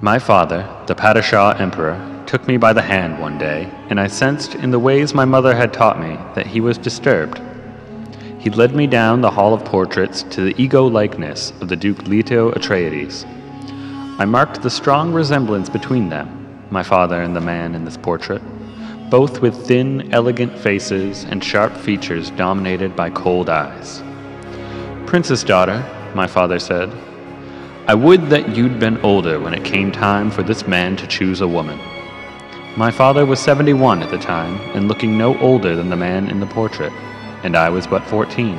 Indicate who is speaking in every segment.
Speaker 1: My father, the Padishah Emperor, took me by the hand one day, and I sensed in the ways my mother had taught me that he was disturbed. He led me down the hall of portraits to the ego likeness of the Duke Leto Atreides. I marked the strong resemblance between them, my father and the man in this portrait, both with thin, elegant faces and sharp features dominated by cold eyes. Princess daughter, my father said, I would that you'd been older when it came time for this man to choose a woman. My father was 71 at the time and looking no older than the man in the portrait, and I was but 14.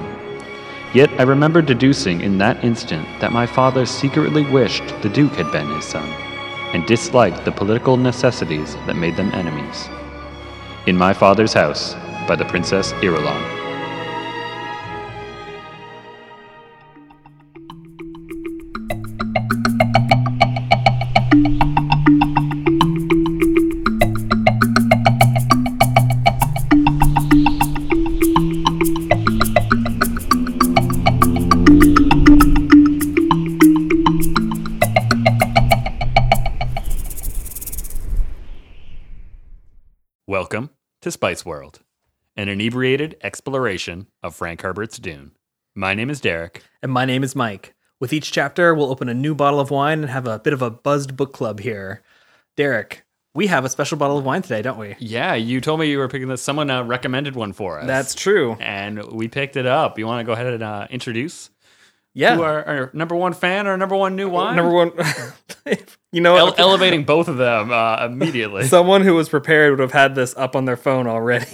Speaker 1: Yet I remember deducing in that instant that my father secretly wished the Duke had been his son, and disliked the political necessities that made them enemies. In my father's house, by the Princess Irulan. Welcome to Spice World, an inebriated exploration of Frank Herbert's Dune. My name is Derek.
Speaker 2: And my name is Mike. With each chapter, we'll open a new bottle of wine and have a bit of a buzzed book club here. Derek, we have a special bottle of wine today, don't we?
Speaker 1: Yeah, you told me you were picking this. Someone uh, recommended one for us.
Speaker 2: That's true.
Speaker 1: and we picked it up. You want to go ahead and uh, introduce
Speaker 2: Yeah.
Speaker 1: who our, our number one fan, our number one new wine?
Speaker 2: Number one, you know,
Speaker 1: El-
Speaker 2: what?
Speaker 1: elevating both of them uh, immediately.
Speaker 2: someone who was prepared would have had this up on their phone already.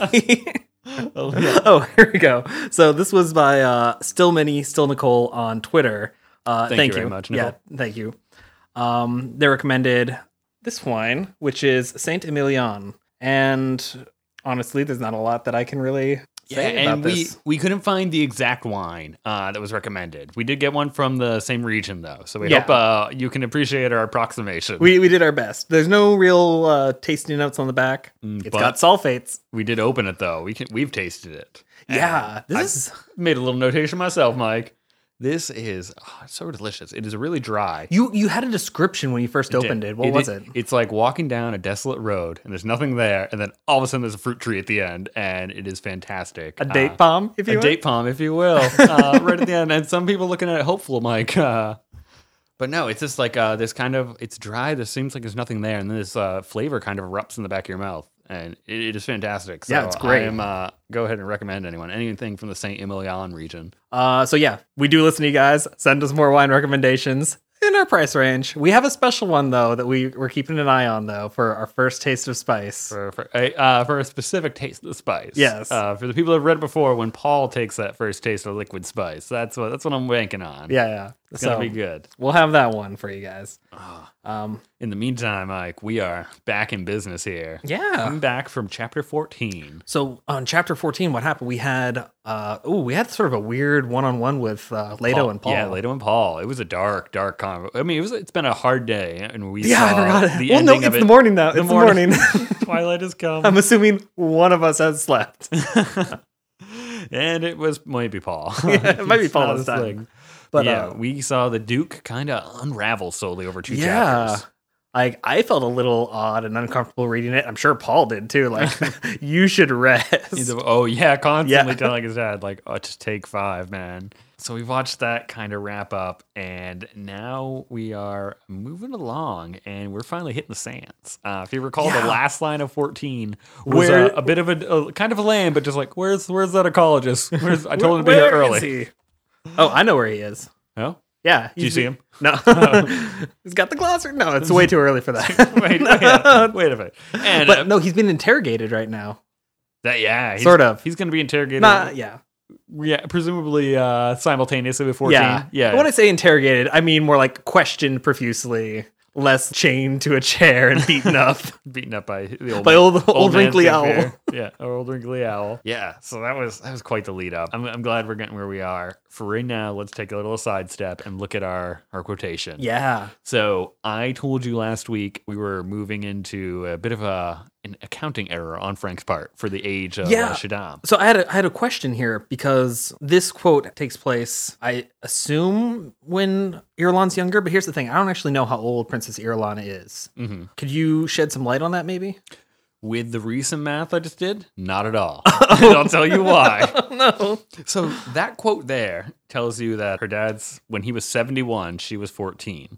Speaker 1: Oh, yeah.
Speaker 2: oh, here we go. So this was by uh, Still Minnie, Still Nicole on Twitter. Uh,
Speaker 1: Thank
Speaker 2: thank,
Speaker 1: you very much, Nicole.
Speaker 2: Yeah, thank you. Um, they recommended this wine, which is Saint Emilion, and honestly, there's not a lot that I can really
Speaker 1: Yeah,
Speaker 2: say
Speaker 1: and
Speaker 2: about
Speaker 1: we
Speaker 2: this.
Speaker 1: we couldn't find the exact wine uh, that was recommended. We did get one from the same region though, so we
Speaker 2: Yeah.
Speaker 1: hope uh, you can appreciate our approximation.
Speaker 2: We, we did our best. There's no real uh, tasting notes on the back. It's
Speaker 1: Mm, but-
Speaker 2: got sulfates.
Speaker 1: We did open it though. We can we've tasted it.
Speaker 2: Yeah,
Speaker 1: I-
Speaker 2: this is
Speaker 1: Made a little notation myself, Mike. This is oh, it's so delicious. It is really dry.
Speaker 2: you. You had a description when you first opened it. What was it?
Speaker 1: It's like walking down a desolate road and there's nothing there, and then all of a sudden there's a fruit tree at the end, and it is fantastic.
Speaker 2: A date
Speaker 1: Uh,
Speaker 2: palm, if you
Speaker 1: a
Speaker 2: will.
Speaker 1: date palm, if you will, uh, right at the end. And some people looking at it hopeful, Mike. Uh, but no, it's just like uh, this kind of it's dry. There seems like there's nothing there, and then this uh, flavor kind of erupts in the back of your mouth, and it, it is fantastic. So
Speaker 2: Yeah, it's great.
Speaker 1: I am, uh, go ahead and recommend anyone anything from the Saint Emilion region.
Speaker 2: Uh, so yeah, we do listen to you guys. Send us more wine recommendations in our price range. We have a special one though that we we're keeping an eye on though for our first taste of spice.
Speaker 1: for for a, uh, for a specific taste of the spice.
Speaker 2: Yes.
Speaker 1: Uh, for the people that have read before, when Paul takes that first taste of liquid spice, that's what that's what I'm banking on.
Speaker 2: Yeah, yeah.
Speaker 1: it's
Speaker 2: so
Speaker 1: gonna be good.
Speaker 2: we'll have that one for you guys. Um,
Speaker 1: In the meantime, Mike, we are back in business here.
Speaker 2: yeah.
Speaker 1: I'm back from chapter 14.
Speaker 2: So on chapter fourteen, what happened? We had uh, oh, we had sort of a weird one on one with uh, Leto and Paul.
Speaker 1: Yeah, Leto and Paul. It was a dark, dark convo. I mean, it was. It's been a hard day, and we
Speaker 2: Yeah, I
Speaker 1: saw
Speaker 2: forgot.
Speaker 1: the
Speaker 2: well, no,
Speaker 1: ending
Speaker 2: it's
Speaker 1: of it.
Speaker 2: the morning now.
Speaker 1: The
Speaker 2: it's
Speaker 1: morning.
Speaker 2: the morning.
Speaker 1: Twilight has come,
Speaker 2: I'm assuming one of us has slept.
Speaker 1: and it was maybe Paul.
Speaker 2: Yeah, it might be
Speaker 1: It's
Speaker 2: Paul
Speaker 1: not
Speaker 2: this
Speaker 1: his
Speaker 2: time.
Speaker 1: thing.
Speaker 2: But
Speaker 1: yeah,
Speaker 2: uh,
Speaker 1: we saw the Duke kind of unravel slowly over two chapters.
Speaker 2: Like I felt a little odd and uncomfortable reading it. I'm sure Paul did too. Like you should rest.
Speaker 1: He's a- oh yeah, constantly
Speaker 2: Yeah.
Speaker 1: telling his dad like, "Oh, just take five, man." So we watched that kind of wrap up, and now we are moving along, and we're finally hitting the sands. Uh, if you recall,
Speaker 2: Yeah.
Speaker 1: the last line of fourteen was uh,
Speaker 2: Where-
Speaker 1: a bit of a, a kind of a lame, but just like, "Where's where's that ecologist? Where's I told him to be here
Speaker 2: Where
Speaker 1: early." Oh,
Speaker 2: is he? Oh, I know where he is.
Speaker 1: No,
Speaker 2: Yeah.
Speaker 1: do you see him? Oh.
Speaker 2: No. he's got the glass. No, it's way too early for that.
Speaker 1: Wait, wait, a- wait a minute. And uh,
Speaker 2: but no, he's being interrogated right now.
Speaker 1: that, yeah, he's-
Speaker 2: Sort of.
Speaker 1: He's going to be interrogated.
Speaker 2: Not yeah.
Speaker 1: yeah, presumably uh, simultaneously with fourteen.
Speaker 2: Yeah. When I say interrogated, I mean more like questioned profusely, less chained to a chair and beaten up.
Speaker 1: beaten up by the old
Speaker 2: By
Speaker 1: man-
Speaker 2: old- old
Speaker 1: man
Speaker 2: wrinkly
Speaker 1: St. Pierre. Yeah, our old wrinkly owl. Yeah, so that was that was quite the lead up. I'm, I'm glad we're getting where we are. for right now, let's take a little sidestep and look at our our quotation.
Speaker 2: Yeah.
Speaker 1: So I told you last week we were moving into a bit of a an accounting error on Frank's part for the age of
Speaker 2: Yeah.
Speaker 1: uh, Shaddam.
Speaker 2: So I had a, I had a question here because this quote takes place, I assume, when Irulan's younger. But here's the thing: I don't actually know how old Princess Irulan is.
Speaker 1: Mhm.
Speaker 2: Could you shed some light on that, maybe?
Speaker 1: With the recent math I just did, not at all. and I'll tell you why.
Speaker 2: Oh, no.
Speaker 1: So that quote there tells you that her dad's when he was 71, she was 14.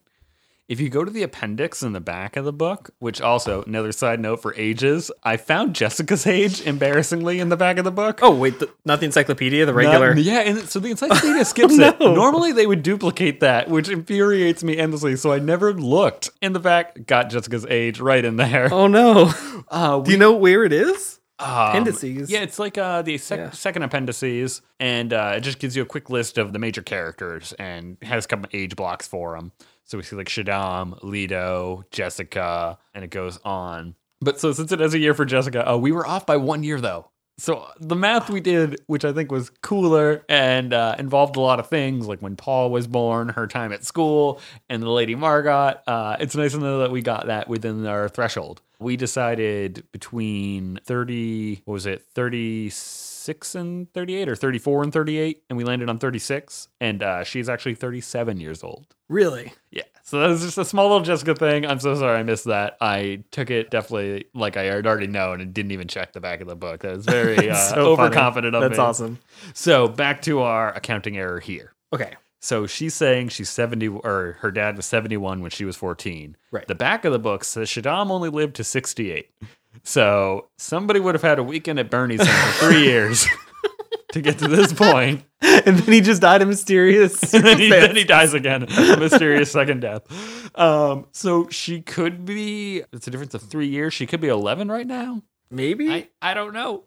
Speaker 1: If you go to the appendix in the back of the book, which also another side note for ages, I found Jessica's age embarrassingly in the back of the book.
Speaker 2: Oh wait, the, not the encyclopedia, the regular.
Speaker 1: Not- yeah, and so the encyclopedia skips it.
Speaker 2: Oh, No.
Speaker 1: Normally they would duplicate that, which infuriates me endlessly. So I never looked in the back. Got Jessica's age right in there.
Speaker 2: Oh no.
Speaker 1: Uh,
Speaker 2: Do you know where it is?
Speaker 1: um,
Speaker 2: Appendices.
Speaker 1: Yeah, it's like uh, the sec-
Speaker 2: Yeah.
Speaker 1: second appendices, and uh, it just gives you a quick list of the major characters and has a couple age blocks for them. So we see like Shaddam, Leto, Jessica, and it goes on. But so since it has a year for Jessica, uh, we were off by one year though. So the math we did, which I think was cooler and uh, involved a lot of things, like when Paul was born, her time at school, and the Lady Margot. Uh, it's nice to know that we got that within our threshold. We decided between thirty, what was it, thirty six and thirty eight, or thirty four and thirty eight, and we landed on thirty six, and uh, she's actually thirty seven years old.
Speaker 2: Really?
Speaker 1: Yeah. So that was just a small little Jessica thing. I'm so sorry I missed that. I took it definitely like I had already known and didn't even check the back of the book. That was very uh,
Speaker 2: It's so funny.
Speaker 1: overconfident of
Speaker 2: That's
Speaker 1: me.
Speaker 2: awesome.
Speaker 1: So back to our accounting error here.
Speaker 2: Okay.
Speaker 1: So she's saying she's 70 or her dad was 71 when she was 14.
Speaker 2: Right.
Speaker 1: The back of the book says Shaddam only lived to 68. So somebody would have had a weekend at Bernie's house for three years to get to this point.
Speaker 2: and then he just died of mysterious.
Speaker 1: And then he, then
Speaker 2: circumstance.
Speaker 1: he dies again. A mysterious second death. Um, so she could be, it's a difference of three years. She could be 11 right now.
Speaker 2: Maybe.
Speaker 1: I, I don't know.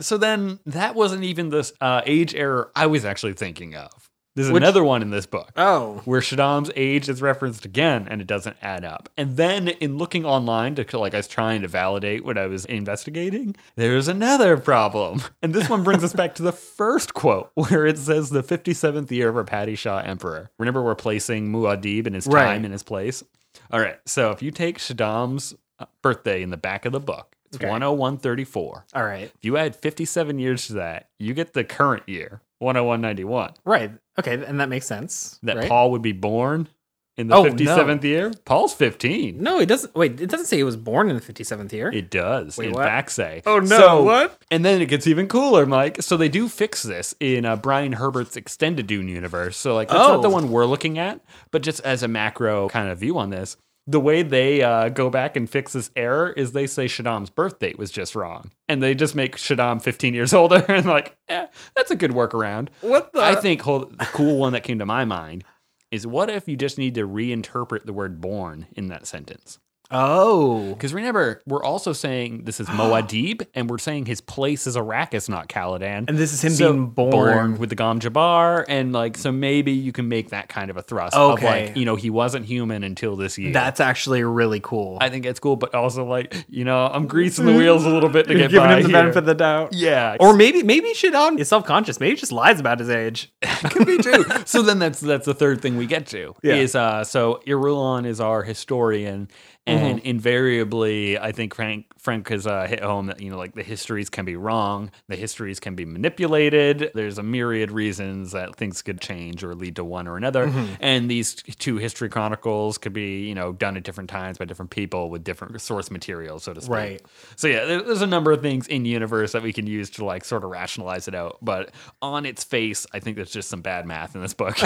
Speaker 1: So then that wasn't even this uh, age error I was actually thinking of. There's
Speaker 2: Which-
Speaker 1: another one in this book
Speaker 2: oh.
Speaker 1: where Shaddam's age is referenced again and it doesn't add up. And then in looking online to like I was trying to validate what I was investigating, there's another problem. And this one brings us back to the first quote where it says the 57th year of our Paddy Shah emperor. Remember we're placing Muad'Dib in his time
Speaker 2: Right.
Speaker 1: in his place. All right. So if you take Shaddam's uh, birthday in the back of the book, it's
Speaker 2: Okay.
Speaker 1: 10134.
Speaker 2: All right.
Speaker 1: If you add 57 years to that, you get the current year, 10191
Speaker 2: Right. Okay. And that makes sense.
Speaker 1: that
Speaker 2: right?
Speaker 1: Paul would be born in the
Speaker 2: Oh, no.
Speaker 1: 57th year? Paul's 15.
Speaker 2: No, it doesn't. Wait, it doesn't say he was born in the 57th year.
Speaker 1: It does,
Speaker 2: Wait,
Speaker 1: in
Speaker 2: what?
Speaker 1: fact, say.
Speaker 2: Oh, no, what?
Speaker 1: And then it gets even cooler, Mike. So they do fix this in uh, Brian Herbert's extended Dune universe. So like that's
Speaker 2: Oh.
Speaker 1: not the one we're looking at, but just as a macro kind of view on this, the way they uh, go back and fix this error is they say Shaddam's birth date was just wrong, and they just make Shaddam 15 years older, and like, eh, that's a good workaround.
Speaker 2: what the?
Speaker 1: I think hold, the cool one that came to my mind is what if you just need to reinterpret the word born in that sentence?
Speaker 2: Oh.
Speaker 1: Because remember, we're also saying this is Moadib, and we're saying his place is Arrakis, not Caladan.
Speaker 2: And this is him being born.
Speaker 1: with the Gom Jabbar, and like, so maybe you can make that kind of a thrust of
Speaker 2: Okay.
Speaker 1: like, you know, he wasn't human until this year.
Speaker 2: That's actually really cool.
Speaker 1: I think it's cool, but also like, you know, I'm greasing the wheels a little bit to
Speaker 2: Mm. You're
Speaker 1: get
Speaker 2: giving
Speaker 1: by
Speaker 2: him the
Speaker 1: here.
Speaker 2: benefit of the doubt.
Speaker 1: yeah,
Speaker 2: Or maybe maybe um, Shadon is self conscious. Maybe he just lies about his age.
Speaker 1: could be too. So then that's that's the third thing we get to
Speaker 2: Yeah.
Speaker 1: is uh so Irulan is our historian and
Speaker 2: Mm-hmm.
Speaker 1: invariably I think Frank Frank has uh, hit home that you know like the histories can be wrong, the histories can be manipulated. There's a myriad reasons that things could change or lead to one or another.
Speaker 2: Mm-hmm.
Speaker 1: And these two history chronicles could be, you know, done at different times by different people with different source material, so to speak.
Speaker 2: Right.
Speaker 1: So yeah, there- there's a number of things in universe that we can use to like sort of rationalize it out, but on its face, I think there's just some bad math in this book.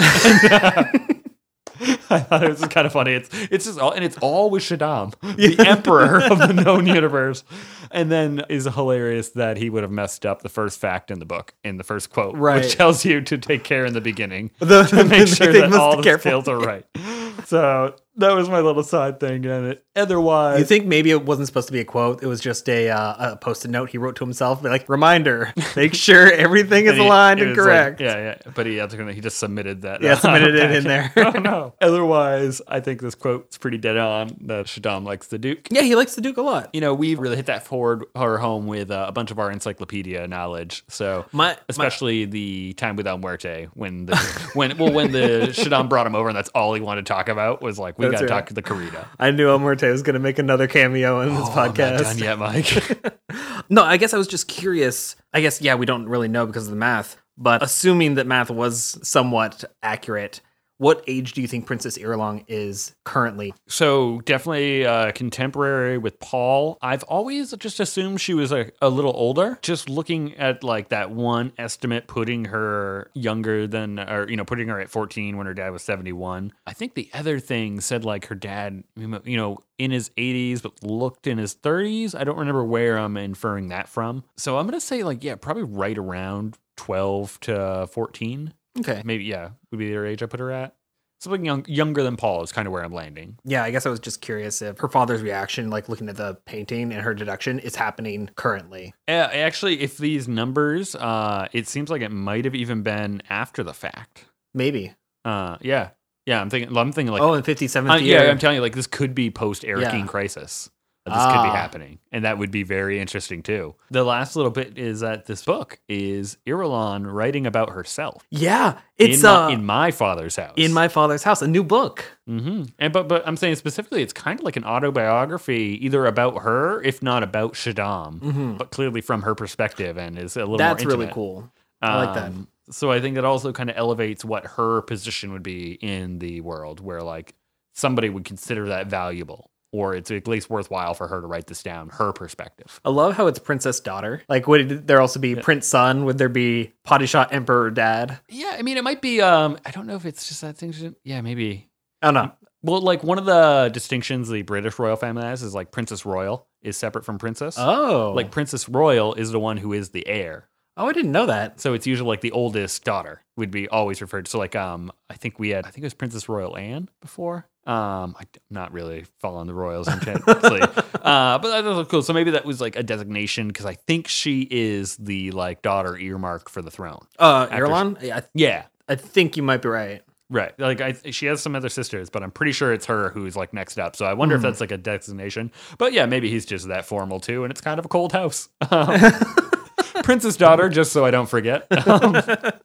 Speaker 1: I thought it was kind of funny. It's it's just all and it's all with Shaddam, the emperor of the known universe. And then is hilarious that he would have messed up the first fact in the book, in the first quote,
Speaker 2: Right.
Speaker 1: which tells you to take care in the beginning
Speaker 2: The-
Speaker 1: to make sure
Speaker 2: they must
Speaker 1: that
Speaker 2: be
Speaker 1: all the
Speaker 2: careful.
Speaker 1: scales are right. So that was my little side thing in it. Otherwise,
Speaker 2: You think maybe it wasn't supposed to be a quote? It was just a, uh, a post-it note he wrote to himself, like reminder: make sure everything is
Speaker 1: And he-
Speaker 2: aligned
Speaker 1: it
Speaker 2: and
Speaker 1: was like-
Speaker 2: correct.
Speaker 1: yeah, yeah. But he, had to- he just submitted that.
Speaker 2: Yeah, submitted it in there.
Speaker 1: oh, no. Otherwise, I think this quote's pretty dead on that Shaddam likes the Duke.
Speaker 2: yeah, he likes the Duke a lot.
Speaker 1: You know, we really hit that forward or home with uh, a bunch of our encyclopedia knowledge. So,
Speaker 2: My-
Speaker 1: especially the time with El Muerte when the when well when the Shaddam brought him over and that's all he wanted to talk about was like we got
Speaker 2: That's
Speaker 1: to
Speaker 2: right.
Speaker 1: talk the Corita.
Speaker 2: I knew El Muerte was going to make another cameo in this
Speaker 1: Oh, I'm not
Speaker 2: podcast.
Speaker 1: done yet, Mike.
Speaker 2: No, I guess I was just curious. I guess, yeah, we don't really know because of the math, but assuming that math was somewhat accurate, what age do you think Princess Irlong is currently?
Speaker 1: so definitely uh, contemporary with Paul. I've always just assumed she was a, a little older. Just looking at like that one estimate, putting her younger than, or you know, putting her at fourteen when her dad was seventy-one. I think the other thing said like her dad, you know, in his eighties but looked in his thirties. I don't remember where I'm inferring that from. So I'm gonna say like yeah, probably right around twelve to fourteen.
Speaker 2: Okay.
Speaker 1: Maybe yeah, would be their age I put her at. Something young, younger than Paul is kind of where I'm landing.
Speaker 2: Yeah, I guess I was just curious if her father's reaction, like looking at the painting and her deduction, is happening currently.
Speaker 1: Uh, actually, if these numbers, uh, it seems like it might have even been after the fact.
Speaker 2: Maybe.
Speaker 1: Uh, yeah, yeah. I'm thinking. I'm thinking like,
Speaker 2: oh, in 57th
Speaker 1: uh,
Speaker 2: year.
Speaker 1: yeah. I'm telling you, like this could be post Erikine
Speaker 2: Yeah.
Speaker 1: crisis. Uh, This could
Speaker 2: Ah.
Speaker 1: be happening, and that would be very interesting too. The last little bit is that this book is Irulan writing about herself.
Speaker 2: yeah, it's
Speaker 1: in,
Speaker 2: uh,
Speaker 1: my, in my father's house.
Speaker 2: in my father's house, a new book.
Speaker 1: hmm And but but I'm saying specifically, it's kind of like an autobiography, either about her, if not about Shaddam,
Speaker 2: Mhm.
Speaker 1: but clearly from her perspective, and is a little.
Speaker 2: That's
Speaker 1: more
Speaker 2: really
Speaker 1: intimate.
Speaker 2: cool. I like that.
Speaker 1: Um, So I think that also kind of elevates what her position would be in the world, where like somebody would consider that valuable, or it's at least worthwhile for her to write this down, her perspective.
Speaker 2: I love how it's princess daughter. Like, would there also be prince son? Would there be potty shot emperor dad?
Speaker 1: Yeah, I mean, it might be. Um, I don't know if it's just that thing. Yeah, maybe.
Speaker 2: I don't know.
Speaker 1: Well, like one of the distinctions the British royal family has is like Princess Royal is separate from Princess.
Speaker 2: Oh,
Speaker 1: Like Princess Royal is the one who is the heir.
Speaker 2: oh, I didn't know that.
Speaker 1: So it's usually like the oldest daughter would be always referred to. So like um, I think we had I think it was Princess Royal Anne before. Um, I'm not really following the royals intensely, uh, but that was cool. So maybe that was like a designation because I think she is the like daughter earmark for the throne.
Speaker 2: Uh,
Speaker 1: After-
Speaker 2: Erlon, Yeah, I,
Speaker 1: Yeah,
Speaker 2: I think you might be right.
Speaker 1: right. Like I, she has some other sisters, but I'm pretty sure it's her who's like next up. So I wonder if
Speaker 2: Mhm.
Speaker 1: that's like a designation. But yeah, maybe he's just that formal too, and it's kind of a cold house. Um, Princess daughter, just so I don't forget. Um,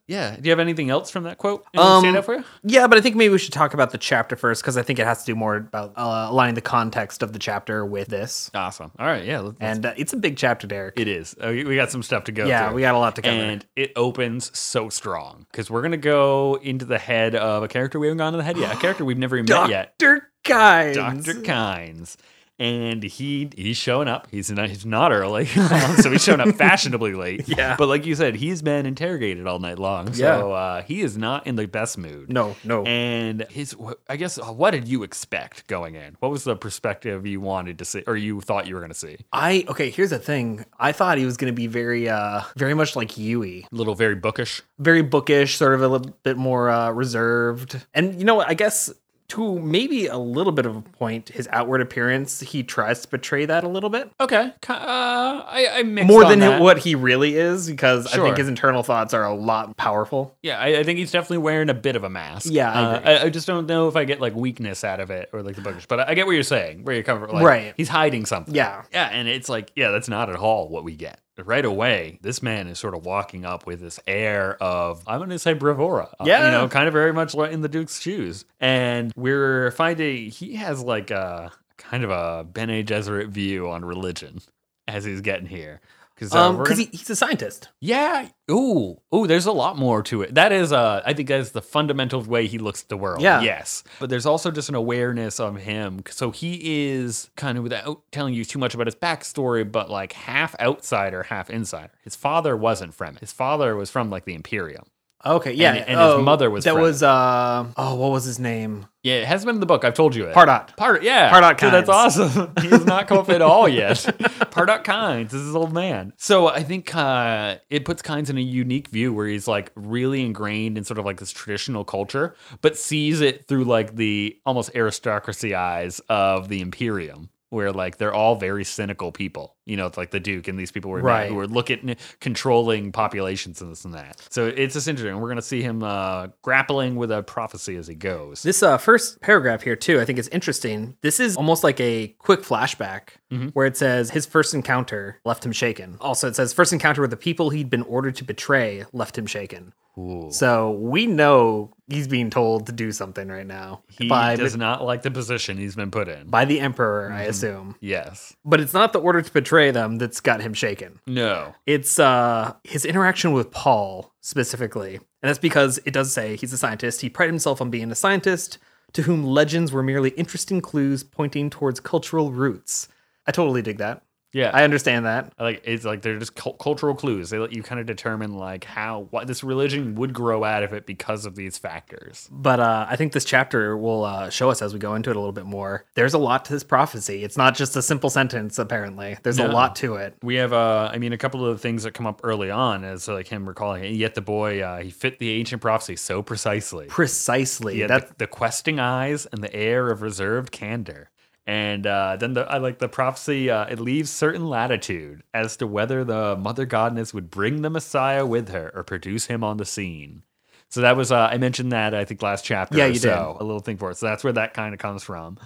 Speaker 1: yeah. Do you have anything else from that quote? Anything
Speaker 2: Um,
Speaker 1: stand out for you?
Speaker 2: yeah, but I think maybe we should talk about the chapter first because I think it has to do more about uh, aligning the context of the chapter with this.
Speaker 1: Awesome. All right. Yeah. let's-
Speaker 2: And uh, it's a big chapter, Derek.
Speaker 1: it is. Uh, We we got some stuff to go
Speaker 2: yeah,
Speaker 1: through.
Speaker 2: we got a lot to cover.
Speaker 1: and it opens so strong because we're going to go into the head of a character we haven't gone to the head yet, a character we've never even met yet.
Speaker 2: Doctor Kynes.
Speaker 1: Dr. Kynes. And he he's showing up. He's not he's not early, Um, so he's showing up fashionably late.
Speaker 2: Yeah.
Speaker 1: but like you said, he's been interrogated all night long. So
Speaker 2: Yeah.
Speaker 1: uh, he is not in the best mood.
Speaker 2: No, no.
Speaker 1: And his wh- I guess uh, what did you expect going in? What was the perspective you wanted to see, or you thought you were going to see?
Speaker 2: I okay. Here's the thing. I thought he was going to be very, uh, very much like Yui.
Speaker 1: A little very bookish.
Speaker 2: very bookish, sort of a little bit more uh, reserved. And you know, what, I guess to maybe a little bit of a point, his outward appearance, he tries to portray that a little bit
Speaker 1: Okay, Ki- uh, I, I mixed
Speaker 2: more
Speaker 1: on
Speaker 2: than
Speaker 1: that.
Speaker 2: what he really is, because I
Speaker 1: Sure.
Speaker 2: think his internal thoughts are a lot powerful.
Speaker 1: Yeah, I, I think he's definitely wearing a bit of a mask.
Speaker 2: Yeah, I
Speaker 1: Uh,
Speaker 2: agree.
Speaker 1: I, I just don't know if I get like weakness out of it or like the bookish, but I, I get what you're saying, where you're coming from. Like,
Speaker 2: Right.
Speaker 1: He's hiding something.
Speaker 2: Yeah.
Speaker 1: Yeah, and it's like, yeah, that's not at all what we get. Right away, this man is sort of walking up with this air of, I'm going to say bravura. Uh,
Speaker 2: Yeah.
Speaker 1: You know, kind of very much like in the Duke's shoes. And we're finding he has like a kind of a Bene Gesserit view on religion as he's getting here. uh, Because
Speaker 2: Um, because he, he's a scientist.
Speaker 1: yeah. Ooh. Ooh. There's a lot more to it. That is, uh, I think that is the fundamental way he looks at the world.
Speaker 2: Yeah.
Speaker 1: Yes. But there's also just an awareness of him. So he is kind of without telling you too much about his backstory, but like half outsider, half insider. His father wasn't from it. His father was from like the Imperium.
Speaker 2: Okay, yeah.
Speaker 1: And- and his
Speaker 2: oh,
Speaker 1: mother was
Speaker 2: That
Speaker 1: Fred.
Speaker 2: was uh oh, what was his name?
Speaker 1: Yeah, it hasn't been in the book. I've told you it.
Speaker 2: Pardot.
Speaker 1: Pardot, yeah.
Speaker 2: Pardot
Speaker 1: Dude, that's
Speaker 2: Kynes.
Speaker 1: awesome. he has not come up at all yet. Pardot Kynes is his old man. So I think uh, it puts Kynes in a unique view where he's like really ingrained in sort of like this traditional culture, but sees it through like the almost aristocracy eyes of the Imperium. Where like they're all very cynical people, you know, it's like the Duke and these people were
Speaker 2: Right.
Speaker 1: who were looking at controlling populations and this and that. So it's just interesting. We're gonna see him uh, grappling with a prophecy as he goes.
Speaker 2: This uh, first paragraph here too, I think is interesting. This is almost like a quick flashback where it says his first encounter left him shaken. Also, it says first encounter with the people he'd been ordered to betray left him shaken.
Speaker 1: Ooh.
Speaker 2: So we know he's being told to do something right now
Speaker 1: He
Speaker 2: by
Speaker 1: does not like the position he's been put in.
Speaker 2: by the emperor, I assume.
Speaker 1: Yes.
Speaker 2: But it's not the order to betray them that's got him shaken.
Speaker 1: No.
Speaker 2: It's uh his interaction with Paul specifically. And that's because it does say he's a scientist. He prided himself on being a scientist to whom legends were merely interesting clues pointing towards cultural roots. I totally dig that.
Speaker 1: Yeah.
Speaker 2: I understand that.
Speaker 1: I like it's like they're just cul- cultural clues. They let you kind of determine like how what this religion would grow out of it because of these factors.
Speaker 2: But uh, I think this chapter will uh, show us as we go into it a little bit more. There's a lot to this prophecy. It's not just a simple sentence, apparently. There's a
Speaker 1: No.
Speaker 2: lot to it.
Speaker 1: We have, uh, I mean, a couple of the things that come up early on is like him recalling. it. Yet the boy, uh, he fit the ancient prophecy so precisely.
Speaker 2: Precisely.
Speaker 1: Yeah,
Speaker 2: That's
Speaker 1: the, the questing eyes and the air of reserved candor. And uh, then the, I like the prophecy. Uh, it leaves certain latitude as to whether the mother godness would bring the Messiah with her or produce him on the scene. So that was uh, I mentioned that I think last chapter.
Speaker 2: Yeah,
Speaker 1: or
Speaker 2: you did.
Speaker 1: so, A little thing for it. So that's where that kind of comes from,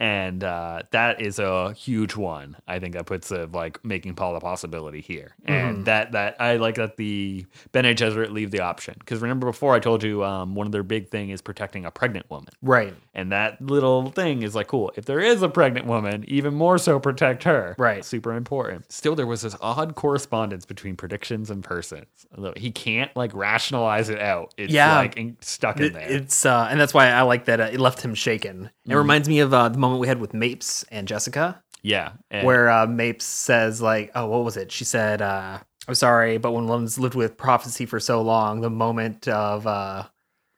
Speaker 1: and uh, that is a huge one. I think that puts of like making Paul a possibility here,
Speaker 2: Mm-hmm.
Speaker 1: and that that I like that the Bene Gesserit leave the option because remember before I told you um, one of their big thing is protecting a pregnant woman.
Speaker 2: right.
Speaker 1: And that little thing is like, cool. If there is a pregnant woman, even more so protect her.
Speaker 2: Right.
Speaker 1: Super important. Still, there was this odd correspondence between predictions and persons. Although he can't like rationalize it out. It's
Speaker 2: Yeah.
Speaker 1: like in- stuck in
Speaker 2: It-
Speaker 1: there. Mm.
Speaker 2: It's uh, and that's why I like that uh, it left him shaken. It reminds me of uh, the moment we had with Mapes and Jessica,
Speaker 1: yeah. And-
Speaker 2: where uh, Mapes says like, "Oh, what was it?" She said, uh, "I'm sorry, but when one's lived with prophecy for so long, the moment of uh,
Speaker 1: Mm.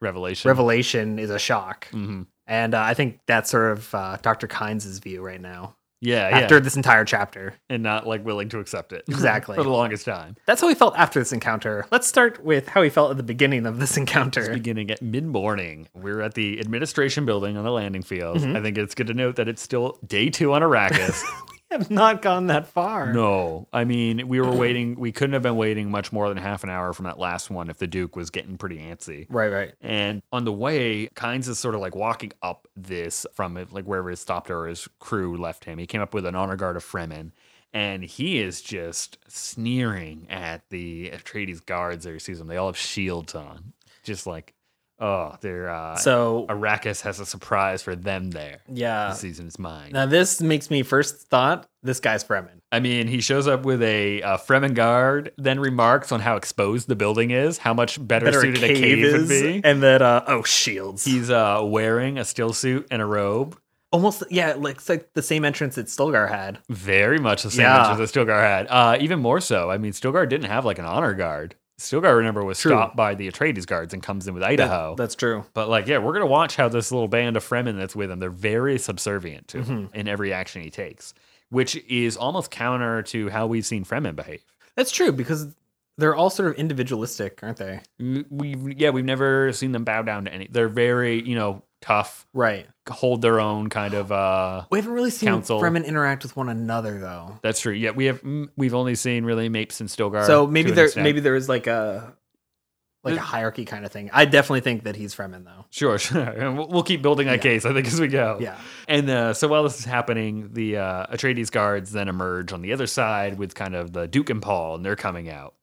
Speaker 1: revelation.
Speaker 2: revelation is a shock."
Speaker 1: Mhm.
Speaker 2: And uh, I think that's sort of uh, Dr. Kynes' view right now
Speaker 1: Yeah.
Speaker 2: after
Speaker 1: yeah.
Speaker 2: this entire chapter.
Speaker 1: And not like willing to accept it.
Speaker 2: Exactly.
Speaker 1: For the longest time.
Speaker 2: That's how he felt after this encounter. Let's start with how he felt at the beginning of this
Speaker 1: It's
Speaker 2: encounter.
Speaker 1: beginning at mid morning. We're at the administration building on the landing field.
Speaker 2: Mm-hmm.
Speaker 1: I think it's good to note that it's still day two on Arrakis.
Speaker 2: I have not gone that far.
Speaker 1: No, I mean we were waiting. We couldn't have been waiting much more than half an hour from that last one if the Duke was getting pretty antsy.
Speaker 2: Right, right.
Speaker 1: And on the way, Kynes is sort of like walking up this from like wherever he stopped or his crew left him. He came up with an honor guard of Fremen, and he is just sneering at the Atreides guards there. He sees them. They all have shields on, just like oh, they're uh,
Speaker 2: So
Speaker 1: Arrakis has a surprise for them there.
Speaker 2: Yeah.
Speaker 1: This season is mine.
Speaker 2: Now this makes me first thought this guy's Fremen.
Speaker 1: I mean, he shows up with a, uh Fremen guard, then remarks on how exposed the building is, how much better, suited a cave would be.
Speaker 2: and then uh, oh shields. He's
Speaker 1: He's uh, wearing a still suit and a robe,
Speaker 2: almost yeah, it looks like the same entrance that Stilgar had.
Speaker 1: very much the same
Speaker 2: Yeah.
Speaker 1: much as the Stilgar had. Uh, even more so, I mean, Stilgar didn't have like an honor guard. Stilgar, remember, was
Speaker 2: True.
Speaker 1: stopped by the Atreides guards and comes in with
Speaker 2: That-
Speaker 1: Idaho.
Speaker 2: that's true.
Speaker 1: but like, yeah, we're gonna watch how this little band of Fremen that's with him. They're very subservient to him
Speaker 2: Mm-hmm.
Speaker 1: in every action he takes, which is almost counter to how we've seen Fremen behave.
Speaker 2: That's true because they're all sort of individualistic, aren't they?
Speaker 1: N- we've yeah we've never seen them bow down to any they're very you know tough
Speaker 2: Right.
Speaker 1: hold their own kind of uh
Speaker 2: We haven't really seen
Speaker 1: Council.
Speaker 2: Fremen interact with one another though.
Speaker 1: that's true yeah we have mm, we've only seen really mapes and stilgar
Speaker 2: So
Speaker 1: Uh,
Speaker 2: maybe
Speaker 1: to an
Speaker 2: there
Speaker 1: extent.
Speaker 2: maybe there is like a like a
Speaker 1: There's-
Speaker 2: hierarchy kind of thing. I definitely think that he's Fremen though.
Speaker 1: sure sure And we'll we'll keep building that
Speaker 2: Yeah.
Speaker 1: case i think as we go
Speaker 2: Yeah.
Speaker 1: and uh, so while this is happening the uh atreides guards then emerge on the other side with kind of the duke and paul and they're coming out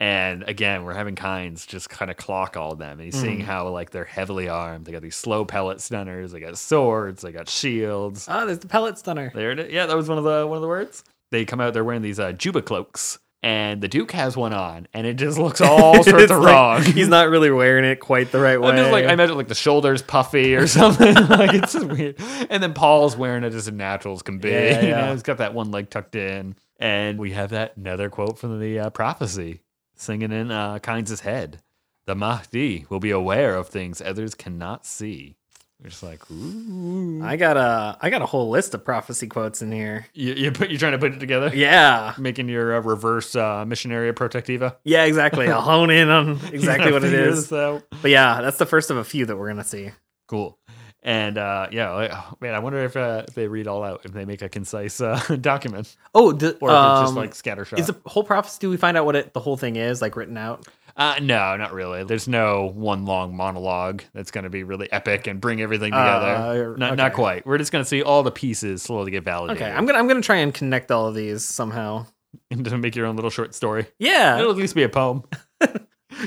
Speaker 1: and again, we're having Kynes just kind of clock all of them. And he's seeing
Speaker 2: Mm-hmm.
Speaker 1: how like they're heavily armed. They got these slow pellet stunners. They got swords. They got shields.
Speaker 2: Oh, there's the pellet stunner.
Speaker 1: There it is. Yeah, that was one of the one of the words. They come out. They're wearing these uh, juba cloaks, and the Duke has one on, and it just looks all sorts
Speaker 2: It's
Speaker 1: of
Speaker 2: like-
Speaker 1: wrong.
Speaker 2: He's not really wearing it quite the right way.
Speaker 1: I'm just like I imagine like the shoulders puffy or something. like it's just weird. And then Paul's wearing it just as natural as can be.
Speaker 2: Yeah,
Speaker 1: you
Speaker 2: yeah.
Speaker 1: know, he's got that one leg tucked in, and we have that another quote from the uh, prophecy singing in uh, Kynes' head. the Mahdi will be aware of things others cannot see. You're just like, ooh.
Speaker 2: I got a I got a whole list of prophecy quotes in here.
Speaker 1: You, you put, you're trying to put it together?
Speaker 2: Yeah.
Speaker 1: Making your uh, reverse uh, missionary protectiva?
Speaker 2: Yeah, exactly. I'll hone in on exactly
Speaker 1: Yeah,
Speaker 2: what it
Speaker 1: figure
Speaker 2: is.
Speaker 1: this out.
Speaker 2: But yeah, that's the first of a few that we're gonna see.
Speaker 1: Cool. And uh, yeah, like, oh, man, I wonder if, uh, if they read all out, if they make a concise uh, document,
Speaker 2: Oh, d-
Speaker 1: or if it's just
Speaker 2: um,
Speaker 1: like scattershot.
Speaker 2: is the whole prophecy? Do we find out what it the whole thing is like written out?
Speaker 1: Uh, no, not really. There's no one long monologue that's going to be really epic and bring everything together.
Speaker 2: Uh,
Speaker 1: not, not
Speaker 2: okay.
Speaker 1: quite. We're just going to see all the pieces slowly get validated.
Speaker 2: Okay, I'm gonna I'm gonna try and connect all of these somehow.
Speaker 1: going to make your own little short story.
Speaker 2: Yeah,
Speaker 1: It'll at least be a poem.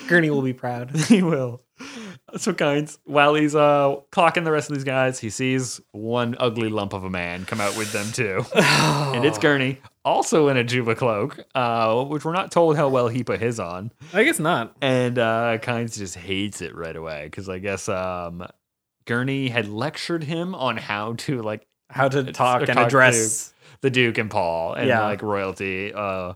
Speaker 2: Gurney will be proud.
Speaker 1: he will. So, kinds. While he's uh, clocking the rest of these guys, he sees one ugly lump of a man come out with them too, and it's Gurney, also in a Juba cloak, uh, which we're not told how well he put his on.
Speaker 2: I guess not.
Speaker 1: And uh, Kynes just hates it right away because I guess um, Gurney had lectured him on how to like
Speaker 2: How to
Speaker 1: It's-
Speaker 2: talk
Speaker 1: or
Speaker 2: and
Speaker 1: talk
Speaker 2: address.
Speaker 1: the Duke and Paul and
Speaker 2: Yeah.
Speaker 1: like royalty, uh,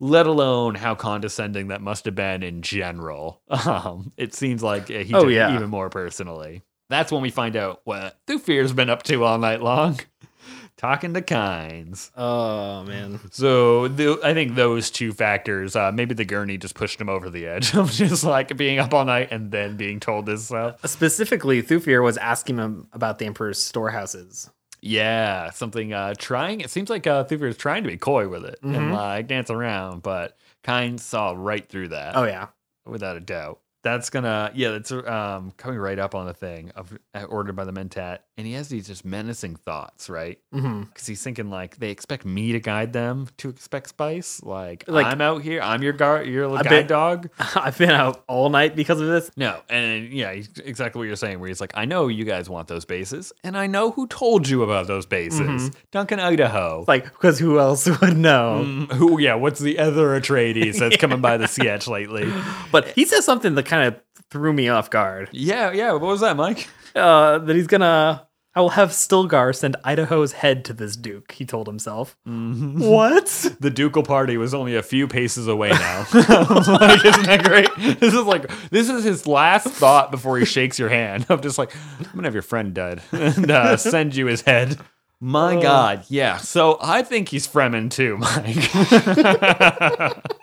Speaker 1: let alone how condescending that must have been in general. Um, it seems like uh, he
Speaker 2: Oh,
Speaker 1: took it
Speaker 2: yeah.
Speaker 1: even more personally. That's when we find out what Thufir's been up to all night long, talking to Kynes.
Speaker 2: Oh man.
Speaker 1: So the, I think those two factors, uh, maybe the gurney just pushed him over the edge of just like being up all night and then being told this stuff.
Speaker 2: Specifically, Thufir was asking him about the Emperor's storehouses.
Speaker 1: Yeah, something uh, trying. It seems like uh, Thufir is trying to be coy with it and
Speaker 2: Mhm.
Speaker 1: like dance around, but Kind saw right through that
Speaker 2: Oh yeah.
Speaker 1: without a doubt. That's gonna yeah, that's um, coming right up on the thing of uh, ordered by the Mentat, and he has these just menacing thoughts, right?
Speaker 2: hmm
Speaker 1: Because he's thinking like they expect me to guide them to expect spice. Like,
Speaker 2: Like-
Speaker 1: I'm out here, I'm your guard, your
Speaker 2: I
Speaker 1: guide
Speaker 2: bet-
Speaker 1: dog.
Speaker 2: I've been out all night because of this.
Speaker 1: No, and yeah, ex- exactly what you're saying. Where he's like, I know you guys want those bases, and I know who told you about those bases,
Speaker 2: Mhm.
Speaker 1: Duncan Idaho.
Speaker 2: It's like because who else would know?
Speaker 1: Mm, who? Yeah, what's the other Atreides that's coming by the CH lately?
Speaker 2: But he says something that kind of threw me off guard.
Speaker 1: Yeah, yeah. What was that, Mike?
Speaker 2: Uh, that he's gonna. I will have Stilgar send Idaho's head to this duke. He told himself. What?
Speaker 1: The ducal party was only a few paces away now. like, isn't that great? This is like this is his last thought before he shakes your hand. I'm just like, I'm gonna have your friend dead and uh, send you his head. Uh. My God, yeah. So I think he's Fremen too,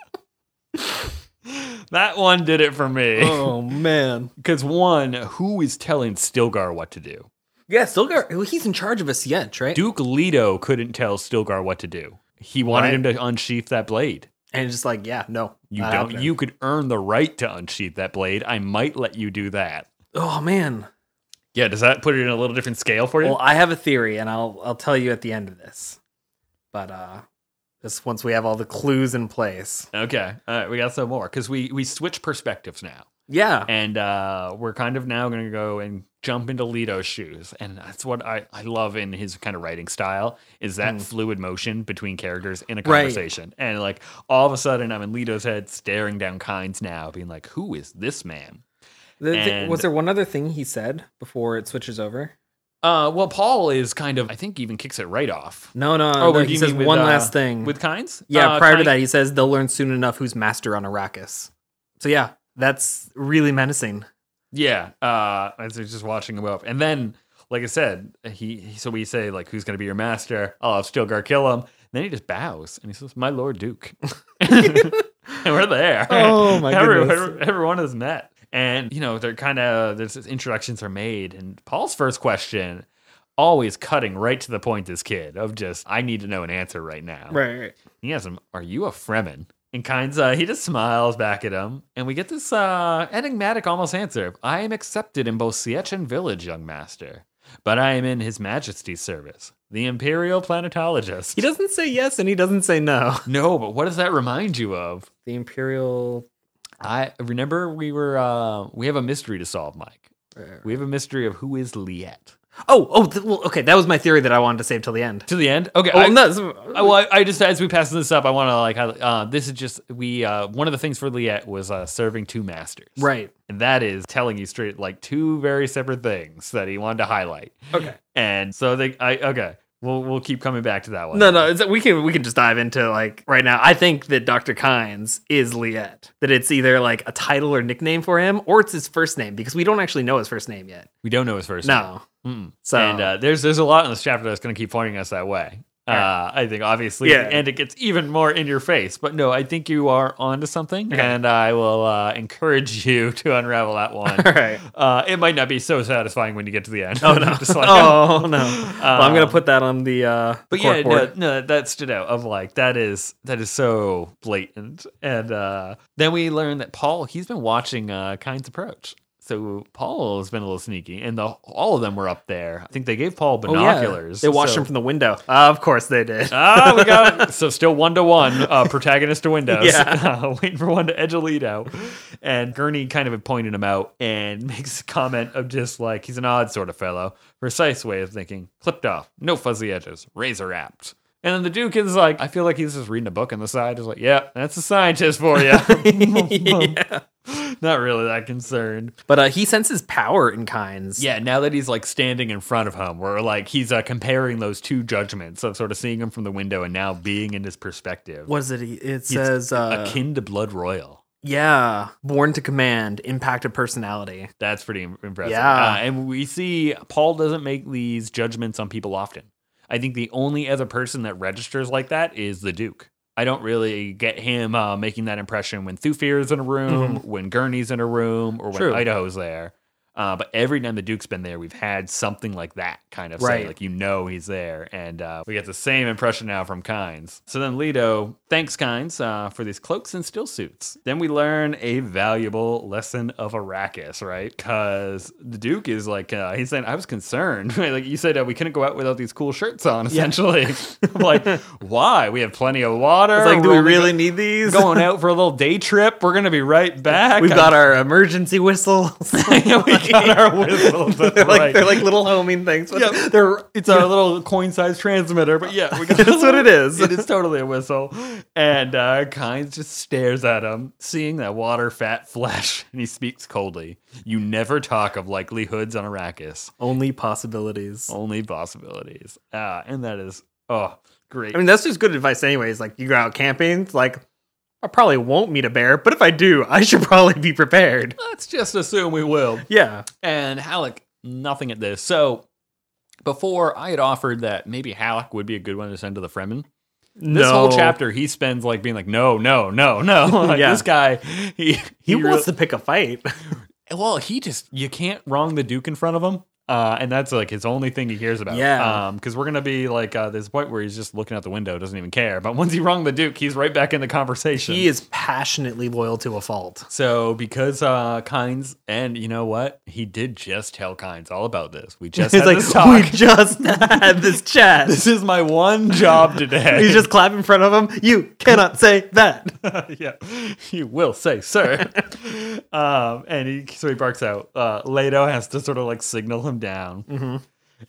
Speaker 1: Mike. that one did it for me.
Speaker 2: oh man.
Speaker 1: Because one, who is telling Stilgar what to do?
Speaker 2: Yeah, Stilgar. He's in charge of a Siench, right?
Speaker 1: Duke Leto couldn't tell Stilgar what to do. He wanted
Speaker 2: Right. Ah,
Speaker 1: him to unsheath that blade.
Speaker 2: And it's just like, yeah, no,
Speaker 1: You
Speaker 2: not
Speaker 1: don't.
Speaker 2: happening.
Speaker 1: You could earn the right to unsheath that blade. I might let you do that.
Speaker 2: Oh man.
Speaker 1: Yeah. Does that put it in a little different scale for you?
Speaker 2: Well, I have a theory, and I'll I'll tell you at the end of this. But uh, just once we have all the clues in place.
Speaker 1: okay. All right. We got some more because we we switch perspectives now,
Speaker 2: Yeah.
Speaker 1: and uh, we're kind of now going to go and jump into Leto's shoes, and that's what I I love in his kind of writing style is that
Speaker 2: Mm.
Speaker 1: fluid motion between characters in a
Speaker 2: Right.
Speaker 1: conversation, and like all of a sudden I'm in Leto's head, staring down Kynes now, being like, who is this man?
Speaker 2: The- the-
Speaker 1: and-
Speaker 2: was there one other thing he said before it switches over?
Speaker 1: Uh, well, Paul is kind of I think even kicks it right off.
Speaker 2: No, no.
Speaker 1: Oh,
Speaker 2: no,
Speaker 1: what do
Speaker 2: he
Speaker 1: you
Speaker 2: says
Speaker 1: mean with,
Speaker 2: one
Speaker 1: uh,
Speaker 2: last thing.
Speaker 1: with Kynes?
Speaker 2: yeah,
Speaker 1: Uh,
Speaker 2: prior to
Speaker 1: Kynes-
Speaker 2: that, he says they'll learn soon enough who's master on Arrakis. So yeah, that's really menacing.
Speaker 1: Yeah, uh, as he's just watching him up, and then, like I said, he, he- so we say like, who's going to be your master? I'll have Stilgar kill him. then he just bows and he says, "My Lord Duke," and we're there.
Speaker 2: Oh, my
Speaker 1: Everyone-
Speaker 2: goodness.
Speaker 1: Everyone is met, and you know they're kind of there's this- introductions are made, and Paul's first question. Always cutting right to the point, this kid of just, I need to know an answer right now.
Speaker 2: Right.
Speaker 1: He asks him, "Are you a Fremen?" And Kynes, uh, he just smiles back at him, and we get this uh, enigmatic, almost answer: of, "I am accepted in both Sietch and village, young master, but I am in His Majesty's service, the Imperial Planetologist."
Speaker 2: He doesn't say yes and he doesn't say no.
Speaker 1: no, but what does that remind you of?
Speaker 2: The Imperial.
Speaker 1: I remember we were uh, we have a mystery to solve, Mike. We have a mystery of who is Liet.
Speaker 2: Oh, oh, th- well, okay. That was my theory that I wanted to save till the end.
Speaker 1: To the end. Okay.
Speaker 2: Oh,
Speaker 1: I-
Speaker 2: no, this-
Speaker 1: I, well, I, I just as we pass this up, I want to like highlight- uh, this is just we uh, one of the things for Liette was uh, serving two masters,
Speaker 2: right.
Speaker 1: And that is telling you straight like two very separate things that he wanted to highlight.
Speaker 2: Okay.
Speaker 1: And so they, I okay, We'll we'll keep coming back to that one.
Speaker 2: No, no, it's, we can we can just dive into like right now. I think that Dr. Kynes is Liette. That it's either like a title or nickname for him, or it's his first name because we don't actually know his first name yet.
Speaker 1: we don't know his first. name.
Speaker 2: No,
Speaker 1: Mm-mm.
Speaker 2: so
Speaker 1: and uh, there's there's a lot in this chapter that's going to keep pointing us that way. Uh, I think obviously,
Speaker 2: Yeah.
Speaker 1: and it gets even more in your face. But no, I think you are onto something,
Speaker 2: Okay.
Speaker 1: and I will uh, encourage you to unravel that one.
Speaker 2: all right.
Speaker 1: Uh, it might not be so satisfying when you get to the end.
Speaker 2: Oh no!
Speaker 1: Just like,
Speaker 2: oh no! Well, I'm gonna
Speaker 1: Um,
Speaker 2: put that on the uh,
Speaker 1: But yeah, no, no, that stood out. Of like that is that is so blatant. And uh, then we learn that Paul he's been watching uh, Kind's approach. So Paul has been a little sneaky, and the all of them were up there. I think they gave Paul binoculars.
Speaker 2: Oh, They watched
Speaker 1: so-
Speaker 2: him from the window. Uh, of course they did.
Speaker 1: ah, we got it. So still one to one, uh, protagonist to windows.
Speaker 2: Yeah.
Speaker 1: Uh, waiting for one to edge a lead out. And Gurney kind of pointed him out and makes a comment of just like, he's an odd sort of fellow. Precise way of thinking. Clipped off. No fuzzy edges. Razor apt. And then the Duke is like, I feel like he's just reading a book on the side. He's like, yeah, that's a scientist for you.
Speaker 2: Yeah.
Speaker 1: Not really that concerned.
Speaker 2: oh. But uh, he senses power in kinds.
Speaker 1: Yeah, now that he's like standing in front of him, where like he's uh, comparing those two judgments of sort of seeing him from the window and now being in his perspective.
Speaker 2: What is it? It says, uh,
Speaker 1: akin to Blood Royal.
Speaker 2: yeah, born to command, impact of personality.
Speaker 1: That's pretty im- impressive.
Speaker 2: Yeah.
Speaker 1: Uh, and we see Paul doesn't make these judgments on people often. I think the only other person that registers like that is the Duke. I don't really get him uh, making that impression when Thufir is in a room, when Gurney's in a room, or when
Speaker 2: Mm-hmm. True.
Speaker 1: Idaho's there. Uh, but every time the Duke's been there, we've had something like that kind of say,
Speaker 2: Right.
Speaker 1: like you know he's there, and uh, we get the same impression now from Kynes. So then Leto thanks Kynes uh, for these cloaks and still suits. Then we learn a valuable lesson of Arrakis, right? Because the Duke is like uh, he's saying, I was concerned, like you said, uh, we couldn't go out without these cool shirts on. Essentially, I'm like why? We have plenty of water.
Speaker 2: It's like, do we
Speaker 1: We're
Speaker 2: Oh, really need these?
Speaker 1: going out for a little day trip? We're gonna be right back.
Speaker 2: We've got our emergency whistles.
Speaker 1: we got our whistles.
Speaker 2: They're like, they're like little homing things. but
Speaker 1: Yep.
Speaker 2: They're,
Speaker 1: it's our little coin-sized transmitter, but yeah, we got
Speaker 2: that's what it is.
Speaker 1: it is totally a whistle. And uh, Kynes just stares at him, seeing that water, fat flesh, and he speaks coldly. You never talk of likelihoods on Arrakis,
Speaker 2: Only possibilities.
Speaker 1: only possibilities. Ah, and that is oh great.
Speaker 2: I mean, that's just good advice, anyways. Like, you go out camping, it's like, I probably won't meet a bear, but if I do, I should probably be prepared.
Speaker 1: Let's just assume we will.
Speaker 2: Yeah.
Speaker 1: And Halleck, nothing at this. So before I had offered that maybe Halleck would be a good one to send to the Fremen. This whole chapter, he spends like being like, no, no, no, no. Like,
Speaker 2: Yeah.
Speaker 1: This guy, he
Speaker 2: He,
Speaker 1: really-
Speaker 2: wants to pick a fight.
Speaker 1: Well, he just you can't wrong the Duke in front of him. Uh, and that's like his only thing he cares about.
Speaker 2: Yeah.
Speaker 1: Because we're gonna be like uh, there's a point where he's just looking out the window, doesn't even care. But once he wronged the Duke, he's right back in the conversation.
Speaker 2: He is passionately loyal to a fault.
Speaker 1: So because uh Kynes and you know what? He did just tell Kynes all about this. We just had this talk.
Speaker 2: we just had this chat.
Speaker 1: this is my one job today.
Speaker 2: He's just clapping in front of him. You cannot say that.
Speaker 1: yeah, you will say, sir. um, and he so he barks out. Uh, Leto has to sort of like signal him down,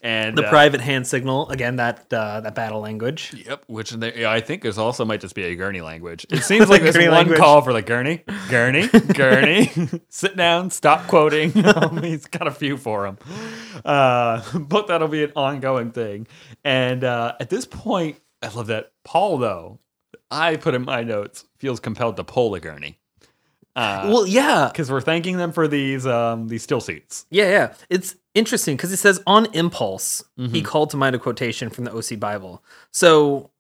Speaker 1: and
Speaker 2: The
Speaker 1: uh,
Speaker 2: private hand signal again. That uh, that battle language.
Speaker 1: Yep, which they, I think is also might just be a Gurney language. It seems like there's
Speaker 2: Gurney
Speaker 1: one
Speaker 2: language.
Speaker 1: call for like Gurney, Gurney, Gurney. Sit down, stop quoting. Um, he's got a few for him, uh, but that'll be an ongoing thing. And uh, at this point, I love that Paul though. I put in my notes feels compelled to pull a Gurney
Speaker 2: well, yeah,
Speaker 1: because we're thanking them for these um, these still seats.
Speaker 2: yeah, yeah. It's interesting because it says on impulse he called to mind a quotation from the OC Bible. So,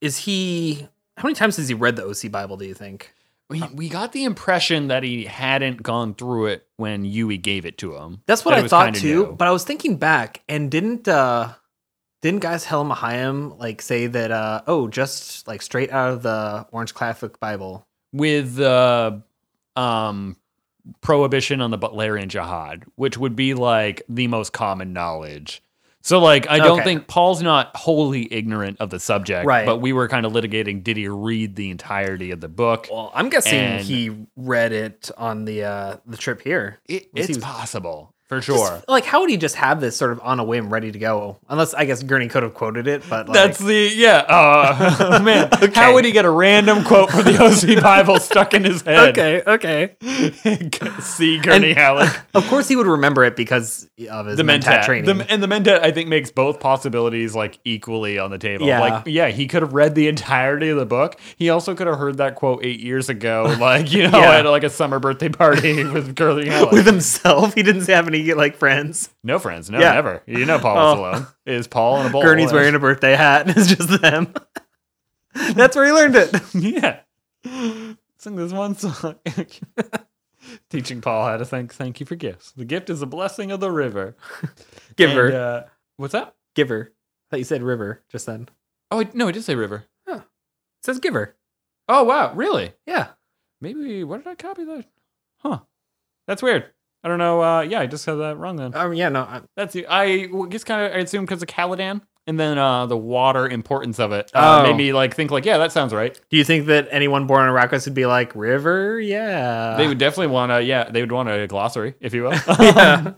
Speaker 2: is he? How many times has he read the OC Bible? Do you think?
Speaker 1: We, we got the impression that he hadn't gone through it when Yui gave it to him.
Speaker 2: That's what
Speaker 1: That it
Speaker 2: I
Speaker 1: was
Speaker 2: thought
Speaker 1: kinda
Speaker 2: too.
Speaker 1: new.
Speaker 2: But I was thinking back, and didn't uh didn't guys Helm Hayim like say that? uh Oh, just like straight out of the Orange Catholic Bible.
Speaker 1: with uh, um, prohibition on the Butlerian jihad, which would be like the most common knowledge. So, like, I don't
Speaker 2: Okay.
Speaker 1: think Paul's not wholly ignorant of the subject,
Speaker 2: Right.
Speaker 1: But we were kind of litigating: did he read the entirety of the book?
Speaker 2: Well, I'm guessing
Speaker 1: And-
Speaker 2: he read it on the uh the trip here.
Speaker 1: It,
Speaker 2: Was
Speaker 1: it's
Speaker 2: he-
Speaker 1: possible. for sure.
Speaker 2: Like, how would he just have this sort of on a whim, ready to go? Unless I guess Gurney could have quoted it, but like,
Speaker 1: That's the yeah. Uh, man, how would he get a random quote from the OC Bible stuck in his head?
Speaker 2: okay, okay.
Speaker 1: See Gurney Halleck.
Speaker 2: Of course, he would remember it because of his
Speaker 1: the
Speaker 2: mentat,
Speaker 1: mentat
Speaker 2: training.
Speaker 1: The, and the mentat I think makes both possibilities like equally on the table.
Speaker 2: Yeah.
Speaker 1: Like yeah, he could have read the entirety of the book. He also could have heard that quote eight years ago, like you know,
Speaker 2: Yeah.
Speaker 1: at like a summer birthday party with Curly Allen.
Speaker 2: with himself, he didn't have any like friends.
Speaker 1: no friends, no
Speaker 2: Yeah.
Speaker 1: never. You know, Paul was
Speaker 2: Oh.
Speaker 1: alone. Is Paul in a bowl?
Speaker 2: Gurney's wearing a birthday hat, and it's just them. That's where he learned it.
Speaker 1: yeah. Sing this one song. Teaching Paul how to thank thank you for gifts. The gift is a blessing of the river.
Speaker 2: Give
Speaker 1: And,
Speaker 2: her,
Speaker 1: uh, what's that?
Speaker 2: give her. I thought you said river just then. It
Speaker 1: Oh I- no, it did say river.
Speaker 2: says give her.
Speaker 1: Oh wow, really?
Speaker 2: Yeah.
Speaker 1: Maybe what did I copy that? Huh. That's weird. I don't know. Uh, yeah, I just had that wrong then.
Speaker 2: Um. Yeah. No. I,
Speaker 1: That's the- I well, guess kind of I assume because of Caladan and then uh, the water importance of it uh,
Speaker 2: Oh.
Speaker 1: made me like think like yeah that sounds right.
Speaker 2: do you think that anyone born in Arrakis would be like river? Yeah.
Speaker 1: they would definitely want to yeah they would want a glossary if you will.
Speaker 2: Yeah.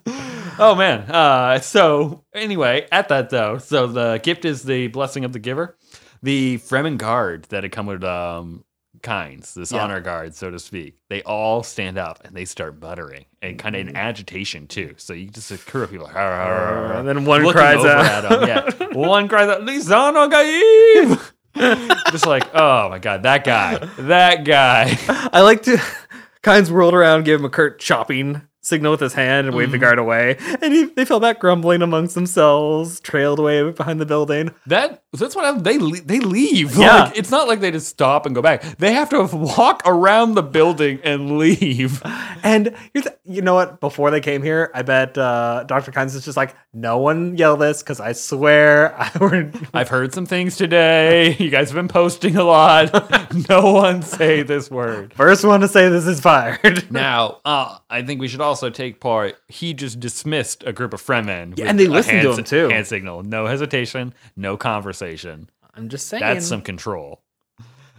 Speaker 1: oh man. Uh, so anyway, at that though, so the gift is the blessing of the giver. The Fremen guard that had come with um, Kynes, this
Speaker 2: Yeah.
Speaker 1: honor guard, so to speak, they all stand up and they start muttering and kind of in agitation too. So you just hear people. "Har, har, har, har,"
Speaker 2: And then one
Speaker 1: looking
Speaker 2: cries
Speaker 1: over
Speaker 2: out.
Speaker 1: At him. Yeah, one cries out. Lisano Gaib. just like oh my god, that guy, that guy.
Speaker 2: I like to. Kynes whirled around, gave him a curt chopping signal with his hand, and waved the guard away. And he, they fell back, grumbling amongst themselves, trailed away behind the building.
Speaker 1: That that's what happened. They le- they leave.
Speaker 2: Yeah.
Speaker 1: Like, it's not like they just stop and go back. They have to walk around the building and leave.
Speaker 2: And here's, you know what? Before they came here, I bet uh, Dr. Kynes is just like, no one yell this because I swear I were.
Speaker 1: I've heard some things today. You guys have been posting a lot. no one say this word.
Speaker 2: First one to say this is fired.
Speaker 1: Now, uh, I think we should also take part. He just dismissed a group of Fremen.
Speaker 2: Yeah,
Speaker 1: with
Speaker 2: and they
Speaker 1: a
Speaker 2: listened
Speaker 1: hand
Speaker 2: to him,
Speaker 1: si-
Speaker 2: too.
Speaker 1: Hand signal. No hesitation, no conversation.
Speaker 2: I'm just saying.
Speaker 1: That's some control.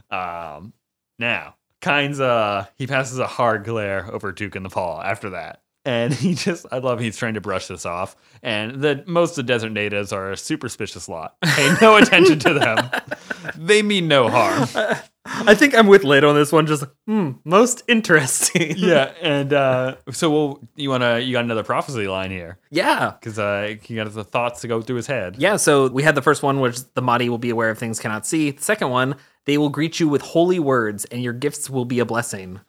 Speaker 1: Um, now, Kynes, uh, he passes a hard glare over Duke and the Paul after that. And he just, I love he's trying to brush this off. And the most of the desert natives are a superstitious lot. Pay no attention to them. They mean no harm.
Speaker 2: I think I'm with Lid on this one. Just, hmm, most interesting.
Speaker 1: Yeah. And uh, so, well, you want to, you got another prophecy line here
Speaker 2: yeah.
Speaker 1: because uh, he got the thoughts to go through his head.
Speaker 2: Yeah, so we had the first one, which the Mahdi will be aware of things cannot see. The second one, they will greet you with holy words, and your gifts will be a blessing.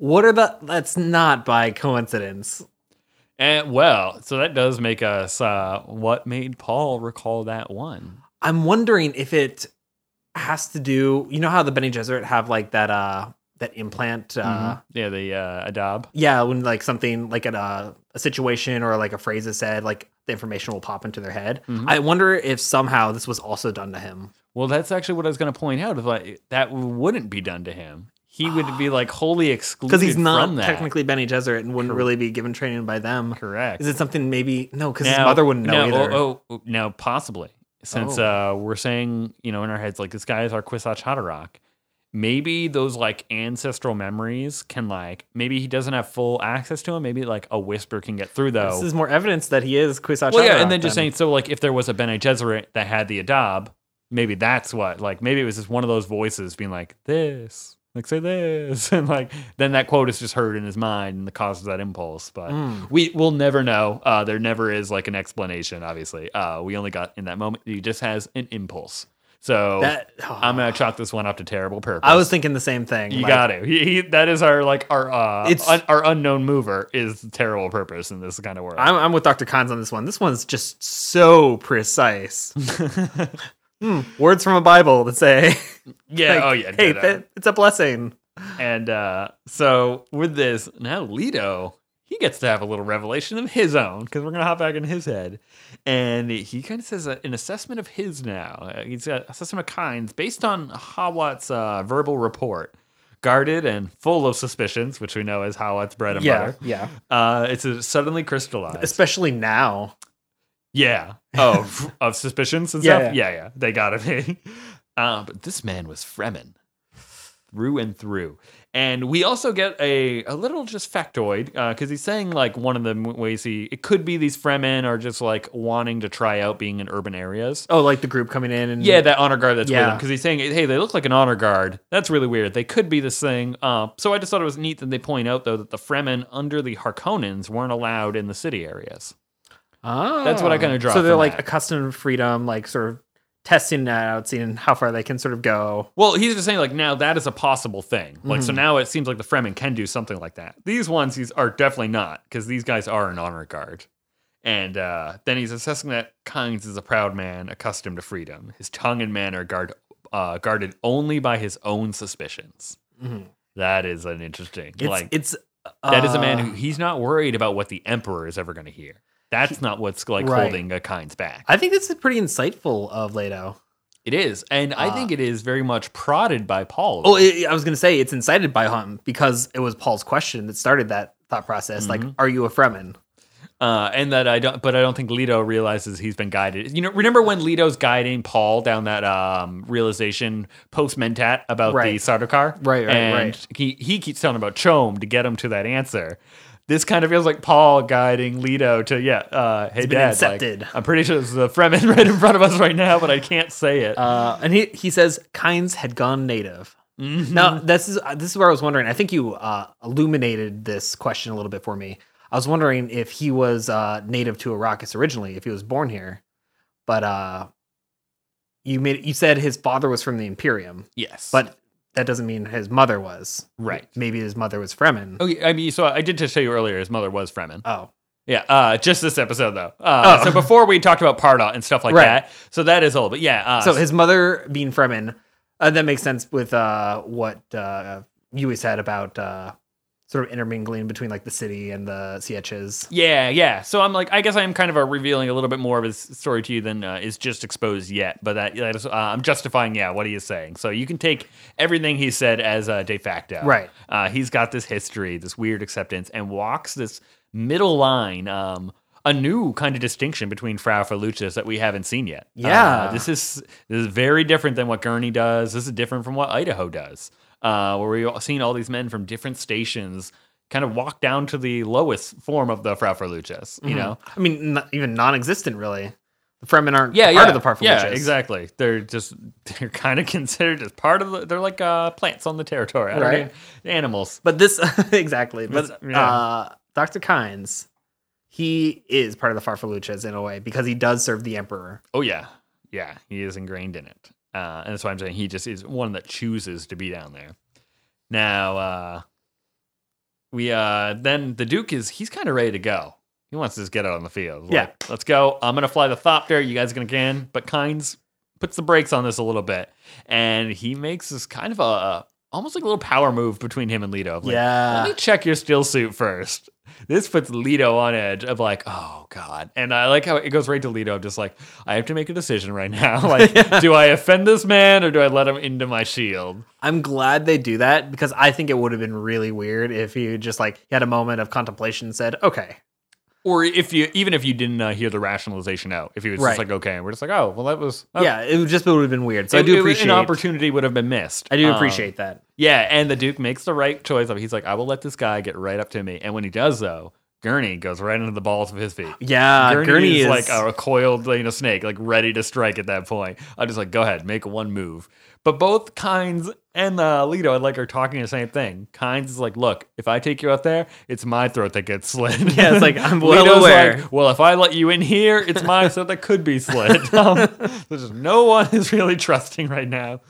Speaker 2: What are the? That's not by coincidence.
Speaker 1: And well, so that does make us, uh, what made Paul recall that one?
Speaker 2: I'm wondering if it has to do. You know how the Bene Gesserit have like that uh that implant. Uh,
Speaker 1: Yeah, the uh, Adab.
Speaker 2: Yeah, when like something like at a, a situation or like a phrase is said, like the information will pop into their head.
Speaker 1: Mm-hmm.
Speaker 2: I wonder if somehow this was also done to him.
Speaker 1: Well, that's actually what I was going to point out. If I, that wouldn't be done to him, he would be like wholly excluded
Speaker 2: because he's not
Speaker 1: from that.
Speaker 2: technically Benny Gesserit and wouldn't really be given training by them.
Speaker 1: Correct.
Speaker 2: Is it something maybe no? Because his
Speaker 1: Now-
Speaker 2: mother wouldn't know
Speaker 1: now-
Speaker 2: either. Oh.
Speaker 1: Oh, oh, now possibly since uh, we're saying you know in our heads like this guy is our Kwisatz Haderach. Maybe those like ancestral memories can like maybe he doesn't have full access to him. Maybe like a whisper can get through though.
Speaker 2: This is more evidence that he is Kwisatz.
Speaker 1: well, yeah,
Speaker 2: Haderach
Speaker 1: and then just
Speaker 2: then.
Speaker 1: saying so like if there was a Bene Gesserit that had the Adab, maybe that's what like maybe it was just one of those voices being like this, like say this, and like then that quote is just heard in his mind and causes that impulse. But
Speaker 2: Hmm.
Speaker 1: we will never know. Uh, there never is like an explanation. Obviously, uh, we only got in that moment. He just has an impulse. So
Speaker 2: That-
Speaker 1: "Oh,
Speaker 2: oh,
Speaker 1: I'm gonna chalk this one up to terrible purpose.
Speaker 2: I was thinking the same thing.
Speaker 1: You
Speaker 2: like,
Speaker 1: got it. He, he, that is our like our uh,
Speaker 2: It's-
Speaker 1: un- our unknown mover is terrible purpose in this kind of world.
Speaker 2: I'm, I'm with Dr. Cons on this one. This one's just so precise. Hmm, words from a Bible that say,
Speaker 1: yeah.
Speaker 2: like,
Speaker 1: oh yeah.
Speaker 2: hey,
Speaker 1: ditto.
Speaker 2: that- it's a blessing."
Speaker 1: And uh, so with this, now Leto, he gets to have a little revelation of his own because we're going to hop back in his head. And he kind of says a, an assessment of his now. Uh, He's got assessment of kinds based on Hawat's uh, verbal report. Guarded and full of suspicions, which we know is Hawat's bread and butter.
Speaker 2: yeah.
Speaker 1: Uh, it's uh, suddenly crystallized.
Speaker 2: Especially now.
Speaker 1: Yeah. Oh, f- of suspicions and
Speaker 2: Yeah,
Speaker 1: stuff. Yeah, yeah. They gotta be. Uh, but this man was Fremen. through and through. And we also get a, a little just factoid because he's saying like one of the m- ways he it could be these Fremen are just like wanting to try out being in urban areas.
Speaker 2: Oh, like the group coming in and
Speaker 1: Yeah, that honor guard that's with
Speaker 2: Yeah.
Speaker 1: him because he's saying, "Hey, they look like an honor guard. That's really weird. They could be this thing." Uh, so I just thought it was neat that they point out though that the Fremen under the Harkonnens weren't allowed in the city areas.
Speaker 2: Ah.
Speaker 1: That's what I kinda draw
Speaker 2: So they're
Speaker 1: from
Speaker 2: like
Speaker 1: that.
Speaker 2: accustomed to freedom, like sort of testing that out, seeing how far they can sort of go.
Speaker 1: Well, he's just saying like now that is a possible thing. Like
Speaker 2: Mm-hmm.
Speaker 1: so now it seems like the Fremen can do something like that. These ones these are definitely not because these guys are an honor guard. And uh, then he's assessing that Kynes is a proud man, accustomed to freedom. His tongue and manner guard uh, guarded only by his own suspicions.
Speaker 2: Mhm.
Speaker 1: That is an interesting
Speaker 2: It's
Speaker 1: Mm-hmm. like
Speaker 2: it's uh,
Speaker 1: that is a man who he's not worried about what the emperor is ever going to hear. That's not what's like
Speaker 2: Right.
Speaker 1: holding a Kynes back.
Speaker 2: I think this is pretty insightful of Leto.
Speaker 1: it is, and I think it is very much prodded by Paul.
Speaker 2: Uh, Oh, i I was going to say it's incited by him because it was Paul's question that started that thought process. Like, are you a Fremen?
Speaker 1: uh, and that I don't, but I don't think Leto realizes he's been guided. You know, remember when Leto's guiding Paul down that um, realization post Mentat about
Speaker 2: Right.
Speaker 1: the Sardaukar,
Speaker 2: Right, right,
Speaker 1: and
Speaker 2: right.
Speaker 1: He he keeps talking about Chom to get him to that answer. This kind of feels like Paul guiding Leto to yeah, uh, hey
Speaker 2: been
Speaker 1: dad, like,
Speaker 2: incepted.
Speaker 1: I'm pretty sure this is a Fremen right in front of us right now, but I can't say it.
Speaker 2: Uh, and he he says Kynes had gone native. Now this is uh, this is where I was wondering. I think you uh, illuminated this question a little bit for me. I was wondering if he was uh, native to Arrakis originally, if he was born here, but uh, you made you said his father was from the Imperium,
Speaker 1: yes,
Speaker 2: but that doesn't mean his mother was.
Speaker 1: Right.
Speaker 2: Maybe his mother was Fremen.
Speaker 1: Oh, yeah, I mean, so I did just tell you earlier his mother was Fremen.
Speaker 2: Oh,
Speaker 1: Yeah, uh, just this episode though. Uh,
Speaker 2: Oh.
Speaker 1: So before we talked about Pardot and stuff like
Speaker 2: Right.
Speaker 1: that. So that is old, but yeah. Uh,
Speaker 2: so his mother being Fremen, uh, that makes sense with uh, what uh, Yui said about uh, sort of intermingling between like the city and the Sieches.
Speaker 1: yeah, yeah. So I'm like, I guess I am kind of uh, revealing a little bit more of his story to you than uh, is just exposed yet. But that, that is, uh, I'm justifying, yeah, what he is saying. So you can take everything he said as uh, de facto.
Speaker 2: Right.
Speaker 1: Uh, he's got this history, this weird acceptance, and walks this middle line. Um, a new kind of distinction between Frau Feluchas that we haven't seen yet.
Speaker 2: Yeah.
Speaker 1: Uh, this is this is very different than what Gurney does. This is different from what Idaho does, uh, where we've seen all these men from different stations kind of walk down to the lowest form of the Frau Feluchas, you know?
Speaker 2: I mean, not, even non-existent really. The Fremen aren't
Speaker 1: Yeah,
Speaker 2: part
Speaker 1: yeah,
Speaker 2: of the Parfum
Speaker 1: yeah, exactly. They're just they're kind of considered as part of the. They're like uh, plants on the territory, I don't
Speaker 2: Right.
Speaker 1: know, animals.
Speaker 2: But this exactly. But
Speaker 1: It's- yeah.
Speaker 2: uh, Dr. Kynes, he is part of the Farfaluchas in a way because he does serve the emperor.
Speaker 1: Oh yeah, yeah. He is ingrained in it, uh, and that's why I'm saying he just is one that chooses to be down there. Now, uh, we uh, then the Duke is he's kind of ready to go. He wants to just get out on the field. Like,
Speaker 2: Yeah.
Speaker 1: let's go. I'm gonna fly the Thopter. You guys are gonna can, but Kynes puts the brakes on this a little bit, and he makes this kind of a almost like a little power move between him and Leto. of Like,
Speaker 2: yeah.
Speaker 1: let me check your still suit first. This puts Leto on edge of like, oh god. And I like how it goes right to Leto. of just like, I have to make a decision right now. Like, do I offend this man or do I let him into my shield?
Speaker 2: I'm glad they do that because I think it would have been really weird if you just like had a moment of contemplation and said, "Okay,
Speaker 1: Or if you, even if you didn't uh, hear the rationalization out, if he was
Speaker 2: Right.
Speaker 1: just like, okay, and we're just like, oh, well, that was. oh.
Speaker 2: yeah, it would just would have been weird." So I
Speaker 1: It-
Speaker 2: do
Speaker 1: it-
Speaker 2: appreciate.
Speaker 1: an opportunity would have been missed.
Speaker 2: I do
Speaker 1: Um,
Speaker 2: appreciate that.
Speaker 1: Yeah, and the Duke makes the right choice. Of he's like, I will let this guy get right up to me, and when he does, though, Gurney goes right into the balls of his feet.
Speaker 2: Yeah,
Speaker 1: Gurney,
Speaker 2: Gurney,
Speaker 1: is, like a, coiled you know, snake, like ready to strike at that point. I'm just like, go ahead, make one move. But both Kynes and uh, Leto, I like, are talking the same thing. Kynes is like, look, if I take you out there, it's my throat that gets slit.
Speaker 2: Yeah, it's like, I'm well aware.
Speaker 1: like, well, if I let you in here, it's my throat that could be slit. Um, there's just no one is really trusting right now.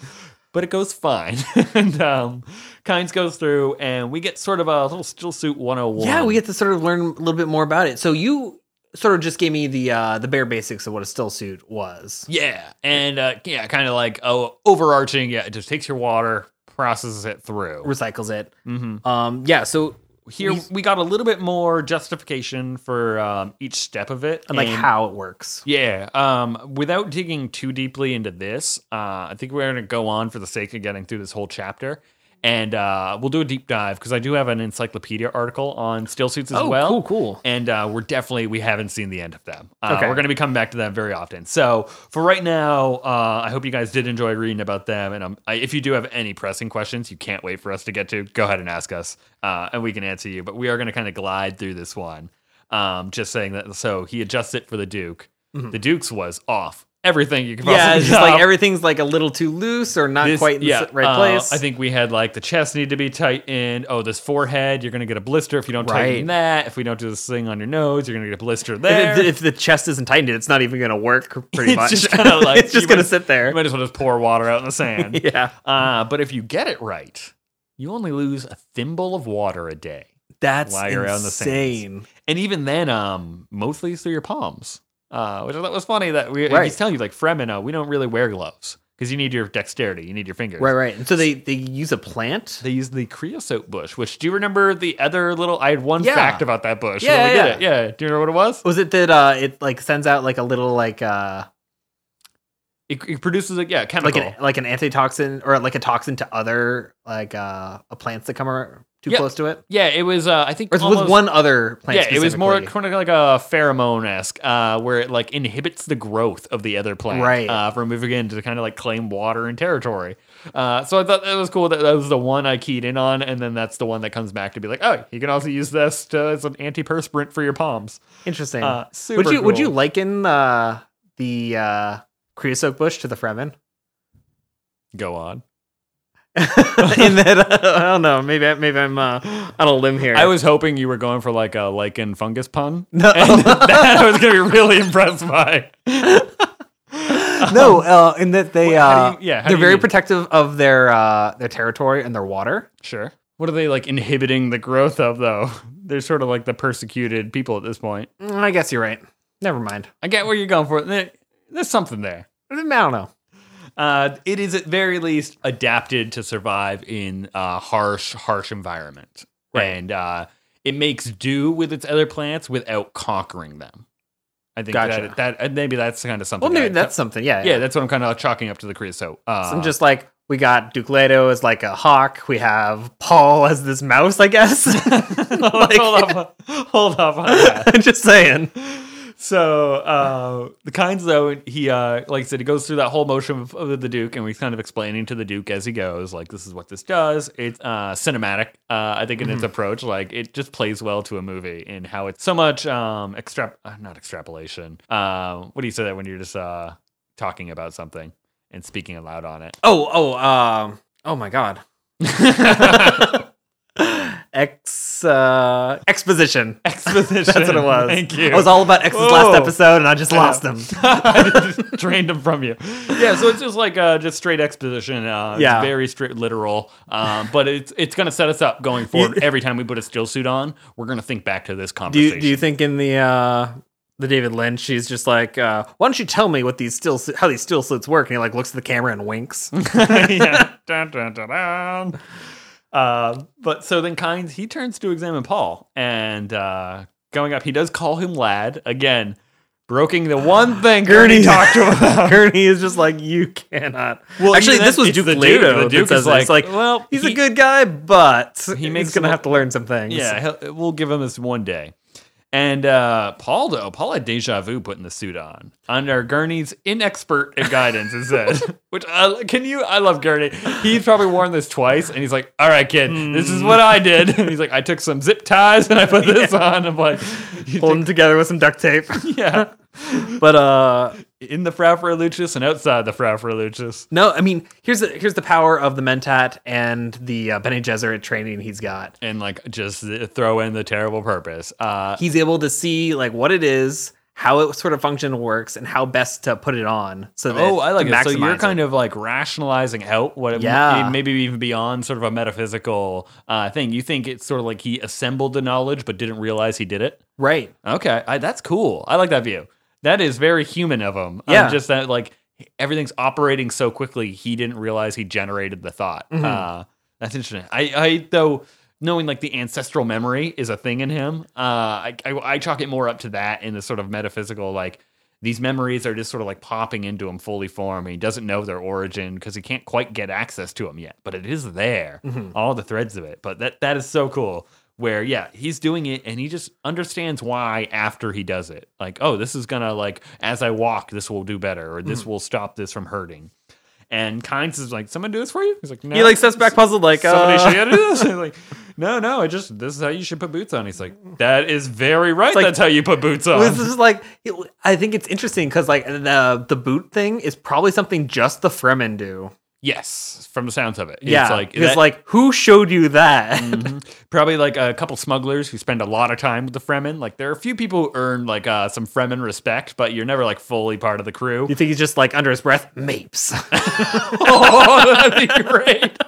Speaker 1: But it goes fine. and um, Kynes goes through, and we get sort of a little still suit 101.
Speaker 2: yeah, we get to sort of learn a little bit more about it. So you sort of just gave me the uh the bare basics of what a still suit was.
Speaker 1: Yeah, and uh, yeah, kind of like oh, overarching. Yeah, it just takes your water, processes it through.
Speaker 2: Recycles it.
Speaker 1: hmm
Speaker 2: Um yeah, so
Speaker 1: Here we got a little bit more justification for um, each step of it,
Speaker 2: and like
Speaker 1: and-
Speaker 2: how it works.
Speaker 1: Yeah, um, without digging too deeply into this, uh, I think we're going to go on for the sake of getting through this whole chapter. And uh, we'll do a deep dive because I do have an encyclopedia article on steel suits as
Speaker 2: Oh,
Speaker 1: well.
Speaker 2: cool, cool.
Speaker 1: And uh, we're definitely we haven't seen the end of them. Uh,
Speaker 2: Okay.
Speaker 1: We're going to be coming back to them very often. So for right now, uh, I hope you guys did enjoy reading about them. And um, I, if you do have any pressing questions, you can't wait for us to get to. Go ahead and ask us, uh, and we can answer you. But we are going to kind of glide through this one. Um, just saying that. So he adjusts it for the Duke. The Duke's was off. Everything you can possibly
Speaker 2: Mm-hmm. yeah, it's just like
Speaker 1: do.
Speaker 2: everything—everything's like a little too loose or not
Speaker 1: This-
Speaker 2: quite in the s- right
Speaker 1: uh,
Speaker 2: place.
Speaker 1: I think we had like the chest need to be tightened. Oh, this forehead, you're gonna get a blister if you don't tighten
Speaker 2: Right.
Speaker 1: that. If we don't do this thing on your nose, you're gonna get a blister there.
Speaker 2: If, if the chest isn't tightened, it's not even going to work. Pretty much,
Speaker 1: just kinda like-
Speaker 2: it's just
Speaker 1: you
Speaker 2: going to
Speaker 1: might-
Speaker 2: sit there.
Speaker 1: you might as well just pour water out in the sand.
Speaker 2: yeah,
Speaker 1: uh, but if you get it right, you only lose a thimble of water a day,
Speaker 2: that's
Speaker 1: Lie
Speaker 2: insane.
Speaker 1: around the sands. and even then, um, mostly through your palms. Uh, which I thought was funny that we
Speaker 2: Right.
Speaker 1: he's telling you like Fremen, uh, we don't really wear gloves because you need your dexterity, you need your fingers.
Speaker 2: Right, right. And so they they use a plant.
Speaker 1: They use the creosote bush, which do you remember the other little? I had one
Speaker 2: Yeah.
Speaker 1: fact about that bush.
Speaker 2: Yeah,
Speaker 1: when we
Speaker 2: yeah.
Speaker 1: did it. yeah. Do you remember what it was?
Speaker 2: Was it that uh it like sends out like a little like uh
Speaker 1: It, it produces a yeah
Speaker 2: like
Speaker 1: chemical.
Speaker 2: an like an antitoxin or like a toxin to other like uh plants that come ar- too
Speaker 1: Yeah.
Speaker 2: close to it?
Speaker 1: yeah, it was. Uh, I think
Speaker 2: Or is it
Speaker 1: almost-
Speaker 2: with one other plant.
Speaker 1: Yeah, it was more
Speaker 2: specifically?
Speaker 1: kind of like a pheromone esque, uh, where it like inhibits the growth of the other plant
Speaker 2: Right.
Speaker 1: uh, from moving in to kind of like claim water and territory. Uh, so I thought that was cool that that was the one I keyed in on, and then that's the one that comes back to be like, oh, you can also use this to, as an antiperspirant for your palms.
Speaker 2: interesting.
Speaker 1: Uh,
Speaker 2: would
Speaker 1: super
Speaker 2: you would
Speaker 1: cool.
Speaker 2: you liken uh the uh creosote bush to the Fremen?
Speaker 1: Go on.
Speaker 2: In that uh, I don't know, maybe I- maybe I'm uh, on a limb here.
Speaker 1: I was hoping you were going for like a lichen fungus pun.
Speaker 2: No.
Speaker 1: And that I was gonna be really impressed by.
Speaker 2: no, uh, in that they
Speaker 1: how
Speaker 2: uh,
Speaker 1: do you- yeah, how
Speaker 2: they're
Speaker 1: do you
Speaker 2: very
Speaker 1: mean?
Speaker 2: protective of their uh, their territory and their water.
Speaker 1: Sure. What are they like inhibiting the growth of though? They're sort of like the persecuted people at this point.
Speaker 2: Mm, I guess you're right. Never mind.
Speaker 1: I get where you're going for it. There- There's something there.
Speaker 2: I don't know.
Speaker 1: Uh, it is at very least adapted to survive in a harsh, harsh environment,
Speaker 2: Right.
Speaker 1: and uh, it makes do with its other plants without conquering them. I think
Speaker 2: Gotcha.
Speaker 1: that, that and maybe that's kind of something.
Speaker 2: Well,
Speaker 1: that-
Speaker 2: maybe that's something. Yeah,
Speaker 1: yeah, that's what I'm kind of chalking up to the creosote. Uh,
Speaker 2: So I'm just like we got Duke Leto as like a hawk. We have Paul as this mouse. I guess.
Speaker 1: hold,
Speaker 2: like,
Speaker 1: up, hold up on that.
Speaker 2: I'm just saying.
Speaker 1: So uh, the kinds though he uh, like I said he goes through that whole motion of, of the Duke and he's kind of explaining to the Duke as he goes like this is what this does. It's uh, cinematic, uh, I think, in
Speaker 2: Mm-hmm.
Speaker 1: its approach. Like it just plays well to a movie and how it's so much um extra uh, not extrapolation. Um, what do you say that when you're just uh, talking about something and speaking aloud on it?
Speaker 2: Oh, oh, um, oh my God. Ex uh, exposition.
Speaker 1: Exposition.
Speaker 2: That's what it was.
Speaker 1: Thank you.
Speaker 2: It was all about X's
Speaker 1: Whoa.
Speaker 2: last episode, and I just lost
Speaker 1: Yeah.
Speaker 2: them.
Speaker 1: I just drained them from you. Yeah, so it's just like uh, just straight exposition. Uh, it's
Speaker 2: Yeah.
Speaker 1: very straight literal. Um, but it's it's gonna set us up going forward. Every time we put a still suit on, we're gonna think back to this
Speaker 2: Do
Speaker 1: conversation.
Speaker 2: you, do you think in the uh, the David Lynch, she's just like, uh, why don't you tell me what these still how these still slits work? And he like looks at the camera and winks.
Speaker 1: yeah. Dun, dun, dun, dun. Uh, but so then Kynes he turns to examine Paul, and uh, going up, he does call him lad again, broking the one thing Gurney talked to him about.
Speaker 2: Gurney is just like, you cannot. Well, actually,
Speaker 1: even
Speaker 2: this
Speaker 1: then,
Speaker 2: was
Speaker 1: it's
Speaker 2: Duke
Speaker 1: the Duke. The
Speaker 2: Leto.
Speaker 1: Duke is
Speaker 2: that says
Speaker 1: like,
Speaker 2: like, it's like,
Speaker 1: well,
Speaker 2: well, he's
Speaker 1: he-
Speaker 2: a good guy, but he
Speaker 1: makes
Speaker 2: he's gonna
Speaker 1: him-
Speaker 2: have to learn some things.
Speaker 1: Yeah, he'll, we'll give him this one day. And uh, Paul, though, Paul had deja vu putting the suit on under Gurney's inexpert guidance, it said. Which, uh, can you? I love Gurney. He's probably worn this twice, and he's like, all right, kid, this is what I did. he's like, I took some zip ties and I put this on. I'm like, you
Speaker 2: Hold him together with some duct tape.
Speaker 1: think- yeah.
Speaker 2: but uh,
Speaker 1: In the Frafra Lucius and outside the Frafra Lucius.
Speaker 2: no, I mean, here's the, here's the power of the Mentat and the uh, Bene Gesserit training he's got.
Speaker 1: And like, just throw in the terrible purpose. Uh,
Speaker 2: he's able to see like what it is, how it sort of function works, and how best to put it on. So that
Speaker 1: Oh, I like
Speaker 2: to
Speaker 1: it. So you're
Speaker 2: maximize
Speaker 1: kind
Speaker 2: it.
Speaker 1: of like rationalizing out what it
Speaker 2: Yeah.
Speaker 1: maybe even beyond sort of a metaphysical uh, thing. You think it's sort of like he assembled the knowledge but didn't realize he did it.
Speaker 2: right.
Speaker 1: Okay, I, that's cool. I like that view. That is very human of him. Um,
Speaker 2: Yeah.
Speaker 1: just that like everything's operating so quickly, he didn't realize he generated the thought. Uh, that's interesting. I, I though knowing like the ancestral memory is a thing in him. Uh, I, I I chalk it more up to that in the sort of metaphysical like these memories are just sort of like popping into him fully formed. and He doesn't know their origin because he can't quite get access to them yet, but it is there, all the threads of it. But that that is so cool. Where yeah, he's doing it and he just understands why after he does it. Like, oh, this is gonna like as I walk, this will do better, or
Speaker 2: Mm-hmm.
Speaker 1: this will stop this from hurting. And Kynes is like, "Someone do this for you?" He's like, "No."
Speaker 2: He like steps back puzzled, like
Speaker 1: somebody
Speaker 2: uh,
Speaker 1: should edit this. And like, no, no, I just this is how you should put boots on. He's like, that is very right.
Speaker 2: like-
Speaker 1: That's how you put boots
Speaker 2: Well, This
Speaker 1: on.
Speaker 2: is like it- I think it's interesting because like the the boot thing is probably something just the Fremen do.
Speaker 1: Yes, from the sounds of it,
Speaker 2: yeah,
Speaker 1: it's
Speaker 2: like
Speaker 1: like,
Speaker 2: it's
Speaker 1: that- Mm-hmm.
Speaker 2: like who showed you that?
Speaker 1: probably like a couple smugglers who spend a lot of time with the Fremen. Like there are a few people who earn like uh, some Fremen respect, but you're never like fully part of the crew.
Speaker 2: you think he's just like under his breath, Mapes.
Speaker 1: oh, that'd be great.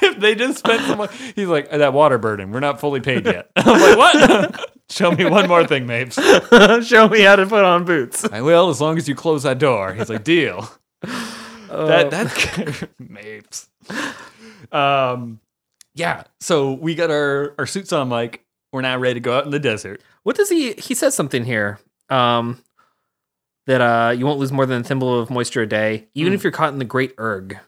Speaker 1: if they just spent some, he's like that water burden. We're not fully paid yet. I'm like, what? Show me one more thing, Mapes.
Speaker 2: Show me how to put on boots.
Speaker 1: I will, as long as you close that door. He's like, deal. Oh. that that's mapes. Um, yeah. So we got our our suits on. Like we're now ready to go out in the desert.
Speaker 2: What does he? He says something here. Um, that uh, you won't lose more than a thimble of moisture a day, even if you're caught in the Great Erg.
Speaker 1: Hmm.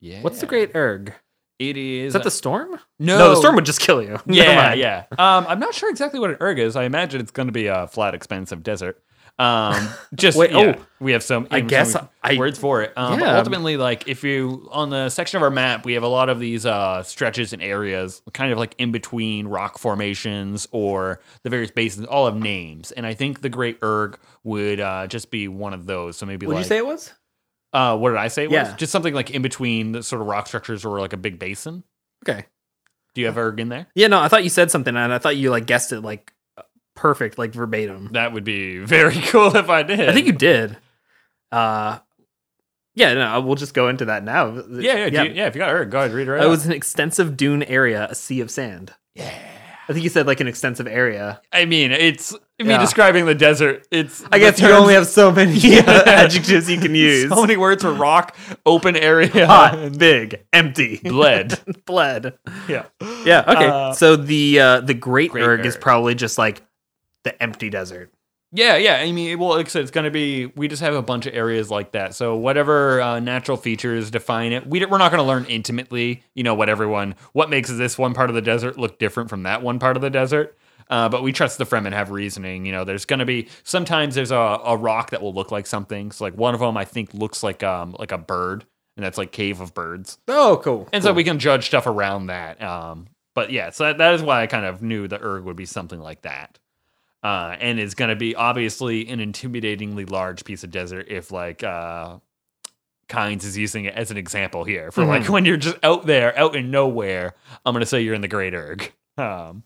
Speaker 1: Yeah.
Speaker 2: What's the Great Erg?
Speaker 1: It is.
Speaker 2: Is that the storm?
Speaker 1: no?
Speaker 2: the storm would just kill you. Never
Speaker 1: Yeah,
Speaker 2: mind.
Speaker 1: yeah. Um, I'm not sure exactly what an erg is. I imagine it's going to be a flat, expensive desert. Um, just
Speaker 2: Wait,
Speaker 1: yeah,
Speaker 2: oh.
Speaker 1: we have some.
Speaker 2: I
Speaker 1: some
Speaker 2: guess I-
Speaker 1: words for it. Um, but
Speaker 2: Yeah.
Speaker 1: ultimately, like if you on the section of our map, we have a lot of these uh, stretches and areas, kind of like in between rock formations or the various basins, all have names. And I think the Great Erg would uh, just be one of those. So maybe
Speaker 2: Would
Speaker 1: like
Speaker 2: you say it was?
Speaker 1: uh, what did I say? It was
Speaker 2: Yeah.
Speaker 1: just something like in between the sort of rock structures or like a big basin.
Speaker 2: Okay.
Speaker 1: Do you have erg in there?
Speaker 2: Yeah, no, I thought you said something, and I thought you like guessed it like perfect, like verbatim.
Speaker 1: That would be very cool if I did.
Speaker 2: I think you did. Uh, yeah, no, we'll just go into that now.
Speaker 1: Yeah, yeah, yeah. yeah if you got Eric, go ahead, read it right.
Speaker 2: It
Speaker 1: out.
Speaker 2: was an extensive dune area, a sea of sand.
Speaker 1: yeah.
Speaker 2: I think you said like an extensive area.
Speaker 1: I mean, it's me
Speaker 2: Yeah.
Speaker 1: describing the desert. It's.
Speaker 2: I guess you only have so many uh, adjectives you can use.
Speaker 1: so many words for rock, open area,
Speaker 2: Hot, big, empty,
Speaker 1: bled.
Speaker 2: bled.
Speaker 1: yeah.
Speaker 2: Yeah. Okay.
Speaker 1: Uh,
Speaker 2: so the uh, the Great,
Speaker 1: Great
Speaker 2: Erg is
Speaker 1: Erg.
Speaker 2: probably just like the empty desert.
Speaker 1: Yeah, yeah. I mean, well, like I said, it's going to be. We just have a bunch of areas like that. So whatever uh, natural features define it, we, d- we're not going to learn intimately. You know what everyone, what makes this one part of the desert look different from that one part of the desert. Uh, but we trust the Fremen have reasoning. You know, there's going to be sometimes there's a, a rock that will look like something. So like one of them, I think, looks like um like a bird, and that's like cave of birds.
Speaker 2: Oh, cool.
Speaker 1: And so we can judge stuff around that. Um, but yeah, so that, that is why I kind of knew the erg would be something like that. Uh, and it's going to be obviously an intimidatingly large piece of desert if like uh, Kynes is using it as an example here for like when you're just out there, out in nowhere. I'm going to say you're in the great erg. Um,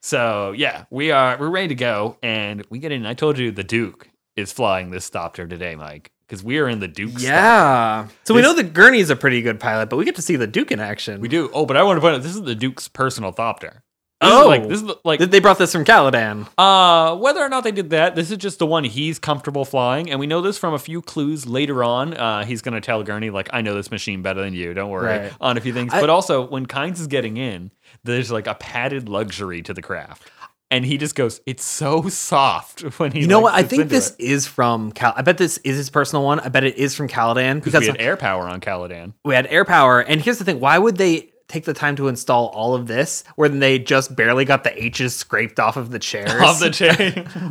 Speaker 1: so yeah, we are we're ready to go, and we get in. I told you the Duke is flying this stopter today, Mike, because we are in the Duke.
Speaker 2: Yeah. So we
Speaker 1: This-
Speaker 2: know that Gurney's a pretty good pilot, but we get to see the Duke in action.
Speaker 1: We do. Oh, but I want to point out this is the Duke's personal Thopter. This
Speaker 2: Oh.
Speaker 1: is like this is the- like
Speaker 2: Th- They brought this from Caladan.
Speaker 1: uh whether or not they did that, this is just the one he's comfortable flying, and we know this from a few clues later on. Uh, he's gonna tell Gurney like, "I know this machine better than you. Don't worry."
Speaker 2: Right.
Speaker 1: On a few things,
Speaker 2: I-
Speaker 1: but also when Kynes is getting in, there's like a padded luxury to the craft, and he just goes, "It's so soft." When he
Speaker 2: You know
Speaker 1: like,
Speaker 2: what? I
Speaker 1: sits
Speaker 2: think
Speaker 1: into
Speaker 2: this
Speaker 1: it.
Speaker 2: is from Cal. I bet this is his personal one. I bet it is from Caladan
Speaker 1: we
Speaker 2: because
Speaker 1: had air power on Caladan.
Speaker 2: we had air power. And here's the thing: why would they take the time to install all of this when they just barely got the H's scraped off of the chairs?
Speaker 1: Off the chair.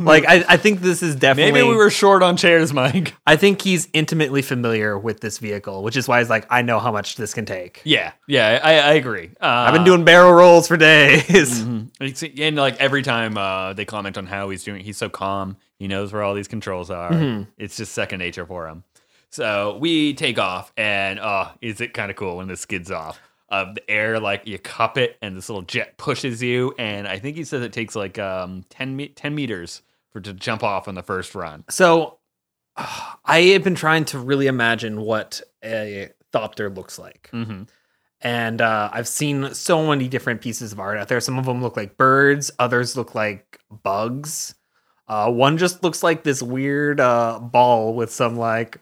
Speaker 2: like, I, I think this is definitely.
Speaker 1: Maybe we were short on chairs, Mike.
Speaker 2: I think he's intimately familiar with this vehicle, which is why he's like, I know how much this can take.
Speaker 1: Yeah, yeah, I, I agree. Uh,
Speaker 2: I've been doing barrel rolls for days.
Speaker 1: It's- And like every time uh, they comment on how he's doing, he's so calm. He knows where all these controls are.
Speaker 2: Mm-hmm.
Speaker 1: It's just second nature for him. So we take off, and uh, is it kind of cool when this skids off? Uh, the air, like you cup it, and this little jet pushes you. And I think he says it takes like um, 10, me- 10 meters for to jump off on the first run.
Speaker 2: So I have been trying to really imagine what a Thopter looks like.
Speaker 1: Mm-hmm.
Speaker 2: And uh, I've seen so many different pieces of art out there. Some of them look like birds, others look like bugs. Uh, one just looks like this weird uh, ball with some like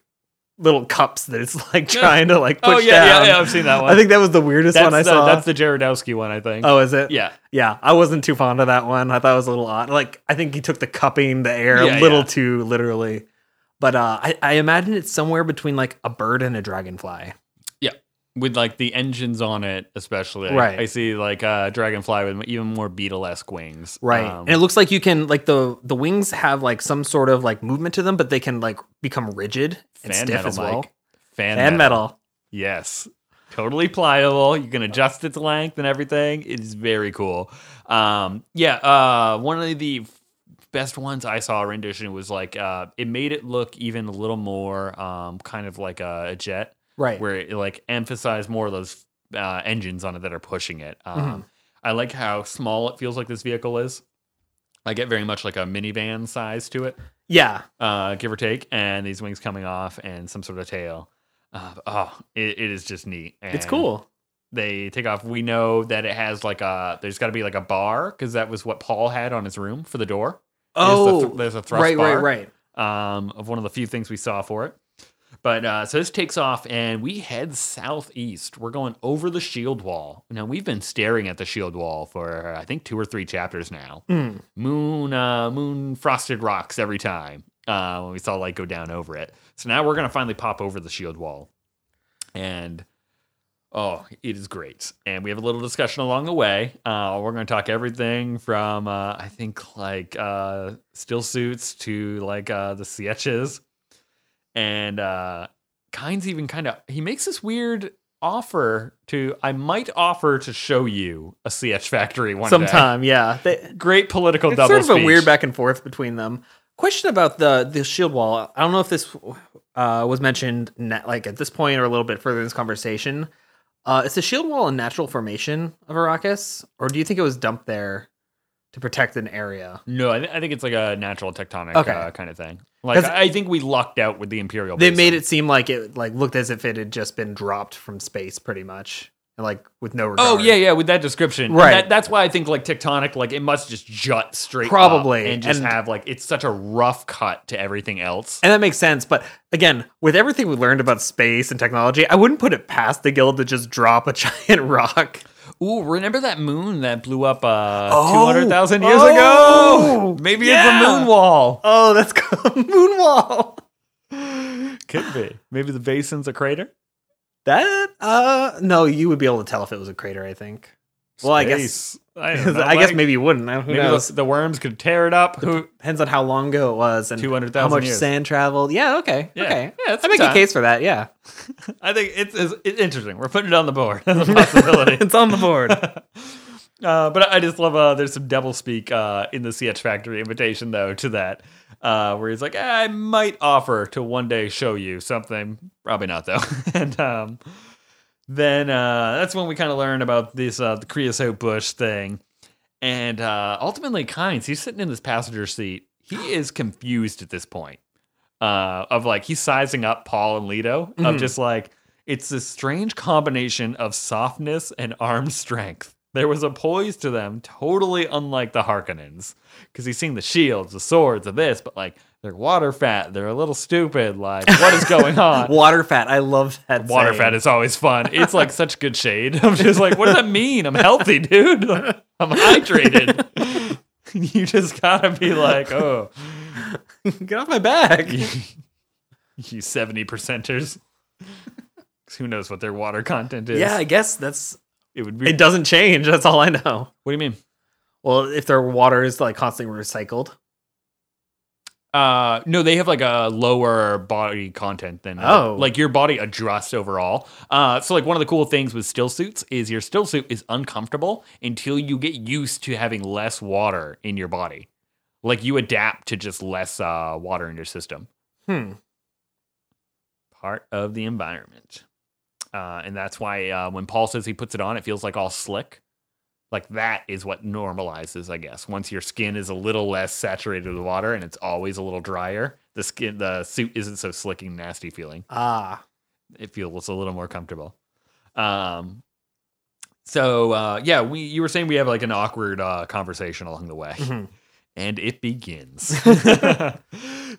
Speaker 2: little cups that it's like trying to like push
Speaker 1: oh yeah,
Speaker 2: down.
Speaker 1: yeah, yeah. I've seen that one.
Speaker 2: I think that was the weirdest
Speaker 1: that's
Speaker 2: one I
Speaker 1: the,
Speaker 2: saw.
Speaker 1: That's the Jaredowski one, I think.
Speaker 2: oh, is it?
Speaker 1: yeah.
Speaker 2: Yeah, I wasn't too fond of that one. I thought it was a little odd. Like, I think he took the cupping, the air
Speaker 1: Yeah,
Speaker 2: a little
Speaker 1: yeah.
Speaker 2: too literally. But uh, I, I imagine it's somewhere between like a bird and a dragonfly.
Speaker 1: With like the engines on it, especially.
Speaker 2: Right.
Speaker 1: I see like uh, Dragonfly with even more beetle-esque wings. Um,
Speaker 2: and it looks like you can like the the wings have like some sort of like movement to them, but they can like become rigid and
Speaker 1: fan
Speaker 2: stiff
Speaker 1: metal,
Speaker 2: as well.
Speaker 1: Mike. Fan,
Speaker 2: And
Speaker 1: metal.
Speaker 2: metal.
Speaker 1: Yes. Totally pliable. You can adjust its length and everything. It is very cool. Um, yeah, uh, one of the f- best ones I saw a rendition was like uh, it made it look even a little more um, kind of like a, a jet,
Speaker 2: Right.
Speaker 1: where it like emphasized more of those uh, engines on it that are pushing it.
Speaker 2: Mm-hmm.
Speaker 1: Um, I like how small it feels like this vehicle is. I get very much like a minivan size to it
Speaker 2: yeah.
Speaker 1: uh, give or take, and these wings coming off and some sort of tail. Uh, oh, it, it is just neat.
Speaker 2: It's
Speaker 1: And
Speaker 2: cool.
Speaker 1: They take off. We know that it has like a. There's got to be like a bar because that was what Paul had on his room for the door.
Speaker 2: Oh,
Speaker 1: there's, the thr- there's a thrust
Speaker 2: right,
Speaker 1: bar.
Speaker 2: right, right.
Speaker 1: Um, of one of the few things we saw for it. But uh, so this takes off and we head southeast. We're going over the shield wall. Now we've been staring at the shield wall for I think two or three chapters now
Speaker 2: Mm.
Speaker 1: moon uh, moon frosted rocks every time uh, when we saw light go down over it. So now we're gonna finally pop over the shield wall, and oh, it is great. And we have a little discussion along the way. Uh, we're gonna talk everything from uh, I think like uh, still suits to like uh, the sketches, and uh, Kynes even kind of he makes this weird offer to I might offer to show you a CH factory one day
Speaker 2: Sometime, yeah. They,
Speaker 1: great political
Speaker 2: it's
Speaker 1: double
Speaker 2: sort of a
Speaker 1: speech.
Speaker 2: weird back and forth between them. Question about the the shield wall. I don't know if this uh, was mentioned na- like at this point or a little bit further in this conversation. Uh, is the shield wall a natural formation of Arrakis, or do you think it was dumped there to protect an area?
Speaker 1: no I, th- I think it's like a natural tectonic
Speaker 2: Okay.
Speaker 1: uh, kind of thing like
Speaker 2: 'Cause-
Speaker 1: i think we lucked out with the imperial
Speaker 2: They
Speaker 1: basin.
Speaker 2: made it seem like it like looked as if it had just been dropped from space, pretty much, and, like with no regard.
Speaker 1: oh yeah yeah with that description And
Speaker 2: Right.
Speaker 1: that, that's why i think like tectonic like it must just jut straight up
Speaker 2: Probably,
Speaker 1: and just
Speaker 2: and-
Speaker 1: have like it's such a rough cut to everything else
Speaker 2: And that makes sense. But again, with everything we learned about space and technology, I wouldn't put it past the guild to just drop a giant rock.
Speaker 1: Ooh, remember that moon that blew up uh,
Speaker 2: Oh.
Speaker 1: 200,000 years
Speaker 2: Oh.
Speaker 1: ago? Maybe
Speaker 2: Yeah.
Speaker 1: it's a moon wall.
Speaker 2: Oh, that's called Moonwall.
Speaker 1: Could be. Maybe the basin's a crater?
Speaker 2: That uh no, you would be able to tell if it was a crater, I think. Well, I guess
Speaker 1: Space. I, don't know,
Speaker 2: I guess
Speaker 1: like,
Speaker 2: maybe you wouldn't. I don't- Who
Speaker 1: maybe
Speaker 2: knows?
Speaker 1: the, the worms could tear it up. Who,
Speaker 2: Depends on how long ago it was and how
Speaker 1: 200,000
Speaker 2: much
Speaker 1: years.
Speaker 2: sand traveled. Yeah, okay.
Speaker 1: Yeah.
Speaker 2: Okay.
Speaker 1: Yeah, it's
Speaker 2: I make
Speaker 1: time.
Speaker 2: a case for that, yeah.
Speaker 1: I think it's, it's, it's interesting. We're putting it on the board as a possibility.
Speaker 2: it's on the board.
Speaker 1: uh, but I just love uh, there's some devil speak uh, in the CH Factory invitation though to that, uh, where he's like, I might offer to one day show you something. Probably not though. and um, then uh, that's when we kind of learn about this uh, the creosote bush thing, and uh, ultimately, Kynes he's sitting in this passenger seat. He is confused at this point uh, of like he's sizing up Paul and Leto of
Speaker 2: Mhm.
Speaker 1: just like it's this strange combination of softness and arm strength. There was a poise to them totally unlike the Harkonnens because he's seeing the shields, the swords, the this, but like they're water fat, they're a little stupid. Like what is going on?
Speaker 2: Water fat. I love that.
Speaker 1: Water
Speaker 2: saying.
Speaker 1: fat is always fun. It's like such good shade. I'm just like, what does that mean? I'm healthy, dude. I'm hydrated. you just gotta be like, oh,
Speaker 2: Get off my back.
Speaker 1: you 70 percenters. Who knows what their water content is?
Speaker 2: yeah, I guess that's
Speaker 1: it would be.
Speaker 2: it doesn't change, that's all I know.
Speaker 1: what do you mean?
Speaker 2: Well, if their water is like constantly recycled.
Speaker 1: Uh, no, they have like a lower body content than uh,
Speaker 2: Oh.
Speaker 1: like your body adjusts overall. Uh, so like one of the cool things with still suits is your still suit is uncomfortable until you get used to having less water in your body. Like you adapt to just less uh, water in your system,
Speaker 2: Hmm.
Speaker 1: part of the environment. Uh, and that's why uh, when Paul says he puts it on, it feels like all slick. Like that is what normalizes, I guess. Once your skin is a little less saturated with water and it's always a little drier, the skin, the suit isn't so slick and nasty feeling.
Speaker 2: Ah.
Speaker 1: It feels a little more comfortable. Um, so uh, yeah, we you were saying we have like an awkward uh,
Speaker 2: Mm-hmm.
Speaker 1: Mm-hmm. conversation along the way
Speaker 2: Mhm.
Speaker 1: and it begins.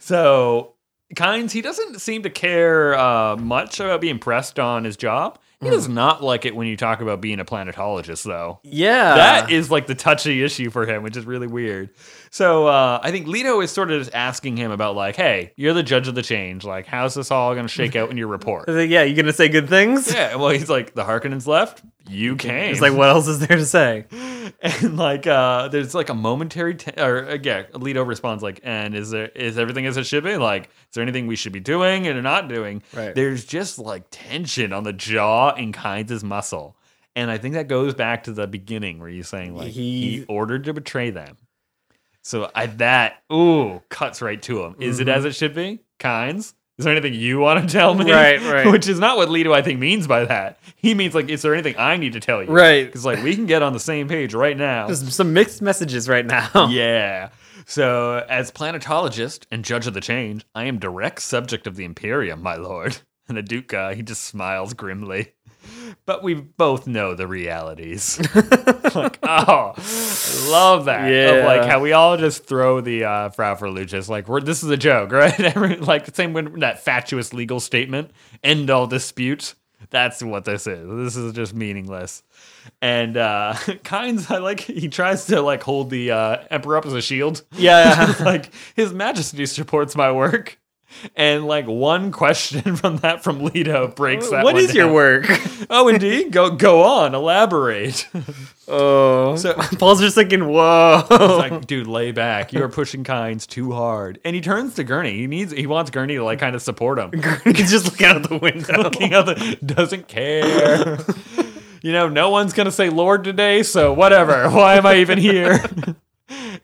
Speaker 1: so Kynes, he doesn't seem to care uh, much about being pressed on his job. He does
Speaker 2: Hmm.
Speaker 1: not like it when you talk about being a planetologist, though.
Speaker 2: Yeah.
Speaker 1: That is like the touchy issue for him, which is really weird. So uh, I think Leto is sort of just asking him about like, "Hey, you're the judge of the change. Like, how's this all going to shake out in your report?"
Speaker 2: Is it- yeah, you gonna say good things?
Speaker 1: yeah. Well, he's like, "The Harkonnens left. You came."
Speaker 2: It's like, what else is there to say?
Speaker 1: and like uh there's like a momentary t- or uh, yeah Leto responds like and is there is everything as it should be like is there anything we should be doing and not doing
Speaker 2: Right.
Speaker 1: there's just like tension on the jaw and Kynes' muscle and I think that goes back to the beginning where you're saying like he,
Speaker 2: He-
Speaker 1: ordered to betray them so I that ooh cuts right to him is it
Speaker 2: Mm-hmm.
Speaker 1: as it should be Kynes is there anything you want to tell me
Speaker 2: Right, right.
Speaker 1: which is not what Leto I think means by that he means like is there anything I need to tell you
Speaker 2: Right.
Speaker 1: because like we can get on the same page right now.
Speaker 2: There's some mixed messages right now.
Speaker 1: yeah. So as planetologist and judge of the change, I am direct subject of the Imperium, my lord. And the Duke guy, he just smiles grimly. But we both know the realities. like, oh, I love that. Of like
Speaker 2: Yeah.
Speaker 1: how we all just throw the uh, Frau Ferlucci's like, we're, this is a joke, right? Every- like the same when that fatuous legal statement, end all disputes. That's what this is. This is just meaningless. And uh Kynes, I like he tries to like hold the uh Emperor up as a shield.
Speaker 2: Yeah.
Speaker 1: like his majesty supports my work. And like one question from that from Leto breaks that.
Speaker 2: what
Speaker 1: one
Speaker 2: is your
Speaker 1: down.
Speaker 2: work?
Speaker 1: Oh indeed. Go go on, elaborate.
Speaker 2: Oh,
Speaker 1: So-
Speaker 2: Paul's just thinking, whoa.
Speaker 1: It's like, dude, lay back. You are pushing Kynes too hard. And he turns to Gurney. He needs he wants Gurney to like kind of support him.
Speaker 2: He's just looking out the window.
Speaker 1: Looking out the doesn't care. you know, no one's gonna say Lord today, so whatever. Why am I even here?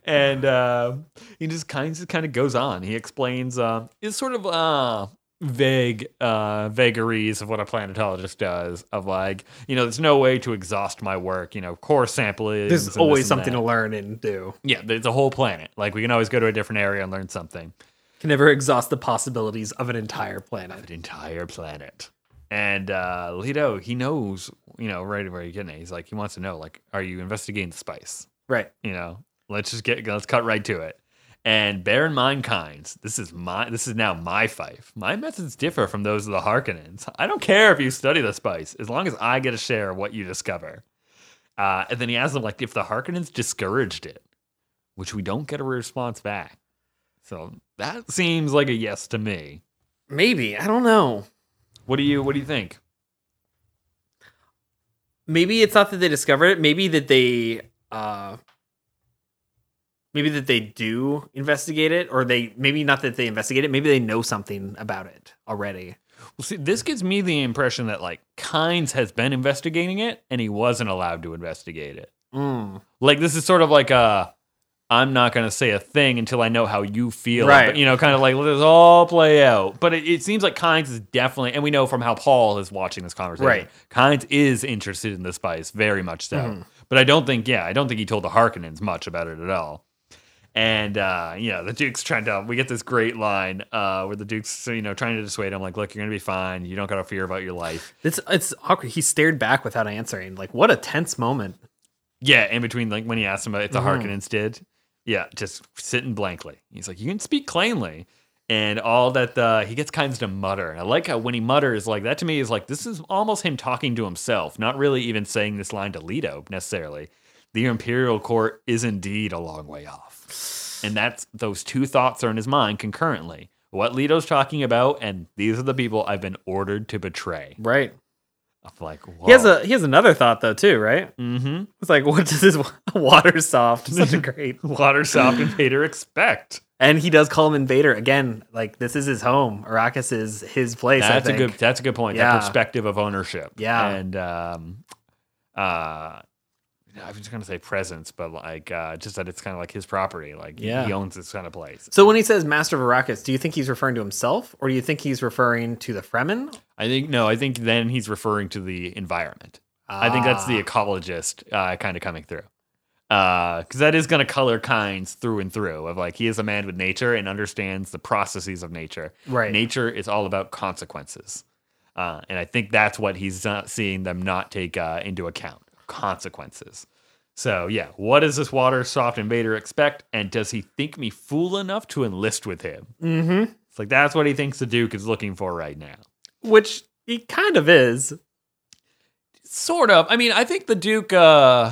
Speaker 1: and uh, he just kind of kind of goes on. He explains uh, it's sort of uh, vague uh, vagaries of what a planetologist does. Of like, you know, there's no way to exhaust my work. You know, core sampling.
Speaker 2: There's always something to learn and do.
Speaker 1: Yeah, there's a whole planet. Like we can always go to a different area and learn something.
Speaker 2: Can never exhaust the possibilities of an entire planet.
Speaker 1: An entire planet. And uh Leto, he knows, you know, right where you're getting it. He's like, he wants to know, like, are you investigating the spice?
Speaker 2: Right.
Speaker 1: You know, let's just get let's cut right to it. And bear in mind, kinds, this is my this is now my fife. My methods differ from those of the Harkonnens. I don't care if you study the spice, as long as I get a share of what you discover. Uh, and then he asks them, like, if the Harkonnens discouraged it, which we don't get a response back. So that seems like a yes to me.
Speaker 2: Maybe. I don't know.
Speaker 1: What do you what do you think?
Speaker 2: Maybe it's not that they discovered it. Maybe that they, uh, maybe that they do investigate it, or they maybe not that they investigate it. Maybe they know something about it already.
Speaker 1: Well, see, this gives me the impression that like Kynes has been investigating it and he wasn't allowed to investigate it.
Speaker 2: Mm.
Speaker 1: Like this is sort of like a I'm not going to say a thing until I know how you feel.
Speaker 2: Right.
Speaker 1: But, you know, kind of like let this all play out. But it, it seems like Kynes is definitely, and we know from how Paul is watching this conversation.
Speaker 2: Right. Mm-hmm.
Speaker 1: Kynes is interested in the spice, very much so. But I don't think, yeah, I don't think he told the Harkonnens much about it at all. And uh, you know, the Duke's trying to we get this great line uh where the Duke's so, you know trying to dissuade him, like, look, you're gonna be fine, you don't gotta fear about your life.
Speaker 2: It's it's awkward. He stared back without answering. Like what a tense moment.
Speaker 1: Yeah, in between like when he asked him about if the
Speaker 2: Mm-hmm.
Speaker 1: Harkonnens did. Yeah, just sitting blankly. He's like, You can speak plainly. And all that the he gets kinds to mutter. And I like how when he mutters, like that to me is like this is almost him talking to himself, not really even saying this line to Leto necessarily. The Imperial Court is indeed a long way off. And that's those two thoughts are in his mind concurrently. What Leto's talking about, and these are the people I've been ordered to betray.
Speaker 2: Right.
Speaker 1: I'm like, Whoa.
Speaker 2: He has a he has another thought though too, right?
Speaker 1: mm-hmm.
Speaker 2: It's like what does this wa- water soft such a great
Speaker 1: water soft invader expect.
Speaker 2: and he does call him invader again. Like this is his home. Arrakis is his place.
Speaker 1: That's
Speaker 2: I
Speaker 1: a
Speaker 2: think.
Speaker 1: good. That's a good point.
Speaker 2: Yeah.
Speaker 1: That perspective of ownership.
Speaker 2: Yeah.
Speaker 1: and um, uh, I was just gonna say presence, but like uh, just that it's kind of like his property. Like
Speaker 2: Yeah.
Speaker 1: yeah. he owns this kind of place.
Speaker 2: So when he says master of Arrakis, do you think he's referring to himself, or do you think he's referring to the Fremen?
Speaker 1: I think no. I think then he's referring to the environment. I think
Speaker 2: Ah,
Speaker 1: that's the ecologist uh, kind of coming through. Because that is going to color kinds through and through of like he is a man with nature and understands the processes of nature.
Speaker 2: Right.
Speaker 1: Nature is all about consequences. Uh, and I think that's what he's not seeing them not take uh, into account consequences. So, yeah, what does this water soft invader expect? And does he think me fool enough to enlist with him?
Speaker 2: Mm-hmm.
Speaker 1: It's It's like that's what he thinks the Duke is looking for right now.
Speaker 2: which he kind of is.
Speaker 1: Sort of. I mean, I think the Duke uh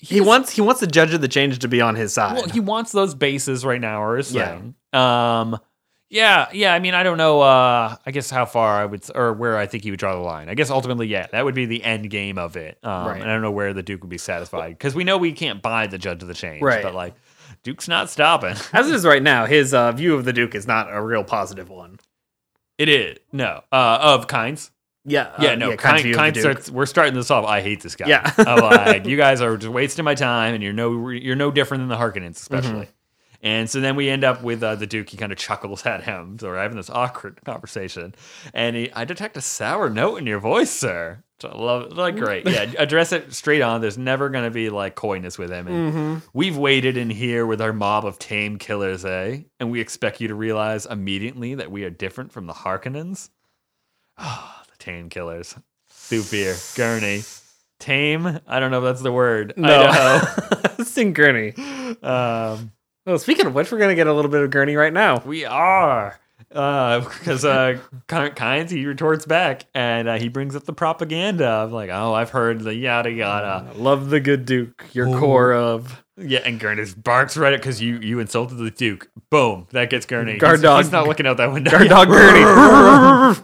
Speaker 2: He wants he wants the judge of the change to be on his side.
Speaker 1: Well, he wants those bases right now, or his
Speaker 2: Yeah.
Speaker 1: thing. Um, yeah, yeah. I mean, I don't know. Uh, I guess how far I would, s- or where I think he would draw the line. I guess ultimately, yeah, that would be the end game of it. Um,
Speaker 2: Right.
Speaker 1: And I don't know where the Duke would be satisfied because we know we can't buy the Judge of the Change,
Speaker 2: Right.
Speaker 1: But like, Duke's not stopping.
Speaker 2: As it is right now, his uh, view of the Duke is not a real positive one.
Speaker 1: It is no uh, of kinds.
Speaker 2: Uh, Yeah,
Speaker 1: yeah, no,
Speaker 2: Kant's
Speaker 1: kind,
Speaker 2: view of the
Speaker 1: kind
Speaker 2: Duke.
Speaker 1: starts. We're starting this off. I hate this guy.
Speaker 2: Yeah.
Speaker 1: I'm like, you guys are just wasting my time, and you're no, you're no different than the Harkonnens, especially.
Speaker 2: Mm-hmm.
Speaker 1: And so then we end up with uh, the Duke. He kind of chuckles at him. So we're having this awkward conversation, and he, I detect a sour note in your voice, sir. So I love, it. like,
Speaker 2: Mm.
Speaker 1: great, yeah. Address it straight on. There's never going to be like coyness with him. And
Speaker 2: Mm-hmm.
Speaker 1: We've waited in here with our mob of tame killers, eh? And we expect you to realize immediately that we are different from the Harkonnens. Ah, the tame killers. Thupir, Gurney. Tame? I don't know if that's the word.
Speaker 2: No,
Speaker 1: I
Speaker 2: Sting Gurney.
Speaker 1: know. um,
Speaker 2: Well, speaking of which, we're gonna get a little bit of Gurney right now.
Speaker 1: we are. Because uh, Ki- Kynes, he retorts back and uh, he brings up the propaganda of like, oh, I've heard the yada yada.
Speaker 2: Uh, Love the good Duke, your core of
Speaker 1: Yeah, and Gurney just barks right at because you, you insulted the Duke. Boom. That gets Gurney.
Speaker 2: Guard
Speaker 1: he's,
Speaker 2: dog.
Speaker 1: He's not looking out that window.
Speaker 2: guard dog Gurney.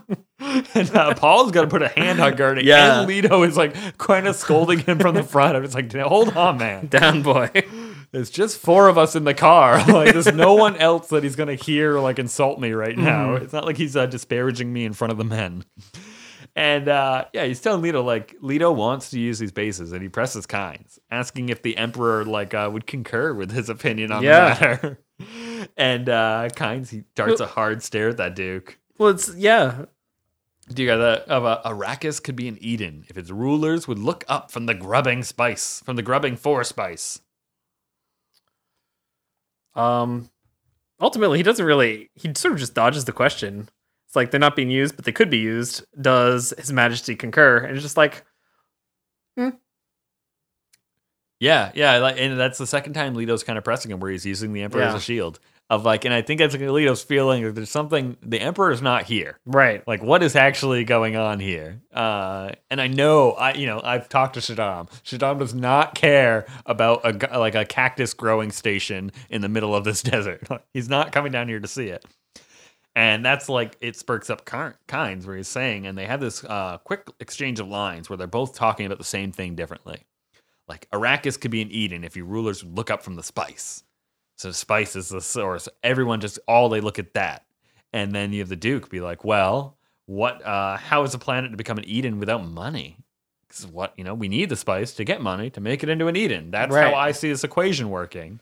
Speaker 1: and uh, Paul's going to put a hand on Gurney.
Speaker 2: Yeah.
Speaker 1: And Leto is like kind of scolding him from the front. I'm just like, hold on, man.
Speaker 2: Down boy.
Speaker 1: It's just four of us in the car. Like, there's no one else that he's gonna hear like insult me right
Speaker 2: Hmm.
Speaker 1: now. It's not like he's uh, disparaging me in front of the men. And uh, yeah, he's telling Leto like Leto wants to use these bases, and he presses Kynes, asking if the Emperor like uh, would concur with his opinion on
Speaker 2: Yeah.
Speaker 1: the matter. and uh, Kynes he darts a hard stare at that Duke.
Speaker 2: Well, it's yeah.
Speaker 1: Do you got that? Of uh, Arrakis could be an Eden if its rulers would look up from the grubbing spice, from the grubbing for spice.
Speaker 2: Um, ultimately, he doesn't really. He sort of just dodges the question. It's like they're not being used, but they could be used. Does His Majesty concur? And it's just like,
Speaker 1: Yeah, yeah, like, and that's the second time Leto's kind of pressing him, where he's using the Emperor as
Speaker 2: Yeah.
Speaker 1: a shield. Of like, and I think that's like Leto's feeling. Like, there's something the Emperor's not here.
Speaker 2: right,
Speaker 1: Like, what is actually going on here? Uh, and I know, I you know, I've talked to Shaddam. Shaddam does not care about a gu- like a cactus growing station in the middle of this desert. he's not coming down here to see it. And that's like it sparks up Car- Kynes, where he's saying, and they have this uh, quick exchange of lines where they're both talking about the same thing differently like Arrakis could be an Eden if your rulers would look up from the spice. So spice is the source. Everyone just all they look at that, and then you have the Duke be like, well, what? Uh, how is a planet to become an Eden without money? 'Cause what you know, we need the spice to get money to make it into an Eden. That's
Speaker 2: Right.
Speaker 1: how I see this equation working.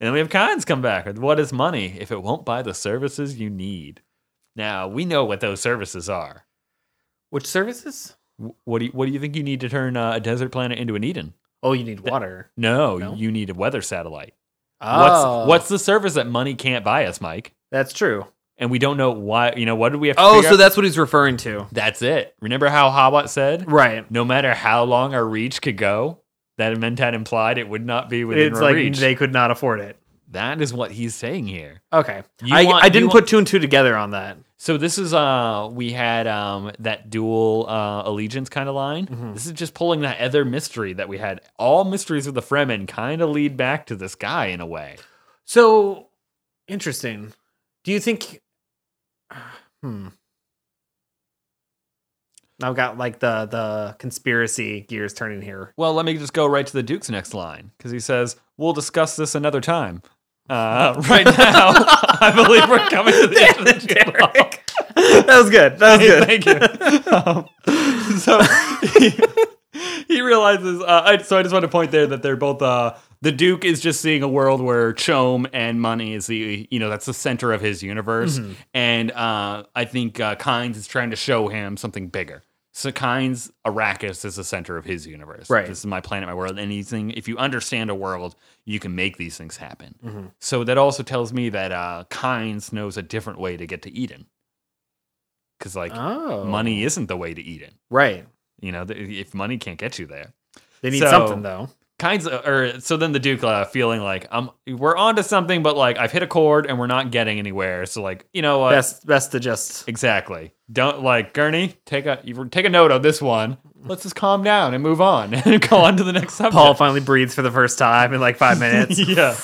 Speaker 1: And then we have Kynes come back with what is money if it won't buy the services you need? Now we know what those services are.
Speaker 2: which services?
Speaker 1: Wh- What do you, what do you think you need to turn uh, a desert planet into an Eden?
Speaker 2: Oh, you need water.
Speaker 1: No,
Speaker 2: No?
Speaker 1: you need a weather satellite.
Speaker 2: Oh,
Speaker 1: What's what's the service that money can't buy us, Mike?
Speaker 2: That's true.
Speaker 1: And we don't know why. You know what did we have? To
Speaker 2: Oh,
Speaker 1: figure
Speaker 2: so
Speaker 1: out?
Speaker 2: that's what he's referring to.
Speaker 1: that's it. Remember how Hawat said,
Speaker 2: Right.
Speaker 1: no matter how long our reach could go, that meant had implied it would not be within
Speaker 2: It's
Speaker 1: our
Speaker 2: like
Speaker 1: reach.
Speaker 2: they could not afford it.
Speaker 1: that is what he's saying here.
Speaker 2: Okay.
Speaker 1: You
Speaker 2: I,
Speaker 1: want-
Speaker 2: I
Speaker 1: you
Speaker 2: didn't
Speaker 1: want-
Speaker 2: put two and two together on that.
Speaker 1: So this is uh we had um that dual uh allegiance kind of line.
Speaker 2: Mhm.
Speaker 1: This is just pulling that other mystery that we had. All mysteries of the Fremen kind of lead back to this guy in a way.
Speaker 2: So interesting. Do you think? Hmm. I've got like the the conspiracy gears turning here.
Speaker 1: Well, let me just go right to the Duke's next line because he says, "We'll discuss this another time." Uh, right now, I believe we're coming to the end of the dialogue.
Speaker 2: that was good. That was good.
Speaker 1: Hey, Thank you. Um, so he, he realizes. Uh, I, so I just want to point there that they're both. Uh, the Duke is just seeing a world where Chom and money is the you know that's the center of his universe, and uh, I think uh, Kynes is trying to show him something bigger. So Kynes Arrakis is the center of his universe.
Speaker 2: Right.
Speaker 1: This is my planet, my world. Anything. If you understand a world, you can make these things happen.
Speaker 2: Mm-hmm.
Speaker 1: So that also tells me that uh, Kynes knows a different way to get to Eden, because like
Speaker 2: Oh,
Speaker 1: money isn't the way to Eden.
Speaker 2: Right.
Speaker 1: You know, th- if money can't get you there,
Speaker 2: They need
Speaker 1: So-
Speaker 2: something though.
Speaker 1: kinds of or so then the duke uh, feeling like um we're onto something but like i've hit a chord and we're not getting anywhere so like you know what
Speaker 2: Best, best to just
Speaker 1: exactly don't like gurney take a you take a note of this one let's just calm down and move on and go on to the next subject
Speaker 2: Paul finally breathes for the first time in like five minutes.
Speaker 1: yeah.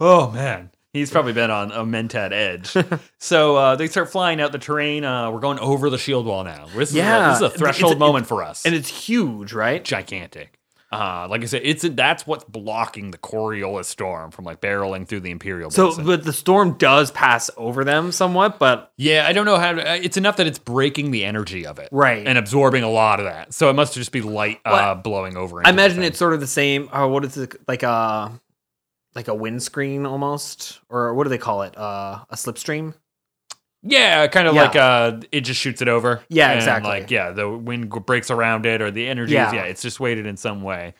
Speaker 1: Oh man, he's probably been on a Mentat edge. so uh, they start flying out the terrain. Uh, we're going over the shield wall now. This
Speaker 2: Yeah.
Speaker 1: is a, this is
Speaker 2: It's
Speaker 1: a
Speaker 2: a-
Speaker 1: threshold
Speaker 2: it-
Speaker 1: moment for us.
Speaker 2: and it's huge, right?
Speaker 1: gigantic. Uh, like I said, it's that's what's blocking the Coriolis storm from like barreling through the Imperial.
Speaker 2: So,
Speaker 1: Basin.
Speaker 2: but the storm does pass over them somewhat, but
Speaker 1: yeah, I don't know how. To, uh, it's enough that it's breaking the energy of it,
Speaker 2: Right.
Speaker 1: and absorbing a lot of that. So it must just be light uh, blowing over.
Speaker 2: I
Speaker 1: into the
Speaker 2: imagine
Speaker 1: thing.
Speaker 2: it's sort of the same. Oh, what is it like a like a windscreen almost, or what do they call it? Uh, a slipstream.
Speaker 1: Yeah, kind of
Speaker 2: Yeah.
Speaker 1: like uh, it just shoots it over.
Speaker 2: Yeah,
Speaker 1: And,
Speaker 2: exactly.
Speaker 1: Like yeah, the wind g- breaks around it, or the energy.
Speaker 2: Yeah.
Speaker 1: Is, yeah, it's just weighted in some way.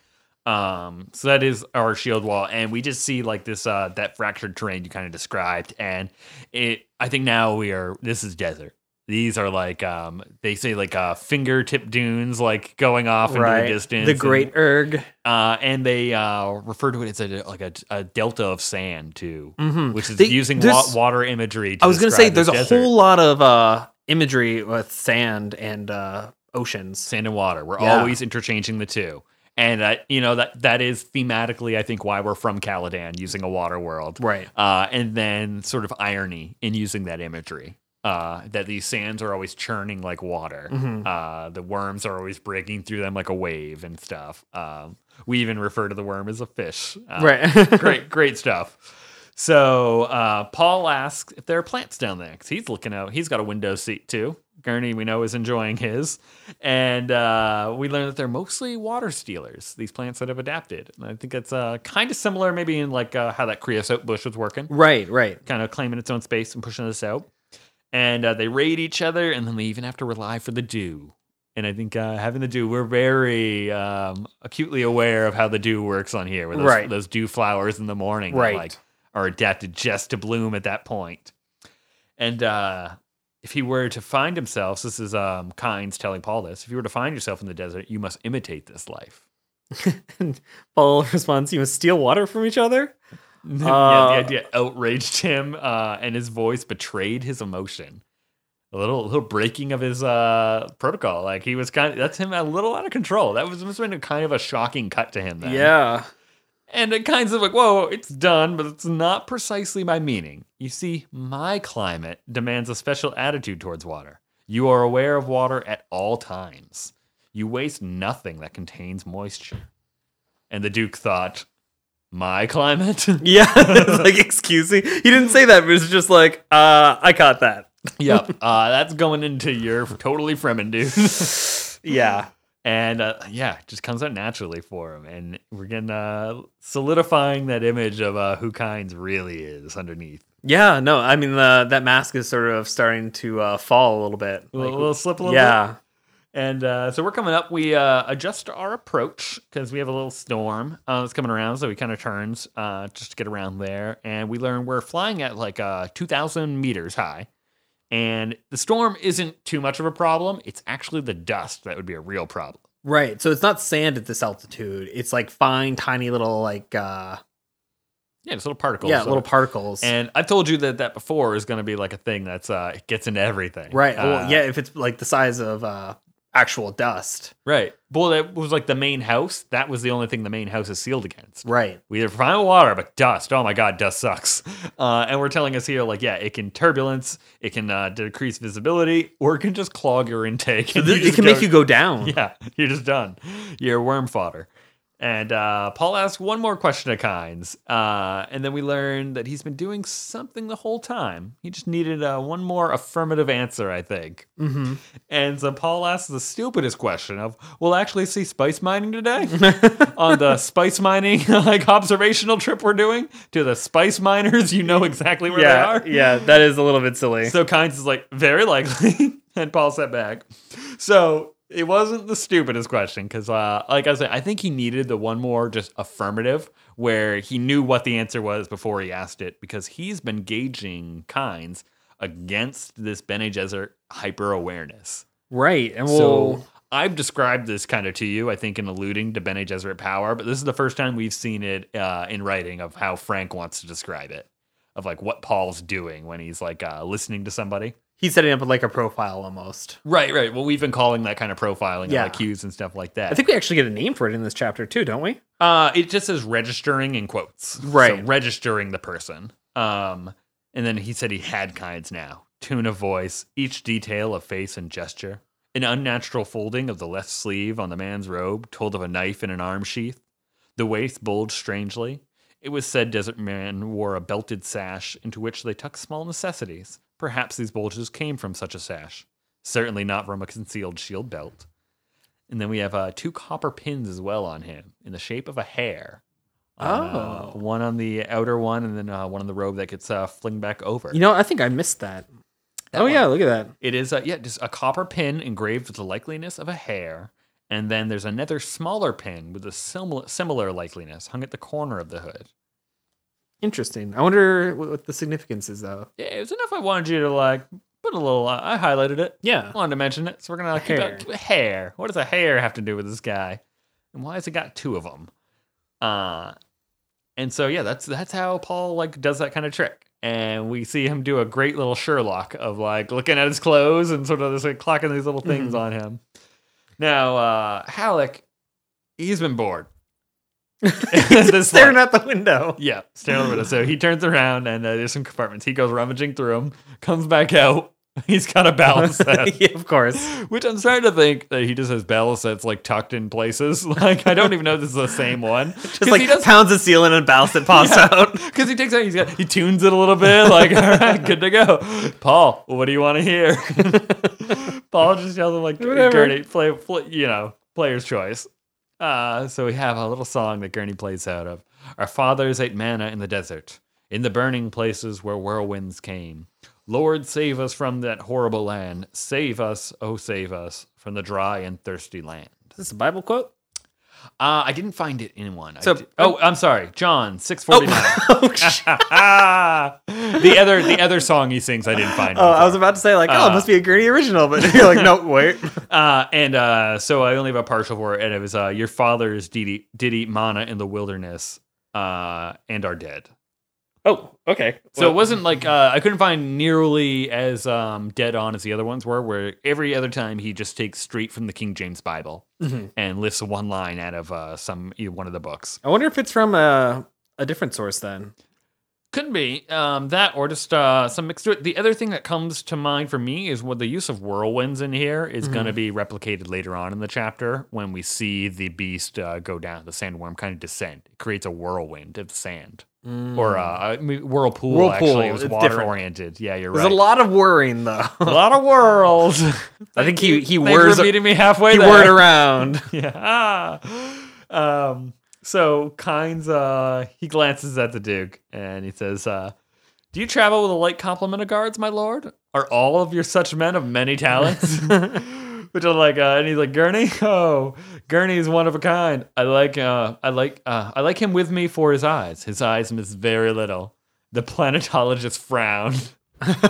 Speaker 1: Um, so that is our shield wall, and we just see like this uh that fractured terrain you kind of described, and it. I think now we are. This is desert. These are like um they say like uh fingertip dunes like going off into the distance.
Speaker 2: The
Speaker 1: and-
Speaker 2: Great Erg.
Speaker 1: uh, and they uh, refer to it as a like a, a delta of sand too,
Speaker 2: Mhm.
Speaker 1: which is
Speaker 2: They-
Speaker 1: using wa-
Speaker 2: there's-
Speaker 1: water imagery. To
Speaker 2: I was gonna say
Speaker 1: Mm-hmm. describe
Speaker 2: there's a
Speaker 1: this desert.
Speaker 2: whole lot of uh, imagery with sand and uh, oceans.
Speaker 1: sand and water. We're
Speaker 2: Yeah.
Speaker 1: always interchanging the two. And uh, you know that that is thematically, I think, why we're from Caladan using a water world,
Speaker 2: Right.
Speaker 1: Uh, and then sort of irony in using that imagery uh, that these sands are always churning like water. Uh, the worms are always breaking through them like a wave and stuff. Um, we even refer to the worm as a fish. Uh,
Speaker 2: Right.
Speaker 1: great, great stuff. So uh, Paul asks if there are plants down there because he's looking out. He's got a window seat too. Gurney, we know, is enjoying his, and uh, we learn that they're mostly water stealers. These plants that have adapted, and I think it's uh, kind of similar, maybe in like uh, how that creosote bush was working,
Speaker 2: Right. Right.
Speaker 1: kind of claiming its own space and pushing us out. And uh, they raid each other, and then they even have to rely for the dew. And I think uh, having the dew, we're very um, acutely aware of how the dew works on here. Where those,
Speaker 2: Right.
Speaker 1: those dew flowers in the morning, that,
Speaker 2: Right.
Speaker 1: like, are adapted just to bloom at that point. And uh, if he were to find himself, this is um, Kynes telling Paul this. If you were to find yourself in the desert, you must imitate this life.
Speaker 2: And Paul responds, "You must steal water from each other."
Speaker 1: yeah, the
Speaker 2: Uh,
Speaker 1: idea outraged him, uh, and his voice betrayed his emotion. A little, little breaking of his uh, protocol. Like he was kind of that's him a little out of control. That was must have been kind of a shocking cut to him. Then.
Speaker 2: Yeah.
Speaker 1: and it kind of like, whoa, it's done, but it's not precisely my meaning. You see, my climate demands a special attitude towards water. You are aware of water at all times. You waste nothing that contains moisture. And the Duke thought, my climate.
Speaker 2: Yeah. It's like, excuse me. He didn't say that, but it's just like, uh, I caught that.
Speaker 1: yep. Uh, that's going into your totally Fremen dude.
Speaker 2: Yeah.
Speaker 1: and uh, yeah, it just comes out naturally for him. And we're getting uh, solidifying that image of uh, who Kynes really is underneath.
Speaker 2: Yeah. No, I mean, the, that mask is sort of starting to uh, fall a little bit.
Speaker 1: A little, little slip, a little bit.
Speaker 2: yeah.
Speaker 1: And uh, so we're coming up. We uh, adjust our approach because we have a little storm uh, that's coming around. So we kind of turns uh, just to get around there. And we learn we're flying at like uh, 2,000 meters high. And the storm isn't too much of a problem. It's actually the dust that would be a real problem.
Speaker 2: Right. So it's not sand at this altitude. It's like fine, tiny little, like, uh,
Speaker 1: Yeah, just little particles.
Speaker 2: yeah,
Speaker 1: of
Speaker 2: little
Speaker 1: it.
Speaker 2: particles.
Speaker 1: And I've told you that that before is going to be like a thing that's uh, it gets into everything.
Speaker 2: right.
Speaker 1: Uh,
Speaker 2: well, yeah. If it's like the size of uh, actual dust.
Speaker 1: Right. Well, that was like the main house. That was the only thing the main house is sealed against.
Speaker 2: Right.
Speaker 1: We either find water, but dust. Oh my God, dust sucks. Uh, and we're telling us here, like, yeah, it can turbulence, it can uh, decrease visibility, or it can just clog your intake. and you
Speaker 2: It
Speaker 1: just
Speaker 2: can
Speaker 1: go-
Speaker 2: make you go down.
Speaker 1: Yeah, you're just done. You're worm fodder. And uh, Paul asks one more question of Kynes, uh, and then we learn that he's been doing something the whole time. He just needed uh, one more affirmative answer, I think.
Speaker 2: Mm-hmm.
Speaker 1: And so Paul asks the stupidest question of, "We'll actually see spice mining today on the spice mining like observational trip we're doing to the spice miners. You know exactly where they are."
Speaker 2: Yeah. That is a little bit silly.
Speaker 1: So Kynes is like, "Very likely," and Paul sat back. So it wasn't the stupidest question because, uh, like I said, I think he needed the one more just affirmative where he knew what the answer was before he asked it because he's been gauging Kynes against this Bene Gesserit hyper awareness.
Speaker 2: right. And we'll.
Speaker 1: So I've described this kind of to you, I think, in alluding to Bene Gesserit power, but this is the first time we've seen it uh, in writing of how Frank wants to describe it, of like what Paul's doing when he's like uh, listening to somebody.
Speaker 2: He's setting up like a profile almost.
Speaker 1: Right, right. Well, we've been calling that kind of profiling,
Speaker 2: Yeah.
Speaker 1: yeah. like cues and stuff like that.
Speaker 2: I think we actually get a name for it in this chapter too, don't we?
Speaker 1: Uh, it just says registering in quotes.
Speaker 2: Right.
Speaker 1: So registering the person. Um, and then he said he had kinds now. Tune of voice, each detail of face and gesture. An unnatural folding of the left sleeve on the man's robe told of a knife in an arm sheath. The waist bulged strangely. It was said Desert Man wore a belted sash into which they tucked small necessities. Perhaps these bulges came from such a sash. Certainly not from a concealed shield belt. And then we have uh, two copper pins as well on him in the shape of a hair. Uh,
Speaker 2: Oh.
Speaker 1: one on the outer one, and then uh, one on the robe that gets uh, fling back over.
Speaker 2: You know, I think I missed that.
Speaker 1: That
Speaker 2: oh
Speaker 1: one.
Speaker 2: yeah, look at that.
Speaker 1: It is, uh, yeah, just a copper pin engraved with the likeliness of a hair. And then there's another smaller pin with a similar, similar likeliness hung at the corner of the hood.
Speaker 2: Interesting. I wonder what, what the significance is though.
Speaker 1: Yeah, it was enough I wanted you to like put a little, uh, I highlighted it.
Speaker 2: Yeah.
Speaker 1: I wanted to mention it, so we're gonna keep
Speaker 2: hair.
Speaker 1: hair. hair. What does a hair have to do with this guy? And why has it got two of them? Uh, and so yeah, that's that's how Paul like does that kind of trick. And we see him do a great little Sherlock of like looking at his clothes and sort of just like clocking these little things
Speaker 2: Mhm.
Speaker 1: on him. Now, uh, Halleck, he's been bored.
Speaker 2: Just
Speaker 1: This
Speaker 2: staring
Speaker 1: one.
Speaker 2: out the window.
Speaker 1: Yeah, staring over it. So he turns around and uh, there's some compartments. He goes rummaging through them, comes back out. He's got a balance set.
Speaker 2: yeah, of course.
Speaker 1: Which I'm starting to think that he just has bells that's like tucked in places. Like I don't even know if this is the same one.
Speaker 2: Just like
Speaker 1: he does
Speaker 2: pounds of ceiling and ballast that pops out.
Speaker 1: because he takes out he's got he tunes it a little bit. Like all right, good to go. Paul, what do you want to hear? Paul just yells him like
Speaker 2: Whatever.
Speaker 1: Gurney, play, play, you know, player's choice. Uh, so we have a little song that Gurney plays out of. Our fathers ate manna in the desert, in the burning places where whirlwinds came. Lord, save us from that horrible land. Save us, oh, save us from the dry and thirsty land.
Speaker 2: Is this a Bible quote?
Speaker 1: Uh, I didn't find it in one. I
Speaker 2: So-
Speaker 1: di- oh, I'm sorry, John six forty nine.
Speaker 2: oh, sh-
Speaker 1: the other the other song he sings, I didn't find.
Speaker 2: oh,
Speaker 1: one
Speaker 2: I
Speaker 1: for.
Speaker 2: was about to say like, oh, it must be a Gurney original, but you're like, no, wait.
Speaker 1: Uh, and uh, so I only have a partial for it, and it was uh, your fathers did eat, did eat mana in the wilderness, uh, and are dead.
Speaker 2: Oh, okay.
Speaker 1: So it wasn't like uh, I couldn't find nearly as um, dead on as the other ones were, where every other time he just takes straight from the King James Bible
Speaker 2: Mm-hmm.
Speaker 1: and lifts one line out of uh, some one of the books.
Speaker 2: I wonder if it's from a a different source then.
Speaker 1: Could be um, that, or just uh, some mixed. The other thing that comes to mind for me is what the use of whirlwinds in here going
Speaker 2: Mm-hmm.
Speaker 1: to be replicated later on in the chapter when we see the beast uh, go down, the sandworm kind of descend. It creates a whirlwind of sand, or uh, a whirlpool,
Speaker 2: Mm. Whirlpool,
Speaker 1: Actually, it was
Speaker 2: it's
Speaker 1: water
Speaker 2: different.
Speaker 1: oriented. Yeah, you're
Speaker 2: There's
Speaker 1: right.
Speaker 2: a lot of worrying though.
Speaker 1: a lot of whirls.
Speaker 2: I think he he
Speaker 1: Thanks
Speaker 2: whirs
Speaker 1: for meeting me halfway.
Speaker 2: he
Speaker 1: there.
Speaker 2: whirred around.
Speaker 1: Yeah. Ah. Um, so Kynes, uh, he glances at the Duke and he says, uh, Do you travel with a light complement of guards, my lord? Are all of your such men of many talents? Which are like, uh, and he's like, Gurney? Oh, Gurney is one of a kind. I like, uh, I like, uh, I like him with me for his eyes. His eyes miss very little. The planetologist frowned.